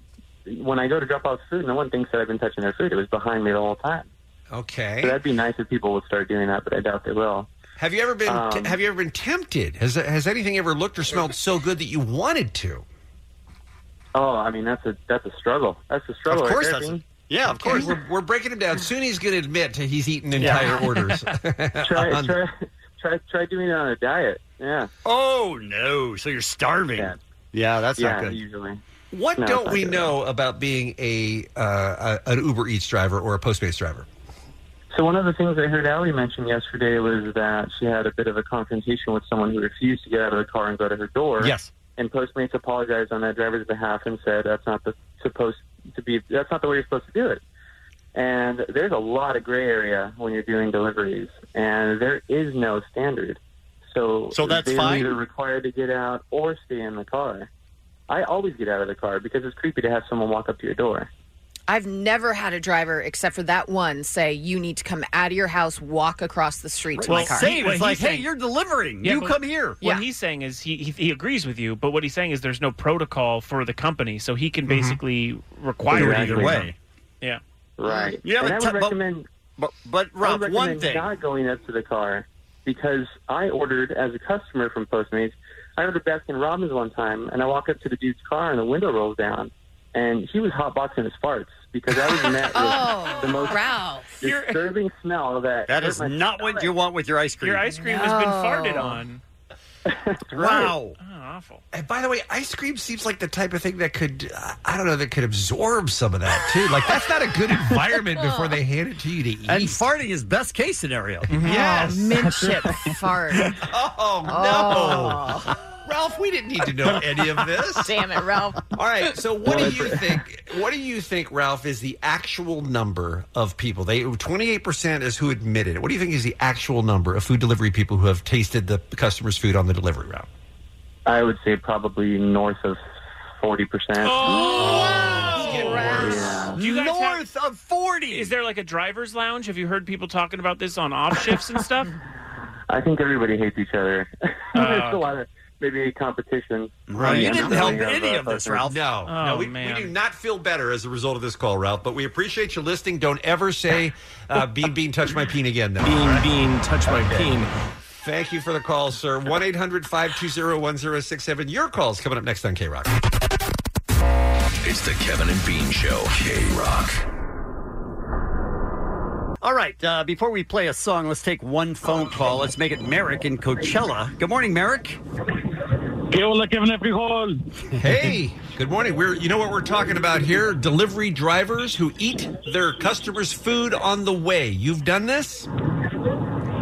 [SPEAKER 11] when I go to drop off food, no one thinks that I've been touching their food. It was behind me the whole time.
[SPEAKER 15] Okay.
[SPEAKER 11] So that'd be nice if people would start doing that, but I doubt they will.
[SPEAKER 15] Have you ever been
[SPEAKER 11] Um,
[SPEAKER 15] Have you ever been tempted? Has Has anything ever looked or smelled so good that you wanted to?
[SPEAKER 11] Oh, I mean that's a that's a struggle. That's a struggle. right
[SPEAKER 15] course
[SPEAKER 11] there,
[SPEAKER 15] that's a-
[SPEAKER 11] Dean.
[SPEAKER 7] Yeah, of
[SPEAKER 15] course. We're, we're breaking him down. Soon he's going to admit to he's eaten entire
[SPEAKER 11] Yeah.
[SPEAKER 15] orders.
[SPEAKER 11] try try try try doing it on a diet. Yeah.
[SPEAKER 7] Oh no! So you're starving. Yeah, that's
[SPEAKER 11] yeah,
[SPEAKER 7] not good.
[SPEAKER 11] Usually.
[SPEAKER 15] What
[SPEAKER 11] No, it's
[SPEAKER 15] don't
[SPEAKER 11] not
[SPEAKER 15] we
[SPEAKER 11] good.
[SPEAKER 15] know about being a, uh, a an Uber Eats driver or a Postmates driver?
[SPEAKER 11] So one of the things I heard Allie mention yesterday was that she had a bit of a confrontation with someone who refused to get out of the car and go to her door.
[SPEAKER 7] Yes.
[SPEAKER 11] And Postmates apologized on that driver's behalf and said that's not the supposed to be that's not the way you're supposed to do it. And there's a lot of gray area when you're doing deliveries, and there is no standard. So,
[SPEAKER 33] So that's
[SPEAKER 11] they're
[SPEAKER 33] fine?
[SPEAKER 11] either required to get out or stay in the car. I always get out of the car because it's creepy to have someone walk up to your door.
[SPEAKER 12] I've never had a driver, except for that one, say, you need to come out of your house, walk across the street to my car.
[SPEAKER 7] delivering.
[SPEAKER 12] You come here.
[SPEAKER 14] What
[SPEAKER 12] Yeah.
[SPEAKER 14] he's saying is he, he he agrees with you, but what he's saying is there's no protocol for the company, so he can basically require it either
[SPEAKER 11] Exactly.
[SPEAKER 14] way. Yeah.
[SPEAKER 11] Right.
[SPEAKER 14] Yeah,
[SPEAKER 11] and
[SPEAKER 14] but
[SPEAKER 11] I would
[SPEAKER 14] t- but-
[SPEAKER 11] recommend.
[SPEAKER 7] But, but
[SPEAKER 14] Rob,
[SPEAKER 11] I would
[SPEAKER 14] one
[SPEAKER 11] recommend
[SPEAKER 14] thing-
[SPEAKER 11] not going up to the car because I ordered as a customer from Postmates. I ordered Baskin Robbins one time, and I walk up to the dude's car, and the window rolls down, and he was hotboxing his farts because I was met with
[SPEAKER 12] Oh,
[SPEAKER 11] the most
[SPEAKER 12] Ralph.
[SPEAKER 11] disturbing smell that.
[SPEAKER 7] That
[SPEAKER 11] hurt
[SPEAKER 7] is
[SPEAKER 11] my Oh.
[SPEAKER 7] not what you want with your ice cream.
[SPEAKER 11] Your
[SPEAKER 14] ice cream has been farted on.
[SPEAKER 15] Wow.
[SPEAKER 14] awful.
[SPEAKER 15] And by the way, ice cream seems like the type of thing that could, uh, I don't know, that could absorb some of that too. Like, that's not a good environment before they hand it to you to eat.
[SPEAKER 7] And farting is best case scenario.
[SPEAKER 15] Yes.
[SPEAKER 12] Midship fart.
[SPEAKER 15] Oh,
[SPEAKER 7] Oh.
[SPEAKER 12] no.
[SPEAKER 15] Ralph, we didn't need to know any of this.
[SPEAKER 12] Damn it, Ralph.
[SPEAKER 15] All right. So, what do you think? What do you think, Ralph, is the actual number of people? They twenty-eight percent is who admitted it. What do you think is the actual number of food delivery people who have tasted the customer's food on the delivery route?
[SPEAKER 11] I would say probably north of forty percent.
[SPEAKER 15] Oh.
[SPEAKER 11] Oh!
[SPEAKER 14] Wow. Oh! Do you guys North
[SPEAKER 7] of 40.
[SPEAKER 14] Is there like a driver's lounge? Have you heard people talking about this on off shifts and stuff?
[SPEAKER 11] I think everybody hates each other. There's
[SPEAKER 14] Uh,
[SPEAKER 11] a lot of maybe competition.
[SPEAKER 15] Right. Oh, You
[SPEAKER 11] Yeah,
[SPEAKER 15] didn't
[SPEAKER 11] I'm
[SPEAKER 15] help
[SPEAKER 11] thinking
[SPEAKER 15] any
[SPEAKER 11] uh,
[SPEAKER 15] of this,
[SPEAKER 11] Postmates.
[SPEAKER 15] Ralph. Oh, No, no, we, we do not feel better as a result of this call, Ralph. But we appreciate you listening. Don't ever say uh, "bean bean touch my peen" again, though.
[SPEAKER 32] Bean, bean, touch my peen.
[SPEAKER 15] Thank you for the call, sir. 1 800 520 1067. Your call's coming up next on K Rock.
[SPEAKER 17] It's the Kevin and Bean Show. K Rock.
[SPEAKER 7] All right. Uh, before we play a song, let's take one phone call. Let's make it Merrick in Coachella. Good morning, Merrick.
[SPEAKER 15] Hey, good morning. We're you know what we're talking about here? Delivery drivers who eat their customers' food on the way. You've done this?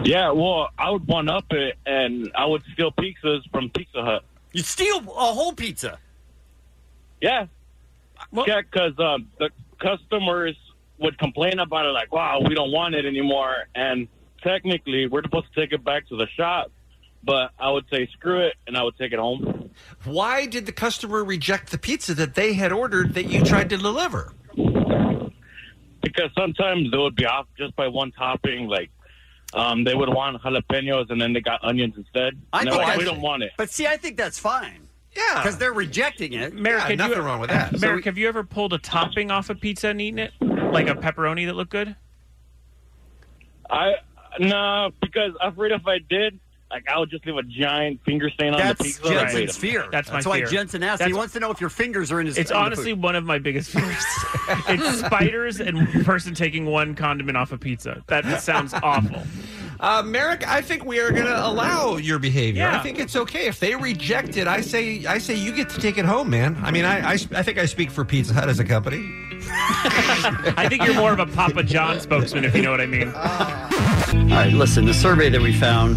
[SPEAKER 16] Yeah, well, I would one up it, and I would steal pizzas from Pizza Hut.
[SPEAKER 7] You steal a whole pizza?
[SPEAKER 16] Yeah, yeah, because um, the customers would complain about it, like, "Wow, we don't want it anymore." And technically, we're supposed to take it back to the shop, but I would say screw it, and I would take it home.
[SPEAKER 15] Why did the customer reject the pizza that they had ordered that you tried to deliver?
[SPEAKER 16] because sometimes they would be off just by one topping. Like um, they would want jalapenos, and then they got onions instead.
[SPEAKER 7] I
[SPEAKER 16] no,
[SPEAKER 7] think
[SPEAKER 16] we
[SPEAKER 7] that's-
[SPEAKER 16] don't want it.
[SPEAKER 7] But see, I think that's fine.
[SPEAKER 15] Yeah,
[SPEAKER 7] because they're rejecting it.
[SPEAKER 14] Merrick, have you, Merrick,
[SPEAKER 7] So-
[SPEAKER 14] have you ever pulled a topping off a pizza and eaten it, like a pepperoni that looked good?
[SPEAKER 16] I no, because I'm afraid if I did, like I would just leave a giant finger stain on
[SPEAKER 7] that's
[SPEAKER 16] the pizza.
[SPEAKER 7] Jensen's
[SPEAKER 16] Right.
[SPEAKER 7] fear.
[SPEAKER 16] That's my
[SPEAKER 7] why
[SPEAKER 16] fear.
[SPEAKER 7] Jensen asked. he
[SPEAKER 16] That's-
[SPEAKER 7] wants to know if your fingers are in his.
[SPEAKER 14] It's
[SPEAKER 7] in the
[SPEAKER 14] honestly
[SPEAKER 7] food.
[SPEAKER 14] one of my biggest fears. it's spiders and person taking one condiment off a pizza. That sounds awful.
[SPEAKER 15] Uh, Merrick, I think we are going to allow your behavior.
[SPEAKER 14] Yeah.
[SPEAKER 15] I think it's okay if they reject it. I say, I say, you get to take it home, man. I mean, I, I, I think I speak for Pizza Hut as a company.
[SPEAKER 14] I think you're more of a Papa John spokesman, if you know what I mean.
[SPEAKER 7] All right, listen. The survey that we found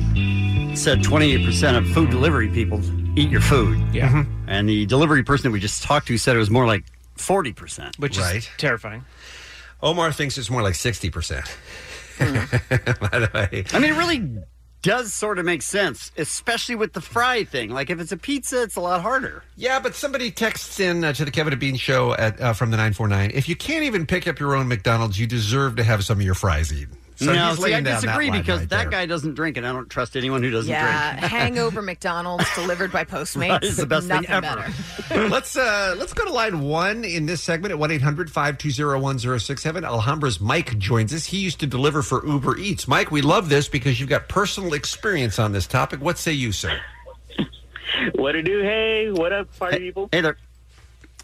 [SPEAKER 7] said 28% of food delivery people eat your food.
[SPEAKER 14] Yeah.
[SPEAKER 7] And the delivery person that we just talked to said it was more like 40%.
[SPEAKER 14] Which is terrifying.
[SPEAKER 15] Omar thinks it's more like 60%. By the way,
[SPEAKER 7] I mean, it really does sort of make sense, especially with the fry thing. Like, if it's a pizza, it's a lot harder.
[SPEAKER 15] Yeah, but somebody texts in uh, to the Kevin and Bean show at uh, from the 949. If you can't even pick up your own McDonald's, you deserve to have some of your fries eaten. So
[SPEAKER 7] no,
[SPEAKER 15] he's
[SPEAKER 7] see,
[SPEAKER 15] laying
[SPEAKER 7] I
[SPEAKER 15] down
[SPEAKER 7] disagree
[SPEAKER 15] that line
[SPEAKER 7] because
[SPEAKER 15] right
[SPEAKER 7] that
[SPEAKER 15] there.
[SPEAKER 7] guy doesn't drink, and I don't trust anyone who doesn't
[SPEAKER 12] Yeah,
[SPEAKER 7] drink.
[SPEAKER 12] hangover McDonald's delivered by Postmates.
[SPEAKER 7] That is the best thing
[SPEAKER 12] Nothing
[SPEAKER 7] ever.
[SPEAKER 12] better.
[SPEAKER 15] let's uh, let's go to line one in this segment at 1-800-520-1067. Alhambra's Mike joins us. He used to deliver for Uber Eats. Mike, we love this because you've got personal experience on this topic. What say you, sir?
[SPEAKER 18] What to do? Hey, what up, party people?
[SPEAKER 7] Hey there.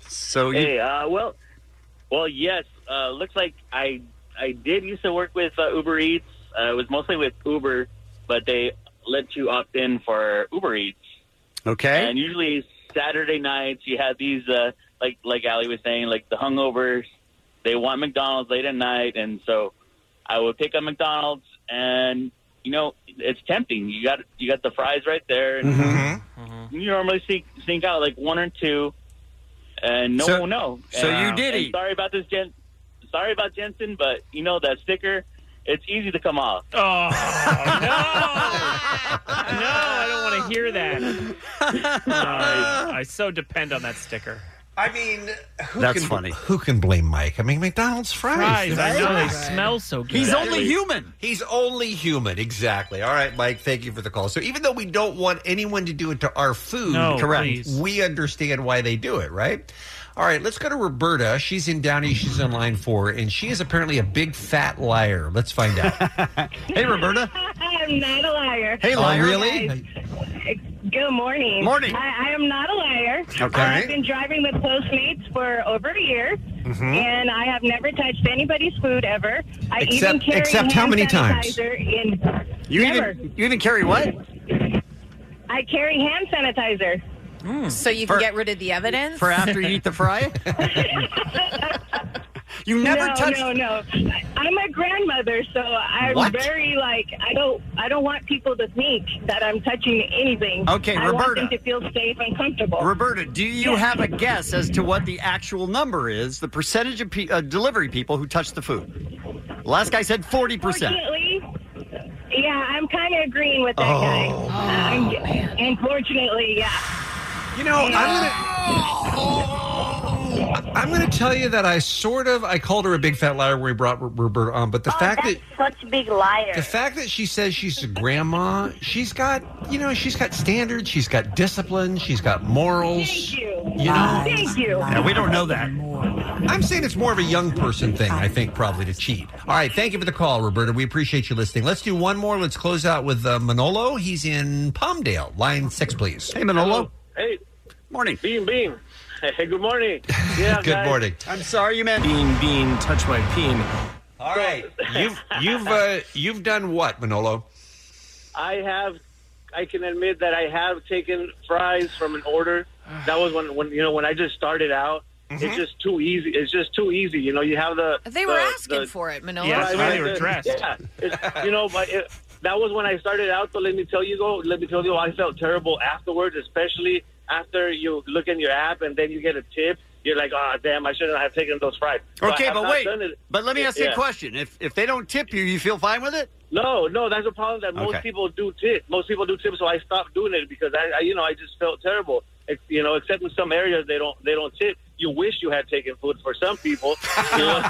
[SPEAKER 7] So you,
[SPEAKER 18] Hey, uh, well, well, yes. Uh, looks like I I did used to work with uh, Uber Eats. Uh, it was mostly with Uber, but they let you opt in for Uber Eats.
[SPEAKER 7] okay?
[SPEAKER 18] And usually Saturday nights you have these uh, like like Ali was saying, like the hungovers. They want McDonald's late at night, and so I would pick up McDonald's, and you know it's tempting. You got you got the fries right there, and you normally sneak, sneak out like one or two, and no
[SPEAKER 7] So-
[SPEAKER 18] one will know.
[SPEAKER 7] so
[SPEAKER 18] And,
[SPEAKER 7] you did
[SPEAKER 18] and
[SPEAKER 7] eat.
[SPEAKER 18] Sorry about this, Jen. Sorry about Jensen, but you know that sticker. It's easy to come off.
[SPEAKER 14] Oh no! no, I don't want to hear that. No, I, I so depend on that sticker.
[SPEAKER 28] I mean,
[SPEAKER 15] Who can- Who can blame Mike? I mean, McDonald's fries.
[SPEAKER 14] Fries, I know, they Right. smell so good. He's only
[SPEAKER 15] human. He's only human. Exactly. All right, Mike. Thank you for the call. So even though we don't want anyone to do it to our food,
[SPEAKER 28] No,
[SPEAKER 15] correct?
[SPEAKER 28] please.
[SPEAKER 15] We understand why they do it, right? All right, let's go to Roberta. She's in Downey. She's in line four, and she is apparently a big fat liar. Let's find out. hey, Roberta.
[SPEAKER 9] I am not a liar.
[SPEAKER 15] Hey,
[SPEAKER 9] Oh,
[SPEAKER 15] liar.
[SPEAKER 9] guys. Good morning.
[SPEAKER 15] Morning.
[SPEAKER 9] I, I am not a liar.
[SPEAKER 15] Okay.
[SPEAKER 9] I've been driving with Postmates for over a year,
[SPEAKER 7] Mm-hmm.
[SPEAKER 15] Mhm.
[SPEAKER 9] and I have never touched anybody's food ever. I even
[SPEAKER 7] Except-
[SPEAKER 9] carry
[SPEAKER 7] except how
[SPEAKER 9] hand
[SPEAKER 7] many times?
[SPEAKER 9] sanitizer In,
[SPEAKER 7] You
[SPEAKER 9] Never.
[SPEAKER 7] even you even carry what?
[SPEAKER 9] I carry hand sanitizer.
[SPEAKER 12] So you can get rid of the evidence
[SPEAKER 7] for after you eat the fry. you never
[SPEAKER 9] no,
[SPEAKER 7] touched.
[SPEAKER 9] No, no. I'm a grandmother, so I'm
[SPEAKER 7] What?
[SPEAKER 9] very like I don't I don't want people to think that I'm touching anything.
[SPEAKER 7] Okay,
[SPEAKER 9] I want them
[SPEAKER 7] Roberta.
[SPEAKER 9] to feel safe and comfortable.
[SPEAKER 7] Roberta, do you
[SPEAKER 9] Yes.
[SPEAKER 7] have a guess as to what the actual number is? The percentage of pe- uh, delivery people who touch the food. Last guy said forty percent.
[SPEAKER 9] Unfortunately, yeah, I'm kind of agreeing with that guy.
[SPEAKER 15] Oh.
[SPEAKER 9] Um, Unfortunately, yeah.
[SPEAKER 15] You know, I'm going to tell you that I sort of I called her a big fat liar when we brought R- Roberta on, but the fact that
[SPEAKER 34] Such a big liar.
[SPEAKER 15] The fact that she says she's a grandma, she's got, you know, she's got standards, she's got discipline, she's got morals. Thank
[SPEAKER 9] you.
[SPEAKER 15] You know,
[SPEAKER 9] Thank you.
[SPEAKER 15] Yeah, we don't know that. I'm saying it's more of a young person thing, I think, probably to cheat. All right, thank you for the call, Roberta. We appreciate you listening. Let's do one more. Let's close out with uh, Manolo. He's in Palmdale, line six, please. Hey, Manolo.
[SPEAKER 33] Hey.
[SPEAKER 7] Morning.
[SPEAKER 33] Beam, beam. Hey, good morning. Yeah,
[SPEAKER 15] Good
[SPEAKER 33] guys.
[SPEAKER 15] morning.
[SPEAKER 7] I'm sorry, you meant
[SPEAKER 32] bean, bean, touch my peen.
[SPEAKER 15] All right, you've you've uh, you've done what, Manolo?
[SPEAKER 32] Oh,
[SPEAKER 33] I have, I can admit that I have taken fries from an order. That was when, when you know, when I just started out.
[SPEAKER 15] Mm-hmm.
[SPEAKER 33] It's just too easy. It's just too easy. You know, you have the.
[SPEAKER 12] They were
[SPEAKER 33] the-
[SPEAKER 12] asking
[SPEAKER 33] the-
[SPEAKER 12] for it, Manolo.
[SPEAKER 33] Right, right, the- Yeah, It's- you know, but it, that was when I started out. So let me tell you, though, let me tell you, I felt terrible afterwards, especially after you look in your app and then you get a tip. You're like, ah, damn, I shouldn't have taken those fries. So I
[SPEAKER 7] Okay,
[SPEAKER 33] have
[SPEAKER 7] but
[SPEAKER 33] not
[SPEAKER 7] wait.
[SPEAKER 33] done it.
[SPEAKER 7] But let me ask you
[SPEAKER 33] Yeah.
[SPEAKER 7] a question. If if they don't tip you, you feel fine with it?
[SPEAKER 33] No, no, that's a problem that most
[SPEAKER 7] Okay.
[SPEAKER 33] people do tip. Most people do tip, so I stopped doing it because I, I you know, I just felt terrible. Ex- You know, except in some areas they don't they don't tip. You wish you had taken food for some people. You, know?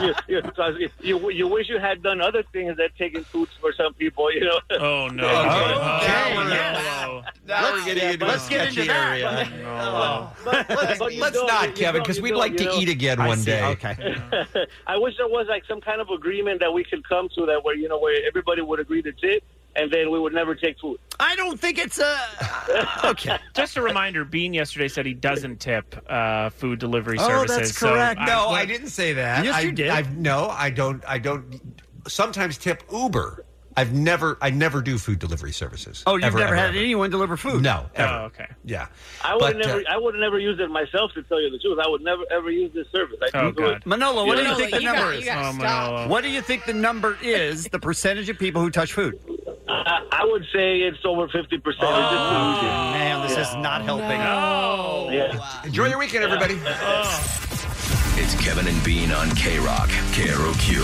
[SPEAKER 33] you, you, 'cause you- you- you wish you had done other things that taken food for some people. You know.
[SPEAKER 14] Oh no.
[SPEAKER 33] Let's,
[SPEAKER 15] let's get into that.
[SPEAKER 33] Let's,
[SPEAKER 15] Let's not, Kevin, because we'd like to eat again
[SPEAKER 33] I
[SPEAKER 15] one
[SPEAKER 33] see,
[SPEAKER 15] day.
[SPEAKER 33] okay. I wish there was like some kind of agreement that we could come to that where you know where everybody would agree to tip, and then we would never take food.
[SPEAKER 7] I don't think it's uh, a. okay.
[SPEAKER 14] Just a reminder, Bean yesterday said he doesn't tip uh, food delivery
[SPEAKER 15] Oh,
[SPEAKER 14] services.
[SPEAKER 15] that's
[SPEAKER 14] so
[SPEAKER 15] correct.
[SPEAKER 14] I'm-
[SPEAKER 15] no, I didn't say that.
[SPEAKER 14] Yes,
[SPEAKER 15] I,
[SPEAKER 14] you did.
[SPEAKER 15] I've, no, I don't. I don't. Sometimes tip Uber. I've never. I never do food delivery services.
[SPEAKER 33] Oh, you've
[SPEAKER 15] Ever,
[SPEAKER 33] never
[SPEAKER 15] ever,
[SPEAKER 33] had
[SPEAKER 15] ever.
[SPEAKER 7] anyone deliver food?
[SPEAKER 15] No. Ever.
[SPEAKER 33] Oh,
[SPEAKER 14] okay.
[SPEAKER 15] Yeah.
[SPEAKER 33] I would
[SPEAKER 15] But,
[SPEAKER 33] never,
[SPEAKER 15] uh,
[SPEAKER 33] I would never use it myself to tell you the truth. I would never ever use this service. I
[SPEAKER 7] Oh,
[SPEAKER 33] do it-
[SPEAKER 7] God. Oh, Manolo, what do you
[SPEAKER 33] know?
[SPEAKER 7] think the number is? What do you think the number is? The percentage of people who touch food?
[SPEAKER 33] I, I would say it's over fifty percent.
[SPEAKER 7] Oh, man, this is not helping.
[SPEAKER 10] Oh,
[SPEAKER 33] No.
[SPEAKER 15] Enjoy your weekend, everybody.
[SPEAKER 17] It's Kevin and Bean on K Rock, K R O Q.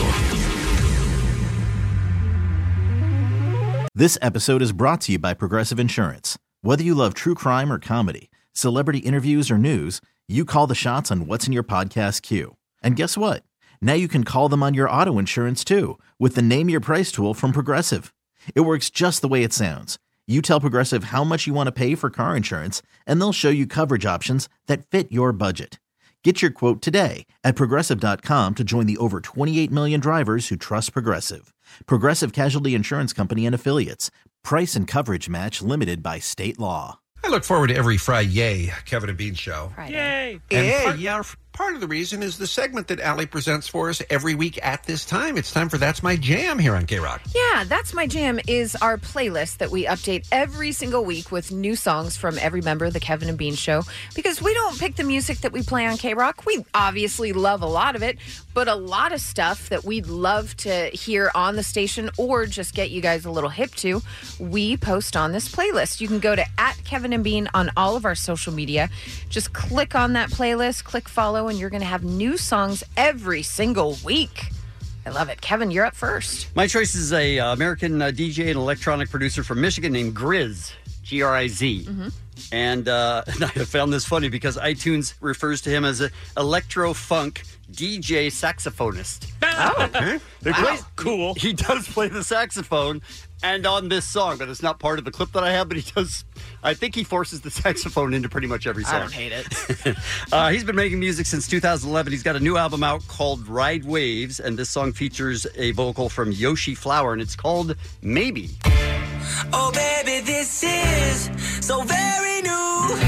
[SPEAKER 33] This episode is brought to you by Progressive Insurance. Whether you love true crime or comedy, celebrity interviews or news, you call the shots on what's in your podcast queue. And guess what? Now you can call them on your auto insurance too with the Name Your Price tool from Progressive. It works just the way it sounds. You tell Progressive how much you want to pay for car insurance, and they'll show you coverage options that fit your budget. Get your quote today at progressive.com to join the over 28 million drivers who trust Progressive. Progressive Casualty Insurance Company and Affiliates. Price and coverage match limited by state law.
[SPEAKER 15] I look forward to every Fry Yay Kevin and Bean show.
[SPEAKER 14] Yay.
[SPEAKER 15] And part, yeah, part of the reason is the segment that Allie presents for us every week at this time. It's time for That's My Jam here on K Rock.
[SPEAKER 12] Yeah, That's My Jam is our playlist that we update every single week with new songs from every member of the Kevin and Bean Show because we don't pick the music that we play on K Rock. We obviously love a lot of it, but a lot of stuff that we'd love to hear on the station or just get you guys a little hip to, we post on this playlist. You can go to at Kevin and Bean on all of our social media. Just click on that playlist, click follow, and you're going to have new songs every single week. I love it. Kevin, you're up first.
[SPEAKER 7] My choice is a uh, American uh, DJ and electronic producer from Michigan named Grizz, G R I Z. And uh, I found this funny because iTunes refers to him as an electro funk DJ saxophonist. Oh,
[SPEAKER 34] They play-
[SPEAKER 7] cool. He, does play the saxophone, and on this song, but it's not part of the clip that I have. But he does. I think he forces the saxophone into pretty much every song.
[SPEAKER 12] I don't hate it.
[SPEAKER 7] Uh, he's been making music since 2011. He's got a new album out called Ride Waves, and this song features a vocal from Yoshi Flower, and it's called Maybe.
[SPEAKER 10] Oh, baby, this is so very new.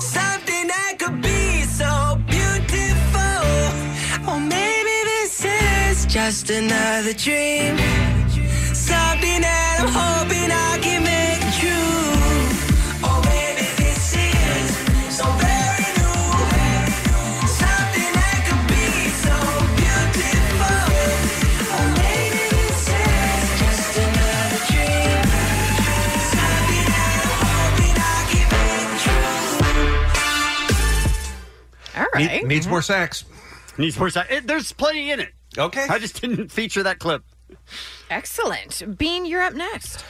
[SPEAKER 10] Something that could be so beautiful. Oh, maybe this is just another dream. Something that I'm hoping I can make true. Oh, baby, this is so very new. Something that could be so beautiful. Oh, maybe this is just another dream. Something that I'm hoping I can make true.
[SPEAKER 12] All Mm-hmm.
[SPEAKER 15] right. needs more sax.
[SPEAKER 7] Needs more sax. It, there's plenty in it.
[SPEAKER 15] Okay.
[SPEAKER 7] I just didn't feature that clip.
[SPEAKER 12] Excellent. Bean, you're up next.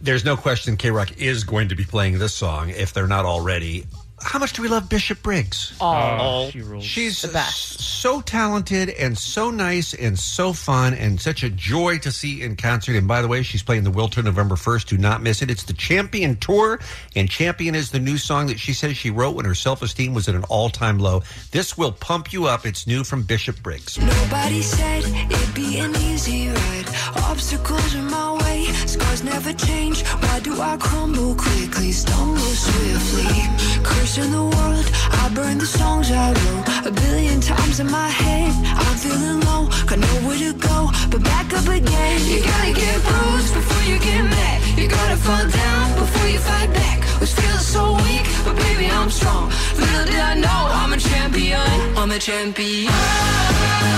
[SPEAKER 15] There's no question K Rock is going to be playing this song if they're not already. How much do we love Bishop Briggs?
[SPEAKER 12] Oh,
[SPEAKER 15] she rules. She's the best. so talented and so nice and so fun and such a joy to see in concert. And by the way, she's playing the Wilton November 1st. Do not miss it. It's the Champion Tour, and Champion is the new song that she says she wrote when her self esteem was at an all time low. This will pump you up. It's new from Bishop Briggs.
[SPEAKER 10] Nobody said it'd be an easy ride. Obstacles in my way, scars never change. Why do I crumble quickly, stumble swiftly? Cursing the world, I burn the songs I wrote a billion times in my head. I'm feeling low, got nowhere to go, but back up again. You gotta get bruised before you get mad. You gotta fall down before you fight back. Was feeling so weak, but baby I'm strong. Little did I know I'm a champion. I'm a champion.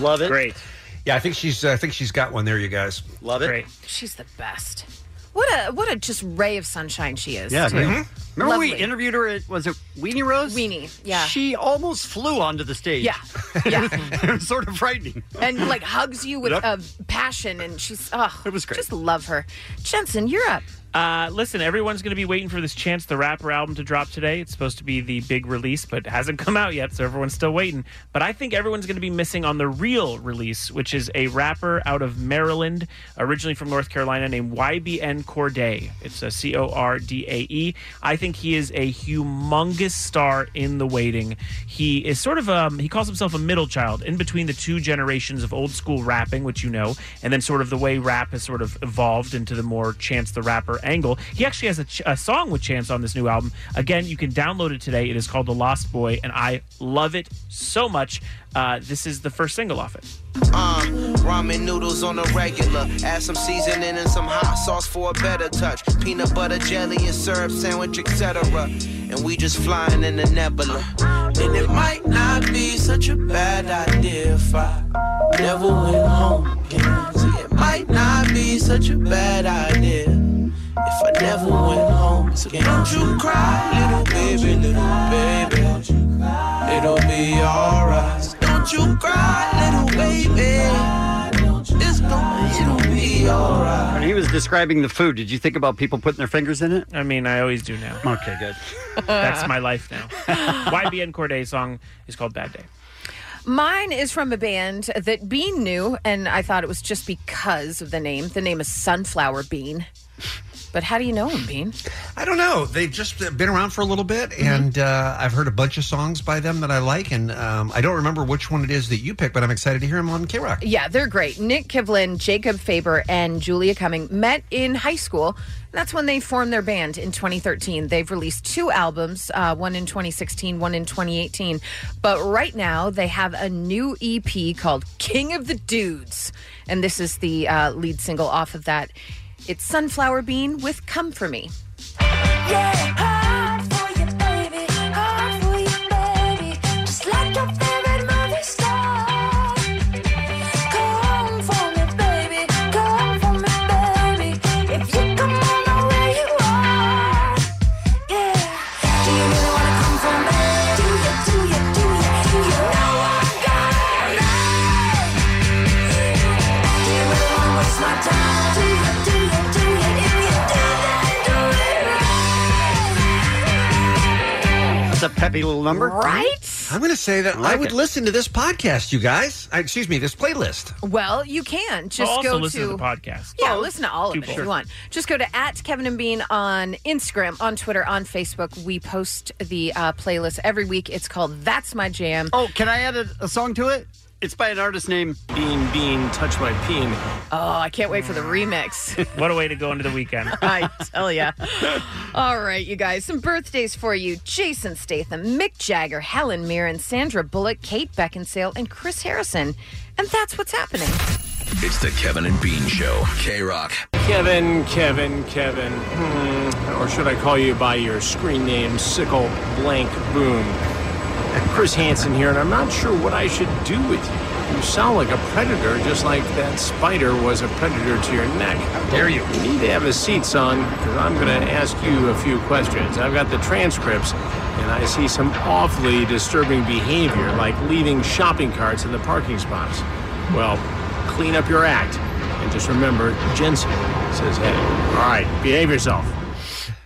[SPEAKER 7] Love it.
[SPEAKER 15] Great. Yeah, I think she's. uh, I think she's got one there, you guys.
[SPEAKER 7] Love
[SPEAKER 15] it. Great.
[SPEAKER 12] She's the best. What a what a just ray of sunshine she is.
[SPEAKER 7] Yeah,
[SPEAKER 12] too.
[SPEAKER 7] great.
[SPEAKER 15] Mm-hmm.
[SPEAKER 7] Remember Mm-hmm. we
[SPEAKER 12] Lovely.
[SPEAKER 7] interviewed her at was it Weenie Rose?
[SPEAKER 12] Weenie, yeah.
[SPEAKER 7] She almost flew onto the stage.
[SPEAKER 12] Yeah.
[SPEAKER 7] it was sort of frightening.
[SPEAKER 12] and like hugs you with
[SPEAKER 7] Yep.
[SPEAKER 12] uh, passion, and she's oh, it was
[SPEAKER 14] great.
[SPEAKER 12] Just love her, Jensen. You're up.
[SPEAKER 14] Uh, listen, everyone's going to be waiting for this Chance the Rapper album to drop today. It's supposed to be the big release, but it hasn't come out yet, so everyone's still waiting. But I think everyone's going to be missing on the real release, which is a rapper out of Maryland, originally from North Carolina, named YBN Cordae. It's a C O R D A E. I think he is a humongous star in the waiting. He is sort of um he calls himself a middle child in between the two generations of old school rapping, which you know, and then sort of the way rap has sort of evolved into the more Chance the Rapper angle. He actually has a, ch- a song with Chance on this new album. Again, you can download it today. It is called The Lost Boy, and I love it so much. Uh, this is the first single off it.
[SPEAKER 6] Uh, ramen noodles on a regular. Add some seasoning and some hot sauce for a better touch. Peanut butter jelly and syrup sandwich, etc. And we just flying in the nebula. And it might not be such a bad idea if I never went home again. See, it might not be such a bad idea if I never went home again. Don't you cry, little baby, little baby. It'll be alright. Don't you cry, little baby. It's gonna, it'll be alright.
[SPEAKER 7] When he was describing the food, did you think about people putting their fingers in it?
[SPEAKER 14] I mean, I always do now.
[SPEAKER 7] Okay, good.
[SPEAKER 14] That's my life now. YBN Cordae's song is called Bad Day.
[SPEAKER 12] Mine is from a band that Bean knew, and I thought it was just because of the name. The name is Sunflower Bean. But how do you know him, Bean?
[SPEAKER 15] I don't know. They've just uh, been around for a little bit,
[SPEAKER 10] Mm-hmm.
[SPEAKER 15] and uh, I've heard a bunch of songs by them that I like, and um, I don't remember which one it is that you picked, but I'm excited to hear them on K Rock.
[SPEAKER 12] Yeah, they're great. Nick Kivlin, Jacob Faber, and Julia Cumming met in high school. That's when they formed their band in 2013. They've released two albums, uh, one in 2016, one in 2018. But right now, they have a new EP called King of the Dudes. And this is the uh, lead single off of that. It's Sunflower Bean with Come For Me.
[SPEAKER 10] Do you really wanna come for me? Do you, do you, do you? You know I got it.
[SPEAKER 7] That's a peppy little number.
[SPEAKER 12] Right?
[SPEAKER 15] I'm going to say that I,
[SPEAKER 7] like
[SPEAKER 15] would
[SPEAKER 7] it.
[SPEAKER 15] listen to this podcast, you guys. Uh, excuse me, this playlist.
[SPEAKER 12] Well, you can just
[SPEAKER 15] Also
[SPEAKER 12] go
[SPEAKER 15] listen
[SPEAKER 12] to,
[SPEAKER 15] to the podcast.
[SPEAKER 12] Yeah, listen to all of
[SPEAKER 15] Do
[SPEAKER 12] it if
[SPEAKER 15] both.
[SPEAKER 12] you want. Just go to at Kevin and Bean on Instagram, on Twitter, on Facebook. We post the uh, playlist every week. It's called "That's My Jam."
[SPEAKER 7] Oh, can I add a, a song to it? It's by an artist named
[SPEAKER 32] Bean Bean Touch My Peen.
[SPEAKER 12] Oh, I can't wait for the remix.
[SPEAKER 14] what a way to go into the weekend.
[SPEAKER 12] I tell ya. All right, you guys. Some birthdays for you: Jason Statham, Mick Jagger, Helen Mirren, Sandra Bullock, Kate Beckinsale, and Chris Harrison. And that's what's happening.
[SPEAKER 17] It's the Kevin and Bean Show. K Rock.
[SPEAKER 32] Kevin, Kevin, Kevin. Hmm, or should I call you by your screen name, Sickle Blank Boom? Chris Hansen here, and I'm not sure what I should do with you. You sound like a predator, just like that spider was a predator to your neck. How dare you? You need to have a seat, son, because I'm going to ask you a few questions. I've got the transcripts, and I see some awfully disturbing behavior, like leaving shopping carts in the parking spots. Well, clean up your act, and just remember, Jensen says, hey, all right, behave yourself.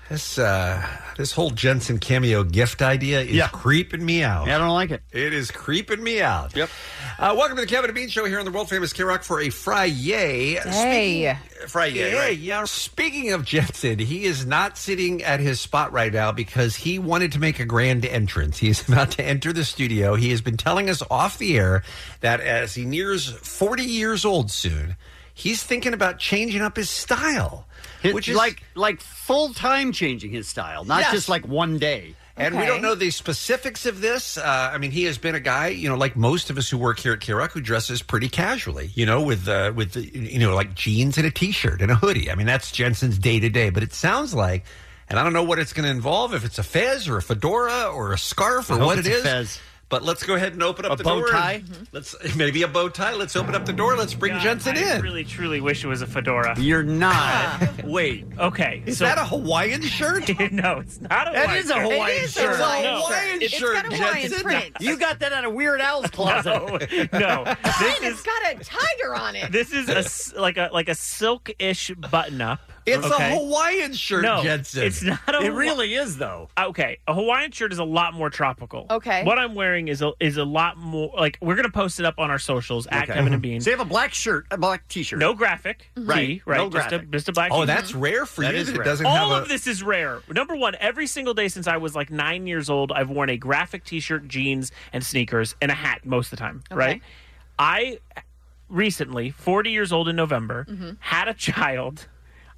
[SPEAKER 15] This uh, this whole Jensen cameo gift idea is creeping me out.
[SPEAKER 7] I don't like it.
[SPEAKER 15] It is creeping me out. Yep. Uh, welcome to the Kevin and Bean Show here on the world famous K Rock for a Fry Yay.
[SPEAKER 12] Hey.
[SPEAKER 15] Friday. Yeah, yeah. Speaking of Jensen, he is not sitting at his spot right now because he wanted to make a grand entrance. He is about to enter the studio. He has been telling us off the air that as he nears 40 years old soon, he's thinking about changing up his style,
[SPEAKER 7] which is like like full time changing his style, not
[SPEAKER 15] Yes.
[SPEAKER 7] just like one day.
[SPEAKER 15] And we don't know the specifics of this. Uh, I mean, he has been a guy, you know, like most of us who work here at Kirok, who dresses pretty casually, you know, with uh, with you know, like jeans and a t-shirt and a hoodie. I mean, that's Jensen's day to day. But it sounds like, and I don't know what it's going to involve, if it's a fez or a fedora or a scarf
[SPEAKER 7] I
[SPEAKER 15] or
[SPEAKER 7] hope
[SPEAKER 15] what
[SPEAKER 7] it's
[SPEAKER 15] it
[SPEAKER 7] a
[SPEAKER 15] is.
[SPEAKER 7] fez.
[SPEAKER 15] But let's go ahead and open up
[SPEAKER 7] A
[SPEAKER 15] the
[SPEAKER 7] bow
[SPEAKER 15] door.
[SPEAKER 7] tie?
[SPEAKER 15] Let's maybe a bow tie. Let's open up the door. Let's bring Jensen
[SPEAKER 14] I
[SPEAKER 15] in.
[SPEAKER 14] really, truly wish it was a fedora.
[SPEAKER 7] You're not.
[SPEAKER 14] Wait. Okay.
[SPEAKER 15] Is that a Hawaiian shirt?
[SPEAKER 14] no, it's not a
[SPEAKER 7] That
[SPEAKER 14] Hawaiian
[SPEAKER 7] is a
[SPEAKER 14] shirt.
[SPEAKER 7] Hawaiian It is a shirt. Hawaiian shirt. It's got
[SPEAKER 14] No.
[SPEAKER 7] a Hawaiian
[SPEAKER 14] Jensen.
[SPEAKER 7] print. You got that out of Weird Al's closet.
[SPEAKER 14] No. no. This
[SPEAKER 12] and it's got a tiger on it.
[SPEAKER 14] This is a s- like a like a silk-ish button-up.
[SPEAKER 15] It's
[SPEAKER 14] okay?
[SPEAKER 15] a Hawaiian shirt,
[SPEAKER 14] no,
[SPEAKER 15] Jensen.
[SPEAKER 14] It's not a
[SPEAKER 15] It really
[SPEAKER 14] is though. Okay, a Hawaiian shirt is a lot more tropical.
[SPEAKER 12] Okay.
[SPEAKER 14] What I'm wearing is a is a lot more like we're gonna post it up on our socials at
[SPEAKER 7] Okay. Mhm.
[SPEAKER 14] Kevin and Bean.
[SPEAKER 7] So you have a black shirt, a black T-shirt.
[SPEAKER 14] No graphic,
[SPEAKER 7] Mhm.
[SPEAKER 14] right?
[SPEAKER 7] Right.
[SPEAKER 14] Right.
[SPEAKER 7] No
[SPEAKER 14] just, a,
[SPEAKER 7] graphic.
[SPEAKER 14] just a black.
[SPEAKER 7] Oh,
[SPEAKER 14] shirt.
[SPEAKER 7] that's rare for That you is that it rare. doesn't have
[SPEAKER 14] All of
[SPEAKER 7] a-
[SPEAKER 14] this is rare. Number one, every single day since I was like nine years old, I've worn a graphic T-shirt, jeans, and sneakers, and a hat most of the time. Right. I recently, forty years old in November,
[SPEAKER 12] Mhm.
[SPEAKER 14] had a child.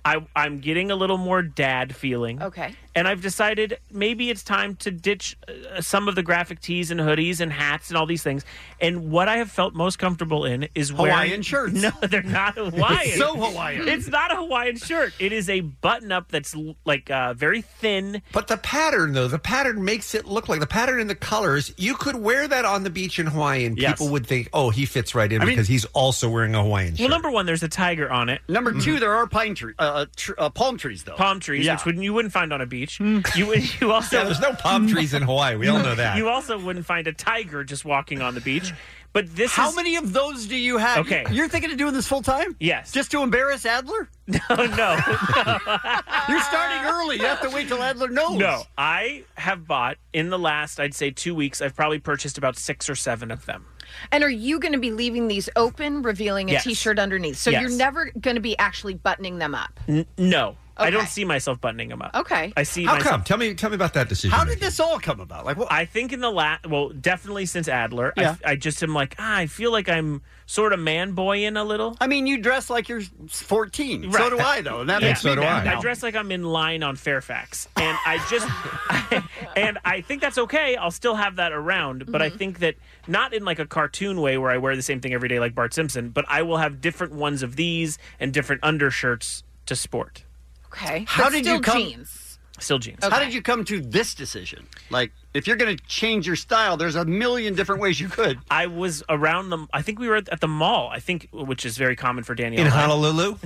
[SPEAKER 14] I, I'm getting a little more dad feeling.
[SPEAKER 12] Okay.
[SPEAKER 14] And I've decided maybe it's time to ditch uh, some of the graphic tees and hoodies and hats and all these things. And what I have felt most comfortable in is wearing
[SPEAKER 7] Hawaiian shirts.
[SPEAKER 14] No, they're not Hawaiian.
[SPEAKER 7] It's so Hawaiian.
[SPEAKER 14] It's not a Hawaiian shirt. It is a button up that's l- like uh, very thin.
[SPEAKER 15] But the pattern, though, the pattern makes it look like the pattern in the colors. You could wear that on the beach in Hawaii, and
[SPEAKER 14] Yes.
[SPEAKER 15] people would think, "Oh, he fits right in
[SPEAKER 14] I mean-
[SPEAKER 15] because he's also wearing a Hawaiian shirt."
[SPEAKER 14] Well, number one, there's a tiger on it. Mm.
[SPEAKER 7] Number two, there are pine trees, uh, tr- uh, palm trees though.
[SPEAKER 14] Palm trees,
[SPEAKER 7] Yeah. Mm.
[SPEAKER 14] which wouldn't, you wouldn't find on a beach. You would, you also Mm.
[SPEAKER 15] Yeah, there's no palm trees in Hawaii. We all know that.
[SPEAKER 14] You also wouldn't find a tiger just walking on the beach. But this
[SPEAKER 7] How
[SPEAKER 14] is,
[SPEAKER 7] many of those do you have?
[SPEAKER 14] Okay.
[SPEAKER 7] You're thinking of doing this full time?
[SPEAKER 14] Yes.
[SPEAKER 7] Just to embarrass Adler?
[SPEAKER 14] No, no.
[SPEAKER 7] You're starting early. You have to wait till Adler knows.
[SPEAKER 14] No, I have bought in the last, I'd say, two weeks. I've probably purchased about six or seven of them.
[SPEAKER 12] And are you going to be leaving these open, revealing a
[SPEAKER 14] Yes.
[SPEAKER 12] shirt underneath? So
[SPEAKER 14] Yes.
[SPEAKER 12] you're never going to be actually buttoning them up.
[SPEAKER 14] N- no, I don't
[SPEAKER 12] Okay.
[SPEAKER 14] see myself buttoning them up.
[SPEAKER 12] Okay.
[SPEAKER 14] I see.
[SPEAKER 15] How
[SPEAKER 14] myself-
[SPEAKER 15] come? Tell me. Tell me about that decision.
[SPEAKER 14] How
[SPEAKER 7] did this all come about? Like, what?
[SPEAKER 14] I think in the last, well, definitely since Adler, I-
[SPEAKER 7] Yeah.
[SPEAKER 14] I, just am like, ah, I feel like I'm sort of man boying a little.
[SPEAKER 7] I mean, you dress like you're 14. So do I, though. And that
[SPEAKER 14] Yeah.
[SPEAKER 7] makes me mad now.
[SPEAKER 14] I dress like I'm in line on Fairfax, and I just, and I think that's okay. I'll still have that around,
[SPEAKER 7] Mm-hmm.
[SPEAKER 14] but I think that not in like a cartoon way where I wear the same thing every day like Bart Simpson, but I will have different ones of these and different undershirts to sport.
[SPEAKER 12] Okay.
[SPEAKER 7] How
[SPEAKER 12] But
[SPEAKER 7] did
[SPEAKER 12] still
[SPEAKER 7] you come-
[SPEAKER 12] Jeans.
[SPEAKER 14] Still jeans.
[SPEAKER 7] How did you come to this decision? Like, if you're going to change your style, there's a million different ways you could.
[SPEAKER 14] I was around the. I think we were at at the mall. I think, which is very common for Danielle.
[SPEAKER 15] In Honolulu,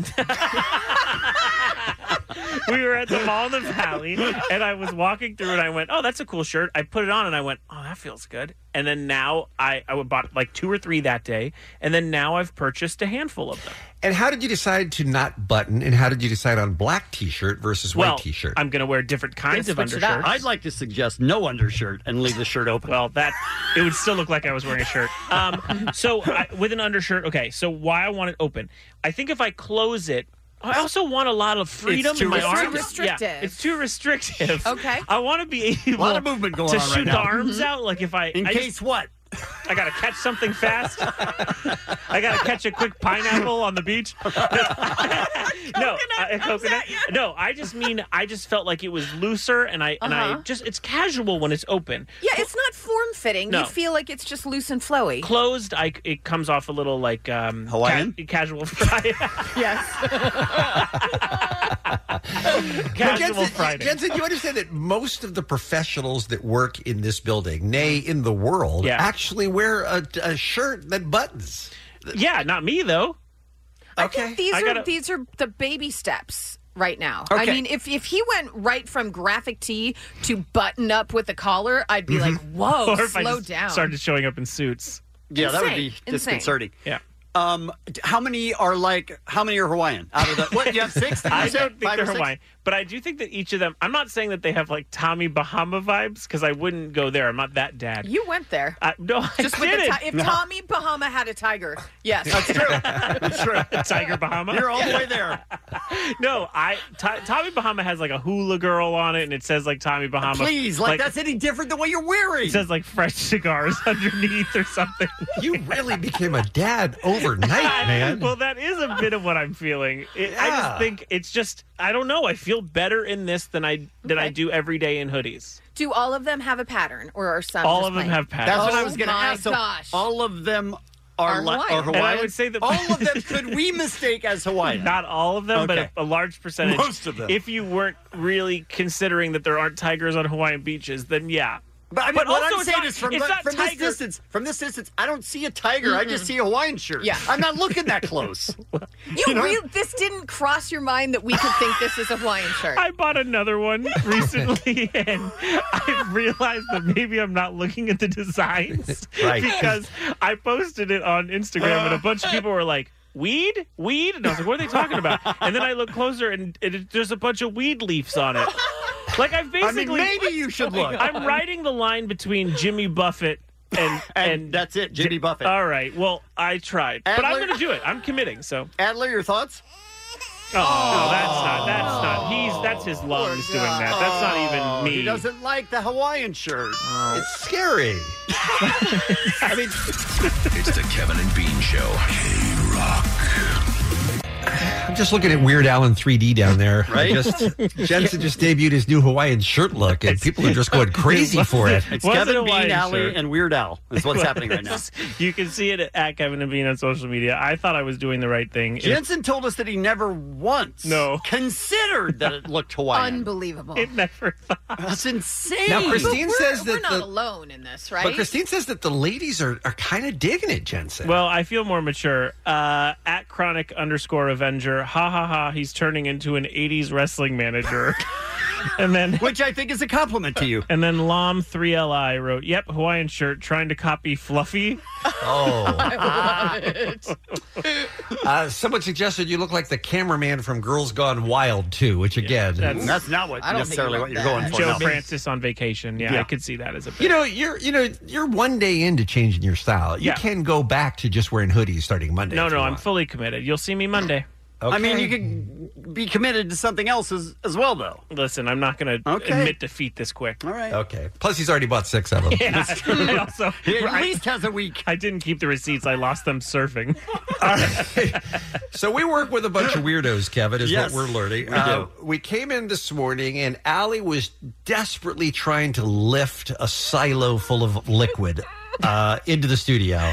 [SPEAKER 14] we were at the Mall in the Valley, and I was walking through, and I went, "Oh, that's a cool shirt." I put it on, and I went, "Oh, that feels good." And then now I I bought like two or three that day, and then now I've purchased a handful of them.
[SPEAKER 15] And how did you decide to not button? And how did you decide on black T-shirt versus white
[SPEAKER 14] Well, uh,
[SPEAKER 15] T-shirt?
[SPEAKER 14] I'm going to wear different kinds of
[SPEAKER 7] Switch it out. I'd
[SPEAKER 14] undershirts.
[SPEAKER 7] like to suggest no undershirt and leave the shirt open.
[SPEAKER 14] well, that it would still look like I was wearing a shirt. Um, so I, with an undershirt, okay. So why I want it open? I think if I close it, I also want a lot of freedom
[SPEAKER 12] It's too
[SPEAKER 14] in my
[SPEAKER 12] restrictive.
[SPEAKER 14] arms.
[SPEAKER 12] It's too restrictive.
[SPEAKER 14] Yeah, it's too restrictive.
[SPEAKER 12] Okay. Mm-hmm.
[SPEAKER 14] I want to be able
[SPEAKER 7] Lot of movement going
[SPEAKER 14] to
[SPEAKER 7] on right
[SPEAKER 14] shoot the
[SPEAKER 7] now.
[SPEAKER 14] arms
[SPEAKER 7] Mhm.
[SPEAKER 14] out. Like if I
[SPEAKER 7] In
[SPEAKER 14] I
[SPEAKER 7] case
[SPEAKER 14] just-
[SPEAKER 7] what?
[SPEAKER 14] I gotta catch something fast. I gotta catch a quick pineapple on the beach. no, I- a coconut. No, I just mean I just felt like it was looser, and I and
[SPEAKER 12] Uh-huh.
[SPEAKER 14] I just it's casual when it's open.
[SPEAKER 12] Yeah, it's not form fitting.
[SPEAKER 14] No.
[SPEAKER 12] You feel like it's just loose and flowy.
[SPEAKER 14] Closed, I it comes off a little like um, Hawaiian casual Friday.
[SPEAKER 12] yes.
[SPEAKER 15] Now,
[SPEAKER 14] casual Friday.
[SPEAKER 15] Jensen, you understand that most of the professionals that work in this building, nay, in the world,
[SPEAKER 14] Yeah.
[SPEAKER 15] actually wear a, a shirt that buttons.
[SPEAKER 14] Yeah, not me though.
[SPEAKER 12] I think these are these are the baby steps right now. I
[SPEAKER 14] Okay.
[SPEAKER 12] mean, if if he went right from graphic tee to button up with a collar, I'd be
[SPEAKER 7] Mm-hmm.
[SPEAKER 12] like, "Whoa,
[SPEAKER 14] or if I
[SPEAKER 12] slow
[SPEAKER 14] just
[SPEAKER 12] down."
[SPEAKER 14] Started showing up in suits.
[SPEAKER 7] Yeah, that would be
[SPEAKER 12] Insane. Insane.
[SPEAKER 7] disconcerting.
[SPEAKER 14] Yeah.
[SPEAKER 7] Um, d- how many are like? How many are Hawaiian? Out of the what? You have six.
[SPEAKER 14] I
[SPEAKER 7] You said
[SPEAKER 14] don't think
[SPEAKER 7] five or
[SPEAKER 14] they're
[SPEAKER 7] six?
[SPEAKER 14] Hawaiian, but I do think that each of them. I'm not saying that they have like Tommy Bahama vibes because I wouldn't go there. I'm not that dad.
[SPEAKER 12] You went there.
[SPEAKER 14] I, no, I
[SPEAKER 12] Just with the
[SPEAKER 14] didn't.
[SPEAKER 12] ti- if Tommy Bahama had a tiger, yes,
[SPEAKER 14] That's true. Tiger Bahama.
[SPEAKER 7] You're all the way there.
[SPEAKER 14] no, I Ti- Tommy Bahama has like a hula girl on it, and it says like Tommy Bahama.
[SPEAKER 7] Please, like, that's any different than what you're wearing.
[SPEAKER 14] It says like fresh cigars underneath or something.
[SPEAKER 15] You really became a dad overnight, man.
[SPEAKER 14] Well, that is a bit of what I'm feeling. It, I
[SPEAKER 15] Yeah.
[SPEAKER 14] just think it's just I don't know. I feel better in this than I than I do every day in hoodies.
[SPEAKER 12] Do all of them have a pattern, or are some?
[SPEAKER 14] All
[SPEAKER 12] just
[SPEAKER 14] of them
[SPEAKER 12] plain?
[SPEAKER 14] have patterns.
[SPEAKER 7] That's what I was going to
[SPEAKER 12] Oh my
[SPEAKER 7] ask. So
[SPEAKER 12] gosh.
[SPEAKER 7] all of them are,
[SPEAKER 12] Are
[SPEAKER 7] li-
[SPEAKER 12] Hawaiian.
[SPEAKER 7] are
[SPEAKER 12] And I
[SPEAKER 7] Hawaiian.
[SPEAKER 14] would say that-
[SPEAKER 7] all of them could we mistake as Hawaiian?
[SPEAKER 14] Not all of them,
[SPEAKER 7] Okay.
[SPEAKER 14] but a, a large percentage.
[SPEAKER 7] Most of them.
[SPEAKER 14] If you weren't really considering that there aren't tigers on Hawaiian beaches, then yeah.
[SPEAKER 7] But I mean, what I'm
[SPEAKER 14] it's
[SPEAKER 7] saying
[SPEAKER 14] not-
[SPEAKER 7] is from,
[SPEAKER 14] it's
[SPEAKER 7] the-
[SPEAKER 14] not
[SPEAKER 7] from this
[SPEAKER 14] tiger-
[SPEAKER 7] distance, from this distance, I don't see a tiger. I just
[SPEAKER 12] Mm-mm.
[SPEAKER 7] see a Hawaiian shirt.
[SPEAKER 12] Yeah.
[SPEAKER 7] I'm not looking that close.
[SPEAKER 12] You, real- this didn't cross your mind that we could think this is a Hawaiian shirt.
[SPEAKER 14] I bought another one recently, and I realized that maybe I'm not looking at the designs
[SPEAKER 10] Right.
[SPEAKER 14] because I posted it on Instagram, and a bunch of people were like, "Weed, weed," and I was like, "What are they talking about?" And then I look closer, and it, it- there's a bunch of weed leaves on it. Like I've
[SPEAKER 7] I mean,
[SPEAKER 14] basically,
[SPEAKER 7] maybe you should look.
[SPEAKER 14] I'm writing the line between Jimmy Buffett and and,
[SPEAKER 7] that's it, Jimmy Buffett.
[SPEAKER 14] All right, well, I tried, but I'm
[SPEAKER 7] Adler-
[SPEAKER 14] going to do it. I'm committing. So.
[SPEAKER 7] Adler, your thoughts?
[SPEAKER 14] Oh, no, that's not. That's not. He's that's his lungs doing that. That's not even me.
[SPEAKER 7] Oh, He doesn't like the Hawaiian shirt.
[SPEAKER 15] It's scary.
[SPEAKER 17] I mean, it's the Kevin and Bean Show. K Rock.
[SPEAKER 15] I'm just looking at Weird Al in 3D down there. I
[SPEAKER 7] Right?
[SPEAKER 15] Just, Jensen just debuted his new Hawaiian shirt look, and people are just going crazy for it.
[SPEAKER 7] It's
[SPEAKER 14] Wasn't
[SPEAKER 7] Kevin
[SPEAKER 14] a
[SPEAKER 7] Bean
[SPEAKER 14] Hawaiian
[SPEAKER 7] Alley
[SPEAKER 14] shirt.
[SPEAKER 7] and Weird Al. Is what's happening right now.
[SPEAKER 14] You can see it at Kevin and Bean on social media. I thought I was doing the right thing. Oh. It-
[SPEAKER 7] Jensen told us that he never once
[SPEAKER 14] No.
[SPEAKER 7] considered that it looked Hawaiian.
[SPEAKER 12] Unbelievable.
[SPEAKER 14] it never
[SPEAKER 7] That's insane.
[SPEAKER 15] Now, Christine
[SPEAKER 12] But we're-
[SPEAKER 15] says
[SPEAKER 12] we're
[SPEAKER 15] that
[SPEAKER 12] not
[SPEAKER 15] the-
[SPEAKER 12] alone in this, right?
[SPEAKER 15] But Christine says that the ladies are, are kind of digging it, Jensen.
[SPEAKER 14] Well, I feel more mature. Uh, at chronic underscore Avenger, ha ha ha, he's turning into an 80s wrestling manager. and then.
[SPEAKER 7] Which I think is a compliment to you.
[SPEAKER 14] And then Lom3Li wrote, yep, Hawaiian shirt, trying to copy Fluffy.
[SPEAKER 15] Oh.
[SPEAKER 12] I love it.
[SPEAKER 15] uh, someone suggested you look like the cameraman from Girls Gone Wild, too, which, again,
[SPEAKER 14] that's- That's
[SPEAKER 7] not what
[SPEAKER 14] I don't
[SPEAKER 7] necessarily what you're going for.
[SPEAKER 14] Joe
[SPEAKER 7] no.
[SPEAKER 14] Francis on vacation. Yeah,
[SPEAKER 15] Yeah.
[SPEAKER 14] I could see that as a bit.
[SPEAKER 15] You know, you're you know you're one day into changing your style. You
[SPEAKER 14] Yeah.
[SPEAKER 15] can go back to just wearing hoodies starting Monday.
[SPEAKER 14] no, no, I'm fully committed. You'll see me Monday.
[SPEAKER 7] I mean, you could be committed to something else as, as well, though.
[SPEAKER 14] Listen, I'm not going to
[SPEAKER 7] Okay.
[SPEAKER 14] admit defeat this quick.
[SPEAKER 7] All right.
[SPEAKER 15] Okay. Plus, he's already bought six of them.
[SPEAKER 14] Yeah, I also,
[SPEAKER 7] He at
[SPEAKER 14] I-
[SPEAKER 7] least has a week.
[SPEAKER 14] I didn't keep the receipts. I lost them surfing.
[SPEAKER 15] So we work with a bunch of weirdos, Kevin, is
[SPEAKER 7] Yes,
[SPEAKER 15] what we're learning. Uh,
[SPEAKER 7] we
[SPEAKER 15] we came in this morning and Allie was desperately trying to lift a silo full of liquid uh, into the studio.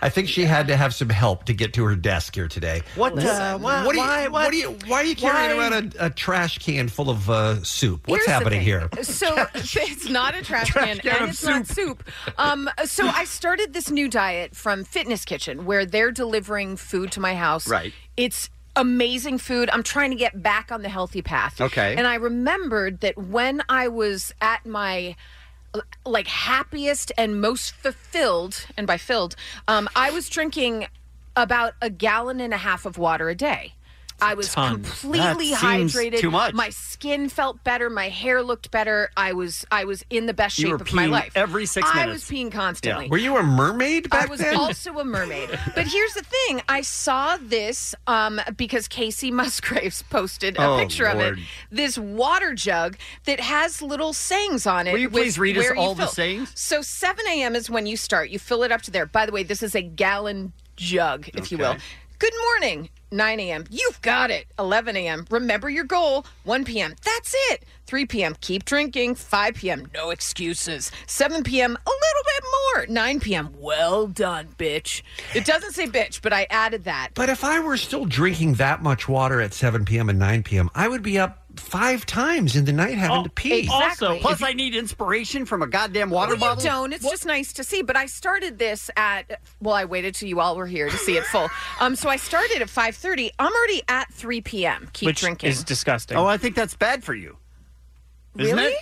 [SPEAKER 15] I think she had to have some help to get to her desk here today.
[SPEAKER 7] What the- why-
[SPEAKER 15] do you,
[SPEAKER 7] why-
[SPEAKER 15] what? do you? Why are you carrying
[SPEAKER 12] Why-
[SPEAKER 15] around a, a trash can full of uh, soup? What's
[SPEAKER 12] Here's the
[SPEAKER 15] happening
[SPEAKER 12] thing.
[SPEAKER 15] here?
[SPEAKER 12] So it's not a trash,
[SPEAKER 15] Trash
[SPEAKER 12] can,
[SPEAKER 15] can
[SPEAKER 12] and
[SPEAKER 15] of
[SPEAKER 12] it's not soup. Um, so I started this new diet from Fitness Kitchen, where they're delivering food to my house.
[SPEAKER 7] Right.
[SPEAKER 12] It's amazing food. I'm trying to get back on the healthy path.
[SPEAKER 28] Okay.
[SPEAKER 12] And I remembered that when I was at my like happiest and most fulfilled, and by filled, um, I was drinking about a gallon and a half of water a day. I was
[SPEAKER 10] ton.
[SPEAKER 12] completely
[SPEAKER 10] That seems
[SPEAKER 12] hydrated.
[SPEAKER 10] too much.
[SPEAKER 12] My skin felt better. My hair looked better. I was I was in the best
[SPEAKER 15] You
[SPEAKER 12] shape
[SPEAKER 15] were
[SPEAKER 12] of my
[SPEAKER 15] peeing
[SPEAKER 12] life.
[SPEAKER 15] every six
[SPEAKER 12] I
[SPEAKER 15] minutes.
[SPEAKER 12] was peeing constantly.
[SPEAKER 15] Were you a mermaid back
[SPEAKER 12] I was
[SPEAKER 15] then?
[SPEAKER 12] also a mermaid. But here's the thing: I saw this um, because Casey Musgraves posted a
[SPEAKER 7] Oh,
[SPEAKER 12] picture of
[SPEAKER 7] Lord.
[SPEAKER 12] it. This water jug that has little sayings on it.
[SPEAKER 7] Will you
[SPEAKER 12] with
[SPEAKER 7] please read us
[SPEAKER 12] where you
[SPEAKER 7] all the
[SPEAKER 12] fill.
[SPEAKER 7] sayings?
[SPEAKER 12] So 7 a.m. is when you start. You fill it up to there. By the way, this is a gallon jug, if you will. Good morning. 9 a.m. You've got it. 11 a.m. Remember your goal. 1 p.m. That's it. 3 p.m. Keep drinking. 5 p.m. No excuses. 7 p.m. A little bit more. 9 p.m. Well done, bitch. It doesn't say bitch, but I added that.
[SPEAKER 15] But if I were still drinking that much water at 7 p.m. and 9 p.m., I would be up five times in the night
[SPEAKER 7] Oh,
[SPEAKER 15] having
[SPEAKER 12] Oh,
[SPEAKER 15] to pee.
[SPEAKER 7] plus I need inspiration from a goddamn water
[SPEAKER 12] Well,
[SPEAKER 7] bottle.
[SPEAKER 12] you don't. It's just nice to see. But I started this at well, I waited till you all were here to see it full. um, so I started at five thirty. I'm already at three p.m. Keep
[SPEAKER 14] which
[SPEAKER 12] drinking.
[SPEAKER 14] is disgusting.
[SPEAKER 7] Oh, I think that's bad for you.
[SPEAKER 12] Isn't Really? it?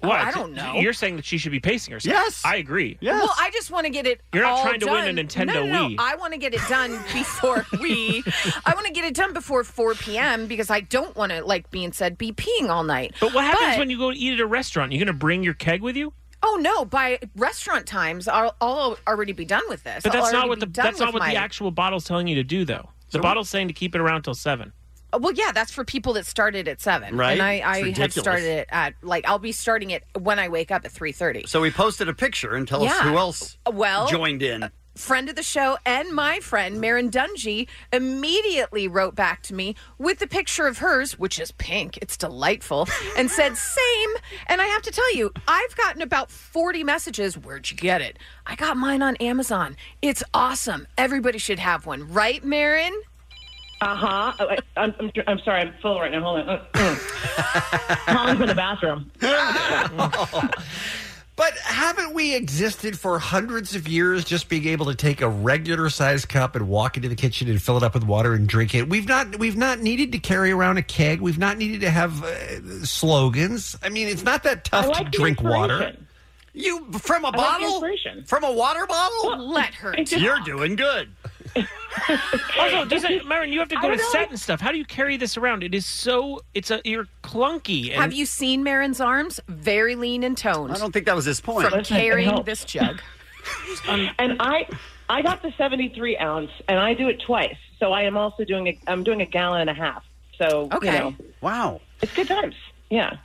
[SPEAKER 12] Oh,
[SPEAKER 14] What?
[SPEAKER 12] I don't know.
[SPEAKER 14] You're saying that she should be pacing herself.
[SPEAKER 12] Yes.
[SPEAKER 14] I agree.
[SPEAKER 12] Well, I just want to get it.
[SPEAKER 14] You're not
[SPEAKER 12] all
[SPEAKER 14] trying to win a
[SPEAKER 12] done.
[SPEAKER 14] Nintendo
[SPEAKER 12] no, no,
[SPEAKER 14] Wii.
[SPEAKER 12] no. I want to get it done before we. I want to get it done before 4 p.m. because I don't want to, like being said, be peeing all night.
[SPEAKER 14] But what happens when you go eat at a restaurant? You're going to bring your keg with you?
[SPEAKER 12] Oh no! By restaurant times, I'll, I'll already be done with this.
[SPEAKER 14] But
[SPEAKER 12] I'll
[SPEAKER 14] that's not
[SPEAKER 12] already
[SPEAKER 14] what the
[SPEAKER 12] be done
[SPEAKER 14] that's not
[SPEAKER 12] with
[SPEAKER 14] what
[SPEAKER 12] my-
[SPEAKER 14] the actual bottle's telling you to do though. The bottle's saying to keep it around till seven.
[SPEAKER 12] Oh, Well, yeah, that's for people that started at seven,
[SPEAKER 14] Right?
[SPEAKER 12] And I,
[SPEAKER 14] It's
[SPEAKER 12] I have
[SPEAKER 14] ridiculous.
[SPEAKER 12] started it at like I'll be starting it when I wake up at three thirty.
[SPEAKER 7] So we posted a picture and tell us
[SPEAKER 12] Yeah.
[SPEAKER 7] who else
[SPEAKER 12] Well,
[SPEAKER 7] joined in.
[SPEAKER 12] friend of the show and my friend Marin Dungy immediately wrote back to me with a picture of hers, which is pink. It's delightful, and said same. And I have to tell you, I've gotten about forty messages. Where'd you get it? I got mine on Amazon. It's awesome. Everybody should have one, right, Marin?
[SPEAKER 27] Uh huh. I'm, I'm, I'm sorry. I'm full right now. Hold on. Uh, Tom's in the bathroom.
[SPEAKER 15] But haven't we existed for hundreds of years just being able to take a regular sized cup and walk into the kitchen and fill it up with water and drink it? We've not we've not needed to carry around a keg. We've not needed to have uh, slogans. I mean, it's not that tough to drink water.
[SPEAKER 7] You from a
[SPEAKER 27] I like the
[SPEAKER 7] bottle?
[SPEAKER 27] inspiration.
[SPEAKER 7] From a water bottle?
[SPEAKER 12] Let her.
[SPEAKER 7] You're doing good.
[SPEAKER 14] Also, doesn't Marin, you have to
[SPEAKER 12] I
[SPEAKER 14] go to
[SPEAKER 12] don't know.
[SPEAKER 14] set and stuff. How do you carry this around? It is so it's a you're clunky. And
[SPEAKER 12] Have you seen Marin's arms? Very lean and toned.
[SPEAKER 7] I don't think that was his point.
[SPEAKER 12] From
[SPEAKER 27] Listen, it
[SPEAKER 12] carrying
[SPEAKER 27] helps.
[SPEAKER 12] this jug.
[SPEAKER 27] Um, and I, I got the 73 ounce, and I do it twice. So I am also doing a, I'm doing a gallon and a half. So
[SPEAKER 7] Okay.
[SPEAKER 27] You know,
[SPEAKER 7] Wow.
[SPEAKER 27] it's good times. Yeah.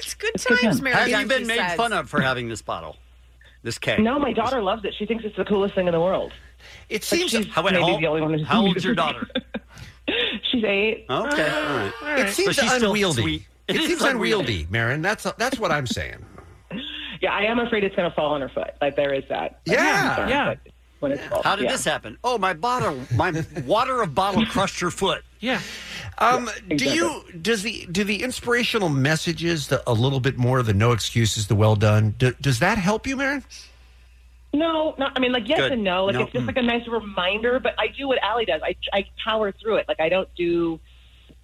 [SPEAKER 12] It's good
[SPEAKER 27] times, Mary
[SPEAKER 7] Have you
[SPEAKER 27] Duncan
[SPEAKER 7] been made
[SPEAKER 27] says.
[SPEAKER 7] fun of for having this bottle? This keg?
[SPEAKER 27] No, my daughter loves it. She thinks it's the coolest thing in the world.
[SPEAKER 7] It
[SPEAKER 27] Like,
[SPEAKER 7] seems.
[SPEAKER 27] she's
[SPEAKER 7] how,
[SPEAKER 27] maybe
[SPEAKER 7] how,
[SPEAKER 27] the only one who's-
[SPEAKER 7] how old's your daughter?
[SPEAKER 27] She's eight.
[SPEAKER 7] Okay. All right.
[SPEAKER 15] It seems
[SPEAKER 7] So she's still
[SPEAKER 15] unwieldy.
[SPEAKER 7] sweet.
[SPEAKER 15] It,
[SPEAKER 7] It is
[SPEAKER 15] seems unwieldy, Marin. That's that's what I'm saying.
[SPEAKER 27] Yeah, I am afraid it's going to fall on her foot. Like there is that.
[SPEAKER 7] Yeah,
[SPEAKER 27] Concern,
[SPEAKER 7] yeah.
[SPEAKER 27] but When it's full,
[SPEAKER 7] How did
[SPEAKER 27] yeah.
[SPEAKER 7] this happen? Oh, my bottle, my water of bottle crushed your foot.
[SPEAKER 14] Yeah.
[SPEAKER 15] Um,
[SPEAKER 7] exactly.
[SPEAKER 15] Do you does the do the inspirational messages the, a little bit more the no excuses the well done do, does that help you, Marin?
[SPEAKER 27] No, no. I mean, like yes
[SPEAKER 15] Good.
[SPEAKER 27] and no. Like
[SPEAKER 15] No,
[SPEAKER 27] it's just
[SPEAKER 15] mm.
[SPEAKER 27] like a nice reminder. But I do what Allie does. I I power through it. Like I don't do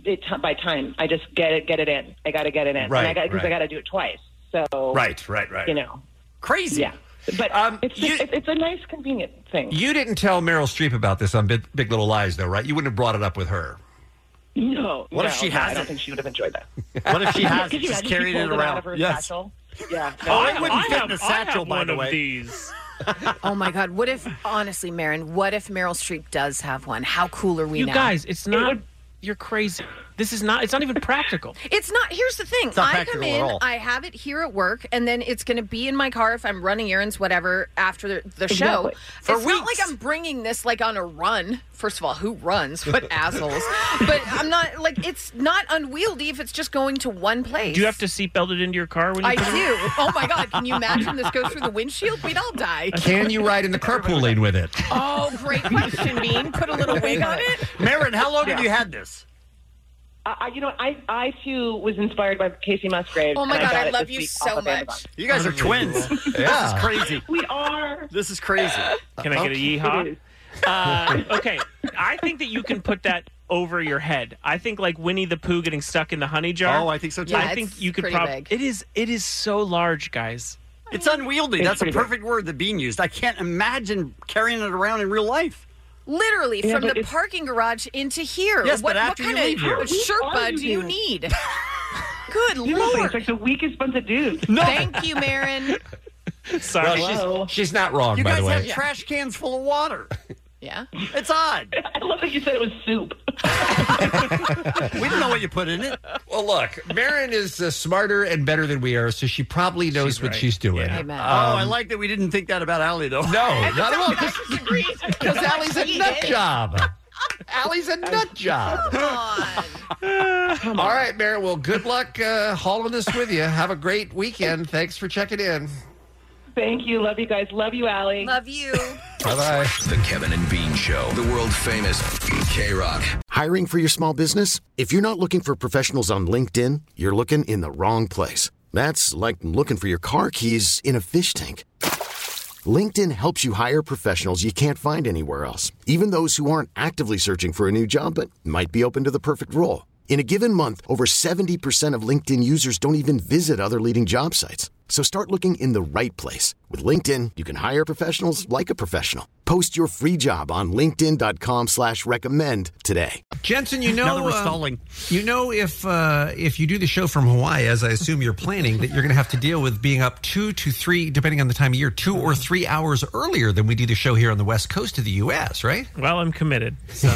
[SPEAKER 27] it t- by time. I just get it get it in. I got to get it in.
[SPEAKER 15] Right,
[SPEAKER 27] And I got because I
[SPEAKER 15] right.
[SPEAKER 27] got to do it twice. So
[SPEAKER 15] Right, right, right. Um,
[SPEAKER 27] You know,
[SPEAKER 7] crazy.
[SPEAKER 27] Yeah, but it's, just, it's it's a nice convenient thing.
[SPEAKER 15] You didn't tell Meryl Streep about this on Big, Big Little Lies, though, right? You wouldn't have brought it up with her.
[SPEAKER 27] No.
[SPEAKER 15] What
[SPEAKER 27] no,
[SPEAKER 15] if she
[SPEAKER 27] no,
[SPEAKER 15] has
[SPEAKER 27] I
[SPEAKER 15] it?
[SPEAKER 27] don't think she would have enjoyed that.
[SPEAKER 15] What if she has
[SPEAKER 27] Could you
[SPEAKER 15] it? She's
[SPEAKER 27] imagine
[SPEAKER 15] carrying
[SPEAKER 27] she
[SPEAKER 15] it
[SPEAKER 27] pulled out
[SPEAKER 15] around.
[SPEAKER 27] of her
[SPEAKER 15] Yes.
[SPEAKER 27] satchel? Yeah.
[SPEAKER 7] Oh,
[SPEAKER 27] I
[SPEAKER 7] it wouldn't fit in a satchel, by the way.
[SPEAKER 14] these.
[SPEAKER 12] oh my God! What if, honestly, Marin? What if Meryl Streep does have one? How cool are we
[SPEAKER 14] you
[SPEAKER 12] now?
[SPEAKER 14] guys, it's not you're crazy. This is not it's not even practical.
[SPEAKER 12] It's not. Here's the thing.
[SPEAKER 14] It's not
[SPEAKER 12] I come
[SPEAKER 14] practical at
[SPEAKER 12] in,
[SPEAKER 14] all.
[SPEAKER 12] I have it here at work, and then it's going to be in my car if I'm running errands, whatever, after the, the show.
[SPEAKER 10] Exactly. For
[SPEAKER 12] it's not like I'm bringing this like on a run. First of all, who runs? What assholes? But I'm not like it's not unwieldy if it's just going to one place.
[SPEAKER 14] Do you have to seatbelt it into your car when you
[SPEAKER 12] I do.
[SPEAKER 14] put it in?
[SPEAKER 12] Oh my god! Can you imagine this goes through the windshield? We'd all die.
[SPEAKER 15] Can you ride in the carpool lane with it?
[SPEAKER 12] Oh, great question, Bean. Put a little wig on it.
[SPEAKER 7] Marin, how long have
[SPEAKER 27] Yeah.
[SPEAKER 7] you had this?
[SPEAKER 27] I, I- you know, I I too was inspired by Casey Musgraves.
[SPEAKER 12] Oh my
[SPEAKER 27] and
[SPEAKER 12] God,
[SPEAKER 27] got
[SPEAKER 12] I
[SPEAKER 27] it
[SPEAKER 12] love
[SPEAKER 27] this
[SPEAKER 12] you
[SPEAKER 27] week
[SPEAKER 12] so
[SPEAKER 27] off of Amazon.
[SPEAKER 12] much.
[SPEAKER 7] You guys are twins. This is
[SPEAKER 14] Yeah.
[SPEAKER 7] crazy.
[SPEAKER 27] We are.
[SPEAKER 7] This is crazy.
[SPEAKER 21] Uh-huh.
[SPEAKER 14] Can I get a yeehaw? Uh, okay, I think that you can put that over your head. I think like Winnie the Pooh getting stuck in the honey jar.
[SPEAKER 7] Oh, I think so, too. Yeah,
[SPEAKER 14] I think
[SPEAKER 7] it's
[SPEAKER 14] you could
[SPEAKER 7] pretty
[SPEAKER 14] probably.
[SPEAKER 7] big.
[SPEAKER 14] It is. It is so large, guys.
[SPEAKER 7] It's unwieldy.
[SPEAKER 14] It's
[SPEAKER 7] That's a
[SPEAKER 14] pretty big.
[SPEAKER 7] perfect word that Bean used. I can't imagine carrying it around in real life.
[SPEAKER 12] Literally
[SPEAKER 7] Yeah,
[SPEAKER 12] from
[SPEAKER 7] but
[SPEAKER 12] the
[SPEAKER 7] it's-
[SPEAKER 12] parking garage into here.
[SPEAKER 7] Yes,
[SPEAKER 12] what,
[SPEAKER 7] but after
[SPEAKER 12] what
[SPEAKER 7] you
[SPEAKER 12] kind
[SPEAKER 7] leave here.
[SPEAKER 12] of Sherpa do you
[SPEAKER 27] Arguing.
[SPEAKER 12] need? Good
[SPEAKER 27] Seriously,
[SPEAKER 12] lord.
[SPEAKER 27] it's like the weakest bunch of dudes.
[SPEAKER 12] Thank you, Marin.
[SPEAKER 14] Sorry.
[SPEAKER 15] Well, she's, she's not
[SPEAKER 14] Oh,
[SPEAKER 15] wrong,
[SPEAKER 7] you
[SPEAKER 15] by
[SPEAKER 7] guys
[SPEAKER 15] the way.
[SPEAKER 7] have trash cans full of water.
[SPEAKER 12] Yeah.
[SPEAKER 7] It's odd.
[SPEAKER 27] I love that you said it was soup.
[SPEAKER 7] we don't know what you put in it.
[SPEAKER 15] Well, look, Marin is uh, smarter and better than we are, so she probably knows what
[SPEAKER 7] right.
[SPEAKER 15] she's doing.
[SPEAKER 7] oh,
[SPEAKER 15] Um,
[SPEAKER 7] I like that we didn't think that about Allie, though.
[SPEAKER 15] No, not at all. Because Allie's a
[SPEAKER 7] She
[SPEAKER 15] nut
[SPEAKER 7] is.
[SPEAKER 15] job. Allie's a nut job. All right, Marin. Well, good luck uh, hauling this with you. Have a great weekend. Thanks for checking in.
[SPEAKER 27] Thank you. Love you guys. Love you, Allie.
[SPEAKER 12] Love you.
[SPEAKER 15] Bye bye.
[SPEAKER 17] The Kevin and Bean Show, the world famous K Rock.
[SPEAKER 4] Hiring for your small business? If you're not looking for professionals on LinkedIn, you're looking in the wrong place. That's like looking for your car keys in a fish tank. LinkedIn helps you hire professionals you can't find anywhere else, even those who aren't actively searching for a new job but might be open to the perfect role. In a given month, over 70% of LinkedIn users don't even visit other leading job sites. So start looking in the right place. With LinkedIn, you can hire professionals like a professional. Post your free job on linkedin.com/recommend slash recommend today.
[SPEAKER 15] Jensen, you know
[SPEAKER 4] Now that we're
[SPEAKER 15] uh,
[SPEAKER 4] stalling.
[SPEAKER 15] you know if uh, if you do the show from Hawaii, as I assume you're planning, that you're going to have to deal with being up two to three, depending on the time of year, two or three hours earlier than we do the show here on the west coast of the U.S. Right?
[SPEAKER 14] Well, I'm committed. So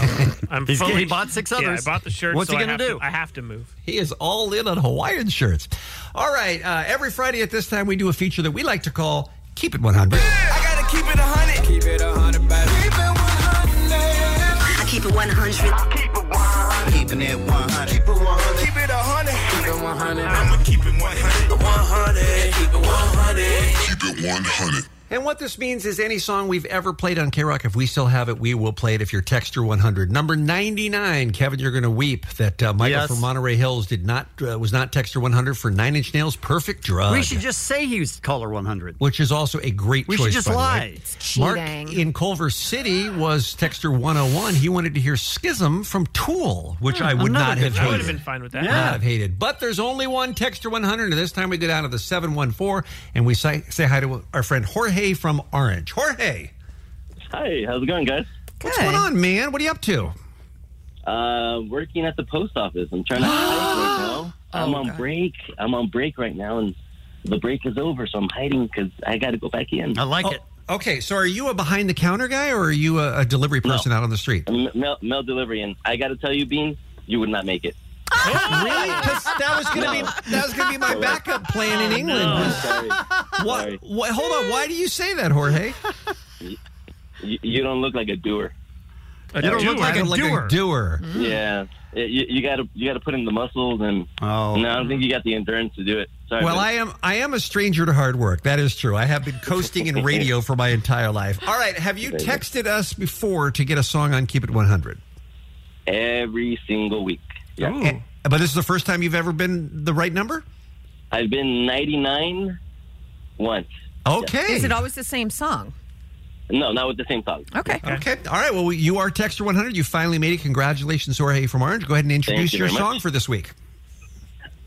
[SPEAKER 14] I'm
[SPEAKER 15] He's-
[SPEAKER 14] fully,
[SPEAKER 15] he bought six
[SPEAKER 14] Yeah, I
[SPEAKER 15] others.
[SPEAKER 14] bought the shirt.
[SPEAKER 15] What's
[SPEAKER 14] so
[SPEAKER 15] he
[SPEAKER 14] I
[SPEAKER 15] gonna
[SPEAKER 14] have
[SPEAKER 15] do?
[SPEAKER 14] I have to move.
[SPEAKER 15] He is all in on Hawaiian shirts. All right. Uh, every Friday at this time, we do a feature that we like to call "Keep It 100."
[SPEAKER 6] Gotta keep it a hundred. Keep it a hundred, baby. Keep it one hundred. I keep it one hundred. Keep it one hundred. Keeping it one hundred. Keep it one hundred. Keep it a hundred. Keep it one hundred. I'ma keep it one hundred. One hundred. Keep it one hundred. Keep it one hundred.
[SPEAKER 15] And what this means is any song we've ever played on K Rock, if we still have it, we will play it if you're Texture 100. Number 99, Kevin, you're going to weep that uh, Michael
[SPEAKER 7] Yes.
[SPEAKER 15] from Monterey Hills did not uh, was not Texture 100 for Nine Inch Nails' Perfect Drug.
[SPEAKER 7] We should just say he was caller 100.
[SPEAKER 15] which is also a great
[SPEAKER 7] We should
[SPEAKER 15] choice.
[SPEAKER 7] just
[SPEAKER 15] by the way.
[SPEAKER 7] lie. It's
[SPEAKER 15] Mark in Culver City was Texture 101. He wanted to hear Schism from Tool, which I would
[SPEAKER 14] Hmm, Another
[SPEAKER 15] not
[SPEAKER 14] good
[SPEAKER 15] have
[SPEAKER 14] choice. I
[SPEAKER 15] hated.
[SPEAKER 14] would have been fine with that.
[SPEAKER 15] Not have hated. But there's only one Texture 100, and this time we did out of the 714, and we say, say hi to our friend Jorge from Orange. Jorge.
[SPEAKER 18] Hi, how's it going, guys?
[SPEAKER 15] What's going on, man? What are you up to?
[SPEAKER 18] Uh, working at the post office. I'm trying to hide right now. I'm on break. I'm on break right now, and the break is over, so I'm hiding because I got to go back in. I like
[SPEAKER 15] it. Oh, Okay, so are you a behind the counter guy or are you a, a delivery person out on the street?
[SPEAKER 18] Mail, mail delivery, and I got to tell you, Bean, you would not make it.
[SPEAKER 15] really? Because that was gonna be that was gonna be my backup plan in England. What, what? Hold on. Why do you say that, Jorge?
[SPEAKER 18] You, you don't look like a doer. Mm.
[SPEAKER 15] You don't look like a doer. doer.
[SPEAKER 18] Yeah, It- you, you gotta you gotta put in the muscles, and no, I don't think you got the endurance to do it. Sorry.
[SPEAKER 15] Oh. Well,
[SPEAKER 18] man.
[SPEAKER 15] I am. I am a stranger to hard work. That is true. I have been coasting in radio for my entire life. All right. uh, Have you texted us before to get a song on Keep It One Hundred?
[SPEAKER 18] every single week. Yeah.
[SPEAKER 15] But this is the first time you've ever been the right number.
[SPEAKER 18] I've been 99 once.
[SPEAKER 15] Okay.
[SPEAKER 12] Is it always the same song?
[SPEAKER 18] No, not with the same song.
[SPEAKER 15] Oh.
[SPEAKER 12] Okay.
[SPEAKER 15] Okay. All right. Well, you are Texter 100. You finally made it. Congratulations, Jorge from Orange. Go ahead and introduce
[SPEAKER 18] you
[SPEAKER 15] your
[SPEAKER 18] very much.
[SPEAKER 15] song for this week.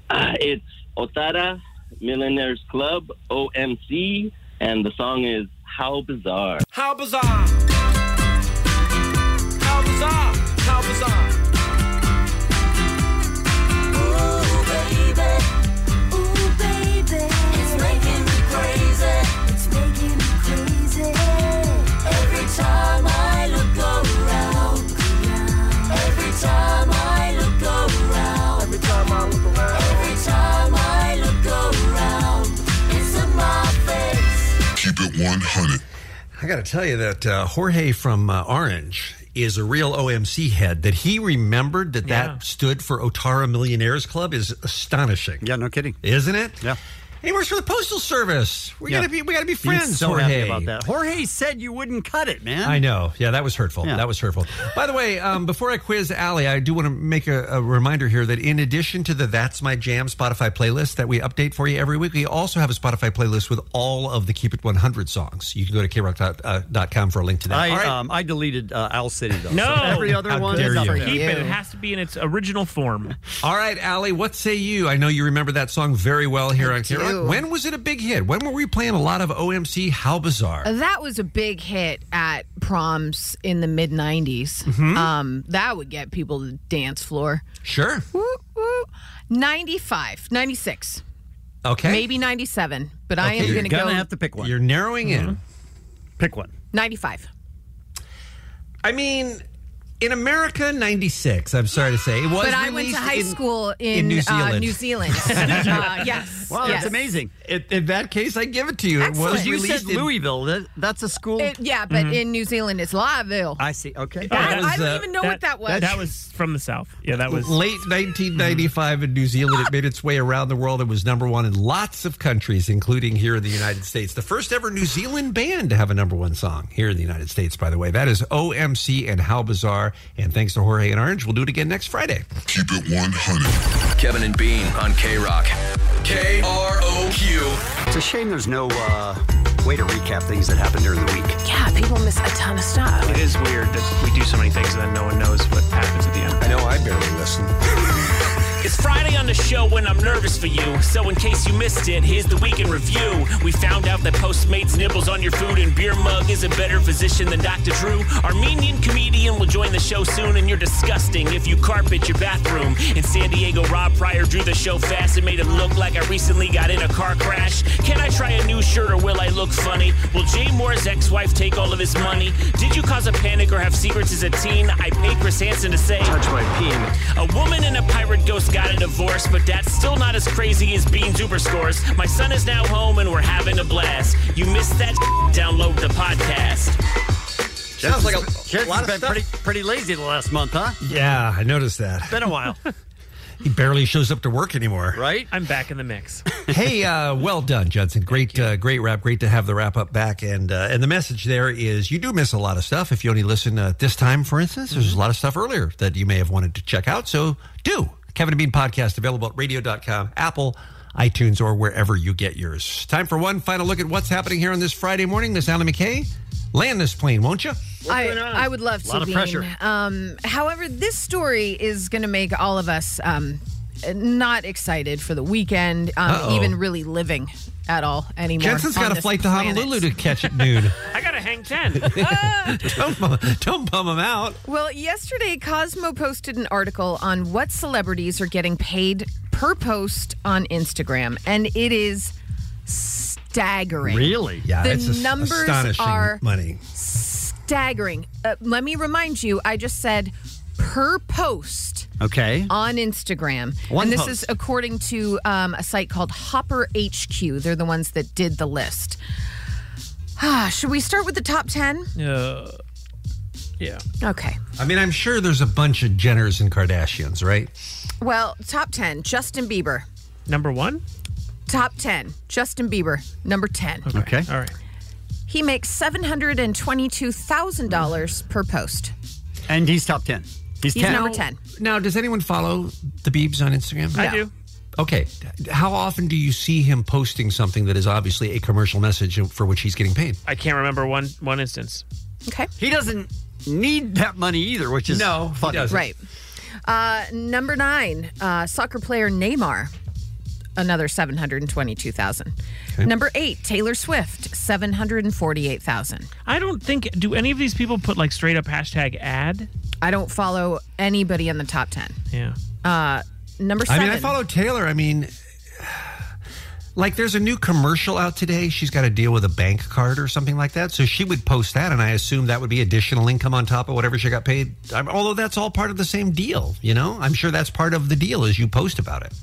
[SPEAKER 18] Uh, it's Otara Millionaires Club, OMC, and the song is How Bizarre.
[SPEAKER 6] How bizarre. How bizarre. How bizarre. Ooh, baby. Ooh, baby. It's making me crazy. It's making me crazy. Every time I look around. Every time I look around. Every time I look around. Every time I look around. It's in my face.
[SPEAKER 15] Keep it 100. I got to tell you that uh, Jorge from uh, Orange is a real OMC head. That he remembered that that stood for Otara Millionaires Club is astonishing. Yeah, no kidding. Isn't it? Yeah. He works for the Postal Service. We
[SPEAKER 7] Yeah.
[SPEAKER 15] gotta be we gotta be
[SPEAKER 7] He's
[SPEAKER 15] friends.
[SPEAKER 7] so
[SPEAKER 15] Jorge.
[SPEAKER 7] happy about that. Jorge said you wouldn't cut it, man.
[SPEAKER 15] I know. Yeah, that was hurtful. That was hurtful. By the way, um, before I quiz Allie, I do want to make a, a reminder here that in addition to the That's My Jam Spotify playlist that we update for you every week, we also have a Spotify playlist with all of the Keep It 100 songs. You can go to krock.com for a link to that.
[SPEAKER 7] I
[SPEAKER 15] all right.
[SPEAKER 7] um I deleted uh, Owl City though.
[SPEAKER 14] No,
[SPEAKER 7] so every other
[SPEAKER 15] How
[SPEAKER 7] one
[SPEAKER 15] dare
[SPEAKER 7] is up
[SPEAKER 15] you.
[SPEAKER 7] for
[SPEAKER 15] Keep
[SPEAKER 7] you.
[SPEAKER 14] Keep it. It has to be in its original form.
[SPEAKER 15] All right, Allie, what say you? I know you remember that song very well here on
[SPEAKER 12] do.
[SPEAKER 15] Krock. When was it a big hit? When were we playing a lot of OMC How Bizarre?
[SPEAKER 12] That was a big hit at proms in the mid 90s.
[SPEAKER 15] Mhm.
[SPEAKER 12] Um, that would get people to the dance floor.
[SPEAKER 15] Sure.
[SPEAKER 12] Woo, woo. 95, 96,
[SPEAKER 15] Okay.
[SPEAKER 12] maybe 97, but I
[SPEAKER 15] Okay,
[SPEAKER 12] am
[SPEAKER 15] you're
[SPEAKER 12] going to go
[SPEAKER 15] to pick one. You're narrowing in.
[SPEAKER 7] Pick one.
[SPEAKER 12] 95.
[SPEAKER 15] I mean, in America, 96, I'm sorry to say. It was
[SPEAKER 12] but I went to
[SPEAKER 15] released
[SPEAKER 12] high
[SPEAKER 15] in-
[SPEAKER 12] school in,
[SPEAKER 15] in New
[SPEAKER 12] Uh,
[SPEAKER 15] Zealand.
[SPEAKER 12] New Zealand. uh, yes.
[SPEAKER 7] Wow,
[SPEAKER 12] yes.
[SPEAKER 7] that's amazing.
[SPEAKER 15] In, in that case, I give it to you.
[SPEAKER 7] It was
[SPEAKER 12] Excellent.
[SPEAKER 7] you
[SPEAKER 12] You
[SPEAKER 7] said
[SPEAKER 12] said
[SPEAKER 7] Louisville. That, that's a school.
[SPEAKER 12] It- yeah, but
[SPEAKER 15] Mm-hmm.
[SPEAKER 12] in New Zealand, it's Liaville.
[SPEAKER 7] I see. Okay.
[SPEAKER 12] I- I don't even know what that was.
[SPEAKER 14] uh, That was from the South. Yeah, that was
[SPEAKER 15] late 1995 in New Zealand. It made its way around the world. It was number one in lots of countries, including here in the United States. The first ever New Zealand band to have a number one song here in the United States, by the way. That is OMC and How Bizarre. And thanks to Jorge and Orange, we'll do it again next Friday.
[SPEAKER 17] Keep it 100. Kevin and Bean on K Rock. K R O Q.
[SPEAKER 7] It's a shame there's no uh, way to recap things that happened during the week.
[SPEAKER 29] Yeah, people miss a ton of stuff.
[SPEAKER 32] It is weird that we do so many things and then no one knows what happens at the end. I know I barely listen.
[SPEAKER 29] It's Friday on the show when I'm nervous for you. So in case you missed it, here's the weekend review. We found out that Postmates nibbles on your food and beer mug is a better physician than Dr. Drew. Armenian comedian will join the show soon, and you're disgusting if you carpet your bathroom. In San Diego, Rob Pryor drew the show fast and made it look like I recently got in a car crash. Can I try a new shirt or will I look funny? Will Jay Moore's ex-wife take all of his money? Did you cause a panic or have secrets as a teen? I paid Chris Hansen to say. Touch my peen. A woman and a pirate ghost got a divorce, but that's still not as crazy as Bean Uber scores. My son is now home and we're having a blast. You missed that? Download the podcast.
[SPEAKER 7] Sounds like a lot of been pretty pretty lazy the last month, huh?
[SPEAKER 15] Yeah, I noticed that.
[SPEAKER 7] Been a while.
[SPEAKER 15] He barely shows up to work anymore.
[SPEAKER 7] Right?
[SPEAKER 14] I'm back in the mix.
[SPEAKER 15] hey, uh, well done, Judson. Great, uh, great wrap. Great to have the wrap up back. And uh, and the message there is you do miss a lot of stuff if you only listen uh, this time. For instance,
[SPEAKER 12] Mm-hmm.
[SPEAKER 15] there's a lot of stuff earlier that you may have wanted to check out. So do Kevin and Bean podcast available at radio.com, Apple, iTunes, or wherever you get yours. Time for one final look at what's happening here on this Friday morning. Miss Allie McKay, land this plane, won't you?
[SPEAKER 12] I, I would love to.
[SPEAKER 15] Lot of
[SPEAKER 12] Bean.
[SPEAKER 15] pressure.
[SPEAKER 12] Um, however, this story is going to make all of us um, not excited for the weekend, um,
[SPEAKER 15] Uh-oh.
[SPEAKER 12] even really living at all anymore.
[SPEAKER 15] Jensen's
[SPEAKER 12] on
[SPEAKER 15] got a
[SPEAKER 12] this
[SPEAKER 15] flight to
[SPEAKER 12] planet.
[SPEAKER 15] Honolulu to catch at noon.
[SPEAKER 14] I gotta hang ten.
[SPEAKER 15] don't, bum- don't bum him out.
[SPEAKER 12] Well, yesterday, Cosmo posted an article on what celebrities are getting paid per post on Instagram, and it is staggering.
[SPEAKER 15] Yeah,
[SPEAKER 12] the
[SPEAKER 15] it's as-
[SPEAKER 12] numbers
[SPEAKER 15] astonishing
[SPEAKER 12] are
[SPEAKER 15] money.
[SPEAKER 12] staggering. Uh, let me remind you, I just said per post.
[SPEAKER 7] Okay.
[SPEAKER 12] On Instagram.
[SPEAKER 7] One
[SPEAKER 12] and this
[SPEAKER 7] post.
[SPEAKER 12] is according to um, a site called Hopper HQ. They're the ones that did the list. Ah, should we start with the top 10?
[SPEAKER 14] Uh,
[SPEAKER 15] yeah.
[SPEAKER 12] Okay.
[SPEAKER 15] I mean, I'm sure there's a bunch of Jenners and Kardashians, right?
[SPEAKER 12] Well, top 10, Justin Bieber.
[SPEAKER 14] Number one?
[SPEAKER 12] Top 10, Justin Bieber, number 10.
[SPEAKER 7] Okay.
[SPEAKER 14] All right.
[SPEAKER 12] He makes $722,000 per post.
[SPEAKER 7] And he's top 10. He's,
[SPEAKER 12] He's
[SPEAKER 7] 10.
[SPEAKER 12] number 10.
[SPEAKER 15] Now, does anyone follow the Beebs on Instagram?
[SPEAKER 12] I No. do.
[SPEAKER 15] Okay. How often do you see him posting something that is obviously a commercial message for which he's getting paid?
[SPEAKER 14] I can't remember one one instance.
[SPEAKER 12] Okay.
[SPEAKER 7] He doesn't need that money either, which is no, funny.
[SPEAKER 12] Right. Uh, number nine, uh, soccer player Neymar, another seven hundred and twenty-two thousand.
[SPEAKER 14] Okay.
[SPEAKER 12] Number eight, Taylor Swift, seven hundred and forty-eight thousand.
[SPEAKER 14] I don't think do any of these people put like straight up hashtag ad?
[SPEAKER 12] I don't follow anybody in the top ten.
[SPEAKER 14] Yeah.
[SPEAKER 12] Uh, number
[SPEAKER 15] I
[SPEAKER 12] seven.
[SPEAKER 15] mean, I follow Taylor. I mean, like, there's a new commercial out today. She's got to deal with a bank card or something like that. So she would post that, and I assume that would be additional income on top of whatever she got paid. I'm, although that's all part of the same deal, you know? I'm sure that's part of the deal is you post about it.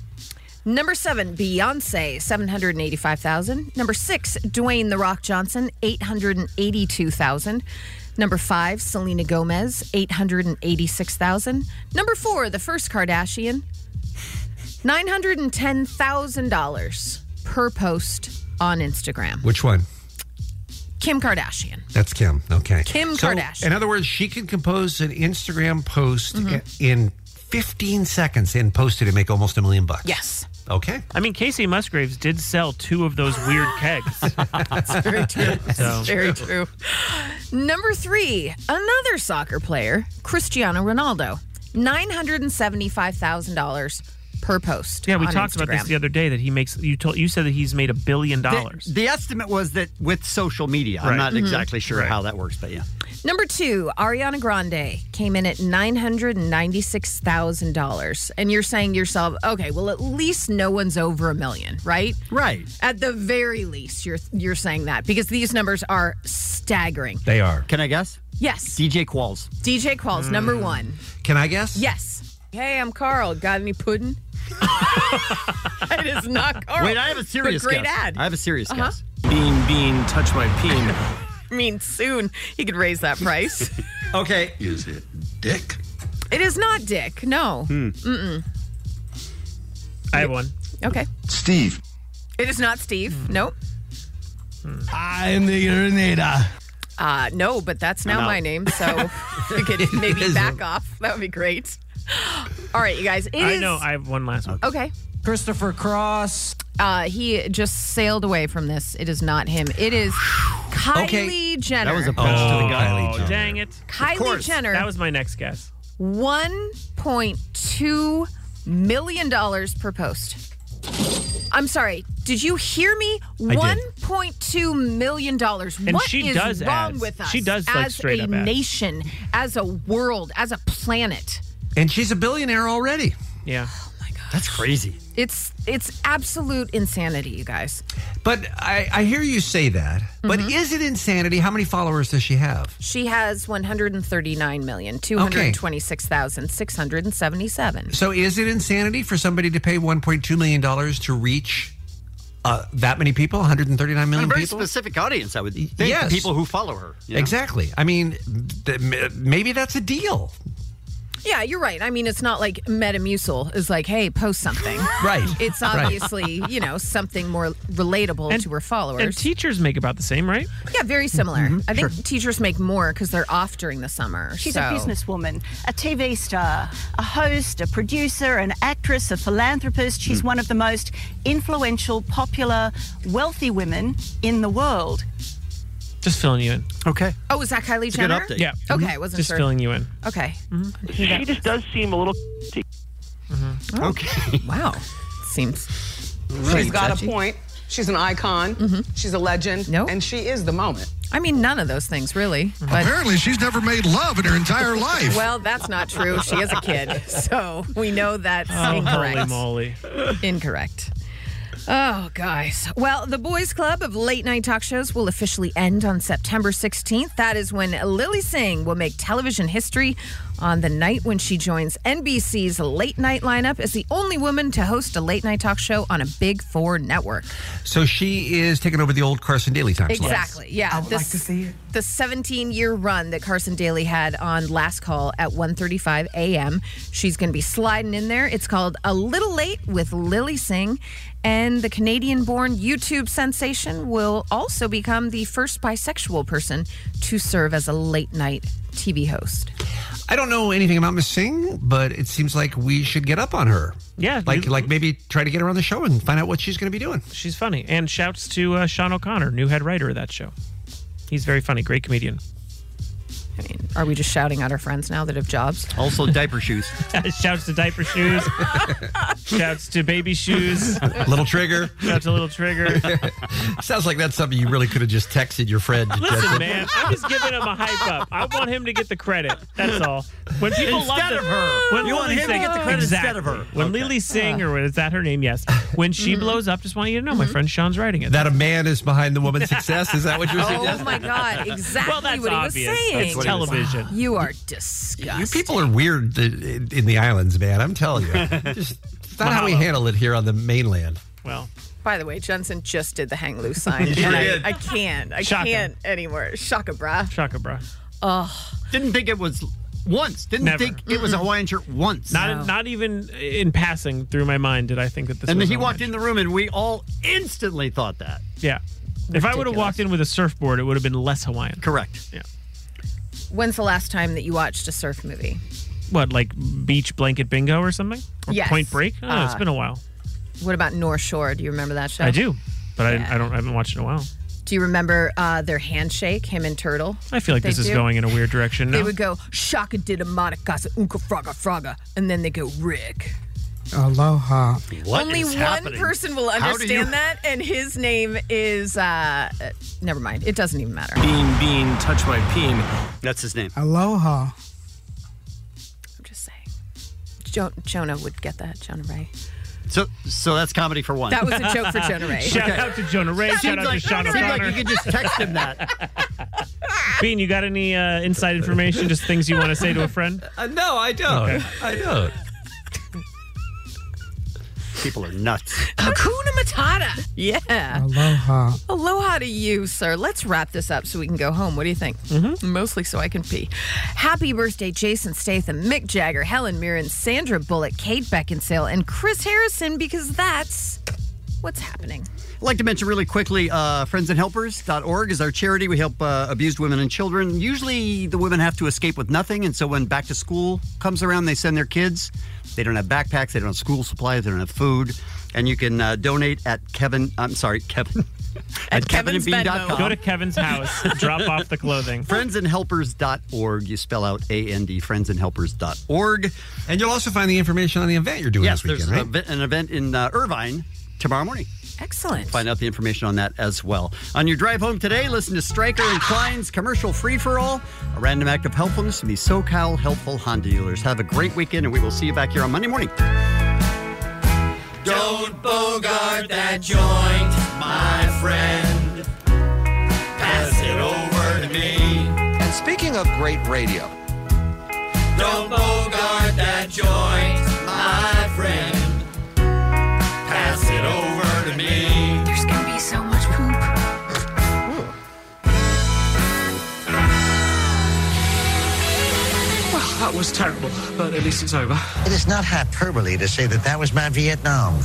[SPEAKER 12] Number seven, Beyonce, seven hundred and eighty-five thousand. Number six, Dwayne the Rock Johnson, eight hundred and eighty-two thousand. Number five, Selena Gomez, eight hundred and eighty-six thousand. Number four, the first Kardashian, nine hundred and ten thousand dollars per post on Instagram.
[SPEAKER 15] Which one?
[SPEAKER 12] Kim Kardashian.
[SPEAKER 15] That's Kim. Okay.
[SPEAKER 12] Kim Kardashian.
[SPEAKER 15] In other words, she can compose an Instagram post
[SPEAKER 12] Mm-hmm.
[SPEAKER 15] in 15 seconds and post it and make almost a million bucks.
[SPEAKER 12] Yes.
[SPEAKER 15] Okay.
[SPEAKER 14] I mean, Casey Musgraves did sell two of those weird kegs. That's
[SPEAKER 12] very true.
[SPEAKER 14] So.
[SPEAKER 12] Very true. Number three, another soccer player, Cristiano Ronaldo. $975,000 per post.
[SPEAKER 14] Yeah, we
[SPEAKER 12] on
[SPEAKER 14] talked about this
[SPEAKER 12] Instagram.
[SPEAKER 14] the other day that he makes. You told you said that he's made a billion
[SPEAKER 7] The,
[SPEAKER 14] dollars.
[SPEAKER 7] the estimate was that with social media.
[SPEAKER 14] Right.
[SPEAKER 7] I'm not
[SPEAKER 12] Mhm.
[SPEAKER 7] exactly sure
[SPEAKER 14] Right.
[SPEAKER 7] how that works, but yeah.
[SPEAKER 12] Number two, Ariana Grande came in at nine hundred and ninety-six thousand dollars, and you're saying to yourself, "Okay, well, at least no one's over a million, right?"
[SPEAKER 7] Right.
[SPEAKER 12] At the very least, you're you're saying that because these numbers are staggering.
[SPEAKER 15] They are.
[SPEAKER 7] Can I guess?
[SPEAKER 12] Yes,
[SPEAKER 7] DJ Qualls.
[SPEAKER 12] DJ Qualls, number
[SPEAKER 14] Mm.
[SPEAKER 12] one.
[SPEAKER 15] Can I guess?
[SPEAKER 12] Yes. Hey, I'm Carl. Got any pudding? it is not Carl.
[SPEAKER 7] Wait, I have a serious
[SPEAKER 12] but great
[SPEAKER 7] guess.
[SPEAKER 12] ad.
[SPEAKER 7] I have a serious
[SPEAKER 12] Uh-huh.
[SPEAKER 7] guess.
[SPEAKER 32] Bean, bean, touch my peen.
[SPEAKER 12] I mean, soon he could raise that price.
[SPEAKER 7] okay.
[SPEAKER 17] Is it dick?
[SPEAKER 12] it is not Dick. No.
[SPEAKER 17] Hmm.
[SPEAKER 12] Mm-mm.
[SPEAKER 14] I have one.
[SPEAKER 12] Okay.
[SPEAKER 17] Steve.
[SPEAKER 12] It is not Steve.
[SPEAKER 7] Hmm.
[SPEAKER 12] Nope.
[SPEAKER 17] I am the urinator.
[SPEAKER 12] Uh, no, but that's now
[SPEAKER 17] I'm out.
[SPEAKER 12] my name, so you could maybe back off. That would be great. All right, you guys. It is
[SPEAKER 14] I know. I have one last one.
[SPEAKER 12] okay. Christopher Cross. Uh, he just sailed away from this. It is not him. It is Kylie Jenner.
[SPEAKER 14] oh,
[SPEAKER 15] Kylie Jenner.
[SPEAKER 14] Dang it.
[SPEAKER 12] Kylie Of course. Jenner.
[SPEAKER 14] That was my next guess.
[SPEAKER 12] One point two million dollars per post. I'm sorry. Did you hear
[SPEAKER 14] I
[SPEAKER 12] me?
[SPEAKER 14] did.
[SPEAKER 12] One point two million dollars.
[SPEAKER 14] And
[SPEAKER 12] What
[SPEAKER 14] she
[SPEAKER 12] is
[SPEAKER 14] does
[SPEAKER 12] wrong
[SPEAKER 14] ads.
[SPEAKER 12] with us?
[SPEAKER 14] She does, like,
[SPEAKER 12] as
[SPEAKER 14] straight
[SPEAKER 12] a
[SPEAKER 14] up ads.
[SPEAKER 12] nation, as a world, as a planet.
[SPEAKER 15] And she's a billionaire already.
[SPEAKER 14] Yeah.
[SPEAKER 12] Oh,
[SPEAKER 7] That's crazy.
[SPEAKER 12] It's it's absolute insanity, you guys.
[SPEAKER 15] But I, I hear you say that. But
[SPEAKER 12] Mm-hmm.
[SPEAKER 15] is it insanity? How many followers does she have?
[SPEAKER 12] She has 139,226,677.
[SPEAKER 15] So is it insanity for somebody to pay $1.2 million to reach uh, that many people, 139
[SPEAKER 7] A
[SPEAKER 15] million
[SPEAKER 7] very
[SPEAKER 15] people?
[SPEAKER 7] specific audience, I would think. the
[SPEAKER 15] Yes.
[SPEAKER 7] People who follow her. you know?
[SPEAKER 15] Exactly. I mean, th- m- maybe that's a deal.
[SPEAKER 12] Yeah, you're right. I mean, it's not like Metamucil is like, hey, post something.
[SPEAKER 15] Right.
[SPEAKER 12] It's
[SPEAKER 14] Right.
[SPEAKER 12] obviously, you know, something more relatable
[SPEAKER 14] And-
[SPEAKER 12] to her
[SPEAKER 14] And
[SPEAKER 12] followers.
[SPEAKER 14] teachers make about the same, right?
[SPEAKER 12] yeah, very similar.
[SPEAKER 14] Mm-hmm,
[SPEAKER 12] I think teachers make more because they're off during the summer.
[SPEAKER 34] She's
[SPEAKER 12] so.
[SPEAKER 34] a businesswoman, a TV star, a host, a producer, an actress, a philanthropist.
[SPEAKER 15] Hmm.
[SPEAKER 34] She's one of the most influential, popular, wealthy women in the world.
[SPEAKER 14] Just filling you in.
[SPEAKER 7] Okay.
[SPEAKER 12] Oh, is that Kylie
[SPEAKER 14] It's a good
[SPEAKER 12] Jenner?
[SPEAKER 14] update. Yeah.
[SPEAKER 12] Okay,
[SPEAKER 14] Mhm.
[SPEAKER 12] I wasn't
[SPEAKER 14] Just
[SPEAKER 12] sure.
[SPEAKER 14] filling you in.
[SPEAKER 12] Okay. Mm-hmm.
[SPEAKER 30] She just does seem a little.
[SPEAKER 12] Okay. Mm-hmm. Wow. Seems.
[SPEAKER 26] She's got a point. She's an icon. She's a legend. And she is the moment.
[SPEAKER 12] Mm-hmm. I mean, none of those things, really. But
[SPEAKER 26] Apparently, she's never made love in her entire life.
[SPEAKER 12] Well, that's not true. She is a kid. So we know that's
[SPEAKER 14] Oh, holy
[SPEAKER 12] incorrect.
[SPEAKER 14] moly.
[SPEAKER 12] Incorrect. Oh, guys. Well, the boys' club of late night talk shows will officially end on September 16th. That is when Lily Singh will make television history on the night when she joins NBC's late night lineup as the only woman to host a late night talk show on a Big Four network.
[SPEAKER 15] So she is taking over the old Carson Daily time slot.
[SPEAKER 12] Exactly. Yeah. I would like to see it. The 17-year run that Carson Daly had on Last Call at 1:35 a.m. She's going to be sliding in there. It's called A Little Late with Lily Singh, and the Canadian-born YouTube sensation will also become the first bisexual person to serve as a late-night TV host.
[SPEAKER 15] I don't know anything about Miss Singh, but it seems like we should get up on her.
[SPEAKER 14] Yeah,
[SPEAKER 15] like
[SPEAKER 14] you-
[SPEAKER 15] like maybe try to get her on the show and find out what she's going to be doing.
[SPEAKER 14] She's funny. And shouts to uh, Sean O'Connor, new head writer of that show. He's very funny. Great comedian.
[SPEAKER 12] Are we just shouting out our friends now that have jobs?
[SPEAKER 7] Also, diaper shoes.
[SPEAKER 14] shouts to diaper shoes. shouts to baby shoes.
[SPEAKER 15] Little trigger.
[SPEAKER 14] Shouts to little trigger.
[SPEAKER 15] Sounds like that's something you really could have just texted your friend.
[SPEAKER 14] Listen, man, I'm just giving him a hype up. I want him to get the credit. That's all. When people love
[SPEAKER 15] Instead
[SPEAKER 14] the-
[SPEAKER 15] of her.
[SPEAKER 14] when
[SPEAKER 15] You want
[SPEAKER 14] Lily
[SPEAKER 15] him to
[SPEAKER 14] Singh-
[SPEAKER 15] get the credit instead
[SPEAKER 14] Exactly.
[SPEAKER 15] of her.
[SPEAKER 14] When
[SPEAKER 15] Okay. Mm-hmm.
[SPEAKER 14] Lily Sing, or is that her name? Yes. When she blows up, just want you to know, my friend Sean's writing it.
[SPEAKER 15] That a man is behind the woman's success. Is that what you were
[SPEAKER 12] Oh
[SPEAKER 15] suggesting?
[SPEAKER 12] my God! Exactly
[SPEAKER 14] Well, that's
[SPEAKER 12] what he
[SPEAKER 14] obvious.
[SPEAKER 12] was saying.
[SPEAKER 14] It's That's what he was television.
[SPEAKER 12] You are disgusting.
[SPEAKER 15] You people are weird th- in in the islands, man. I'm telling you. Just, it's not how we
[SPEAKER 12] Mahalo.
[SPEAKER 15] handle it here on the mainland.
[SPEAKER 14] Well,
[SPEAKER 12] By the way, Jensen just did the hang loose sign.
[SPEAKER 15] You
[SPEAKER 12] and
[SPEAKER 15] did.
[SPEAKER 12] I, I can't. I
[SPEAKER 15] Shaka.
[SPEAKER 12] can't anymore. Shaka bra.
[SPEAKER 14] Shaka bra.
[SPEAKER 12] Oh.
[SPEAKER 7] Didn't think it was
[SPEAKER 31] Once. Didn't
[SPEAKER 14] Never.
[SPEAKER 31] think it was a Hawaiian shirt once.
[SPEAKER 14] Not not even in passing through my mind did I think that this.
[SPEAKER 31] and
[SPEAKER 14] was
[SPEAKER 31] then he
[SPEAKER 14] a
[SPEAKER 31] walked in the room and we all instantly thought that.
[SPEAKER 14] Yeah. If I would have walked in with a surfboard, it would have been less Hawaiian.
[SPEAKER 31] Correct.
[SPEAKER 14] Yeah.
[SPEAKER 12] When's the last time that you watched a surf movie?
[SPEAKER 14] What, like beach blanket bingo or something? Or
[SPEAKER 12] Yes.
[SPEAKER 14] Point Break? I don't know, it's
[SPEAKER 12] Uh,
[SPEAKER 14] been a while.
[SPEAKER 12] What about North Shore? Do you remember that show?
[SPEAKER 14] I do, but I I, I don't. I haven't watched it in a while.
[SPEAKER 12] Do you remember uh, their handshake, him and Turtle?
[SPEAKER 14] I feel like
[SPEAKER 12] They
[SPEAKER 14] this is
[SPEAKER 12] do.
[SPEAKER 14] going in a weird direction.
[SPEAKER 12] They
[SPEAKER 14] now.
[SPEAKER 12] would go, Shaka did a monikasa unka fraga fraga, and then they go, Rick.
[SPEAKER 20] Aloha.
[SPEAKER 12] Only one person will
[SPEAKER 20] How do
[SPEAKER 12] understand
[SPEAKER 20] you-
[SPEAKER 12] that, and his name is, uh, uh, never mind. It doesn't even matter.
[SPEAKER 32] Bean, bean, touch my peen.
[SPEAKER 7] That's his name.
[SPEAKER 20] Aloha.
[SPEAKER 12] I'm just saying. Jo- Jonah would get that, Jonah Ray.
[SPEAKER 31] So so that's comedy for one.
[SPEAKER 12] That was a joke for Jonah Ray.
[SPEAKER 14] Shout out to Jonah Ray.
[SPEAKER 31] Seems
[SPEAKER 14] Shout out
[SPEAKER 31] like-
[SPEAKER 14] to Sean
[SPEAKER 31] seems
[SPEAKER 14] O'Connor.
[SPEAKER 31] like you could just text him that.
[SPEAKER 14] Bean, you got any uh, inside information? Just things you want to say to a friend?
[SPEAKER 15] Uh, no, I don't.
[SPEAKER 14] Okay.
[SPEAKER 15] I don't.
[SPEAKER 31] People are nuts.
[SPEAKER 12] Hakuna Matata. Yeah.
[SPEAKER 20] Aloha.
[SPEAKER 12] Aloha to you, sir. Let's wrap this up so we can go home. What do you think? Mm-hmm. Mostly so I can pee. Happy birthday, Jason Statham, Mick Jagger, Helen Mirren, Sandra Bullock, Kate Beckinsale, and Chris Harrison, because that's what's happening.
[SPEAKER 7] I'd like to mention really quickly uh, friendsandhelpers.org is our charity. We help uh, abused women and children. Usually the women have to escape with nothing. And so when back to school comes around, they send their kids. They don't have backpacks, they don't have school supplies, they don't have food. And you can uh, donate at Kevin, I'm sorry, Kevin. At,
[SPEAKER 14] Kevin's
[SPEAKER 7] kevinandbean.com.
[SPEAKER 14] Go to Kevin's house. drop off the clothing.
[SPEAKER 7] Friendsandhelpers.org. You spell out A N D, friendsandhelpers.org.
[SPEAKER 15] And you'll also find the information on the event you're doing
[SPEAKER 7] yes,
[SPEAKER 15] this weekend,
[SPEAKER 7] there's
[SPEAKER 15] right?
[SPEAKER 7] an event, an event in uh, Irvine tomorrow morning.
[SPEAKER 12] Excellent.
[SPEAKER 7] Find out the information on that as well. On your drive home today, listen to Stryker and Klein's commercial free for all, a random act of helpfulness from the SoCal Helpful Honda Dealers. Have a great weekend, and we will see you back here on Monday morning.
[SPEAKER 10] Don't bogart that joint, my friend. Pass it over to me.
[SPEAKER 5] And speaking of great radio,
[SPEAKER 10] Don't bogart that joint, my friend. Pass it over to me. There's gonna be so much poop.
[SPEAKER 35] Well, that was terrible, but at least it's over.
[SPEAKER 36] It is not hyperbole to say that that was my Vietnam.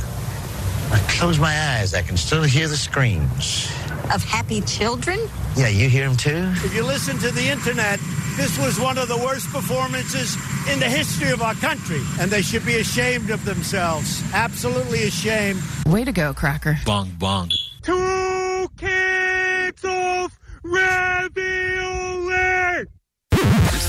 [SPEAKER 36] I close my eyes, I can still hear the screams.
[SPEAKER 24] Of happy children?
[SPEAKER 36] Yeah, you hear them too?
[SPEAKER 24] If you listen to the internet, this was one of the worst performances in the history of our country, and they should be ashamed of themselves. Absolutely ashamed.
[SPEAKER 12] Way to go, Crocker.
[SPEAKER 35] Bong, bong.
[SPEAKER 10] Two cans of ravioli.
[SPEAKER 17] It's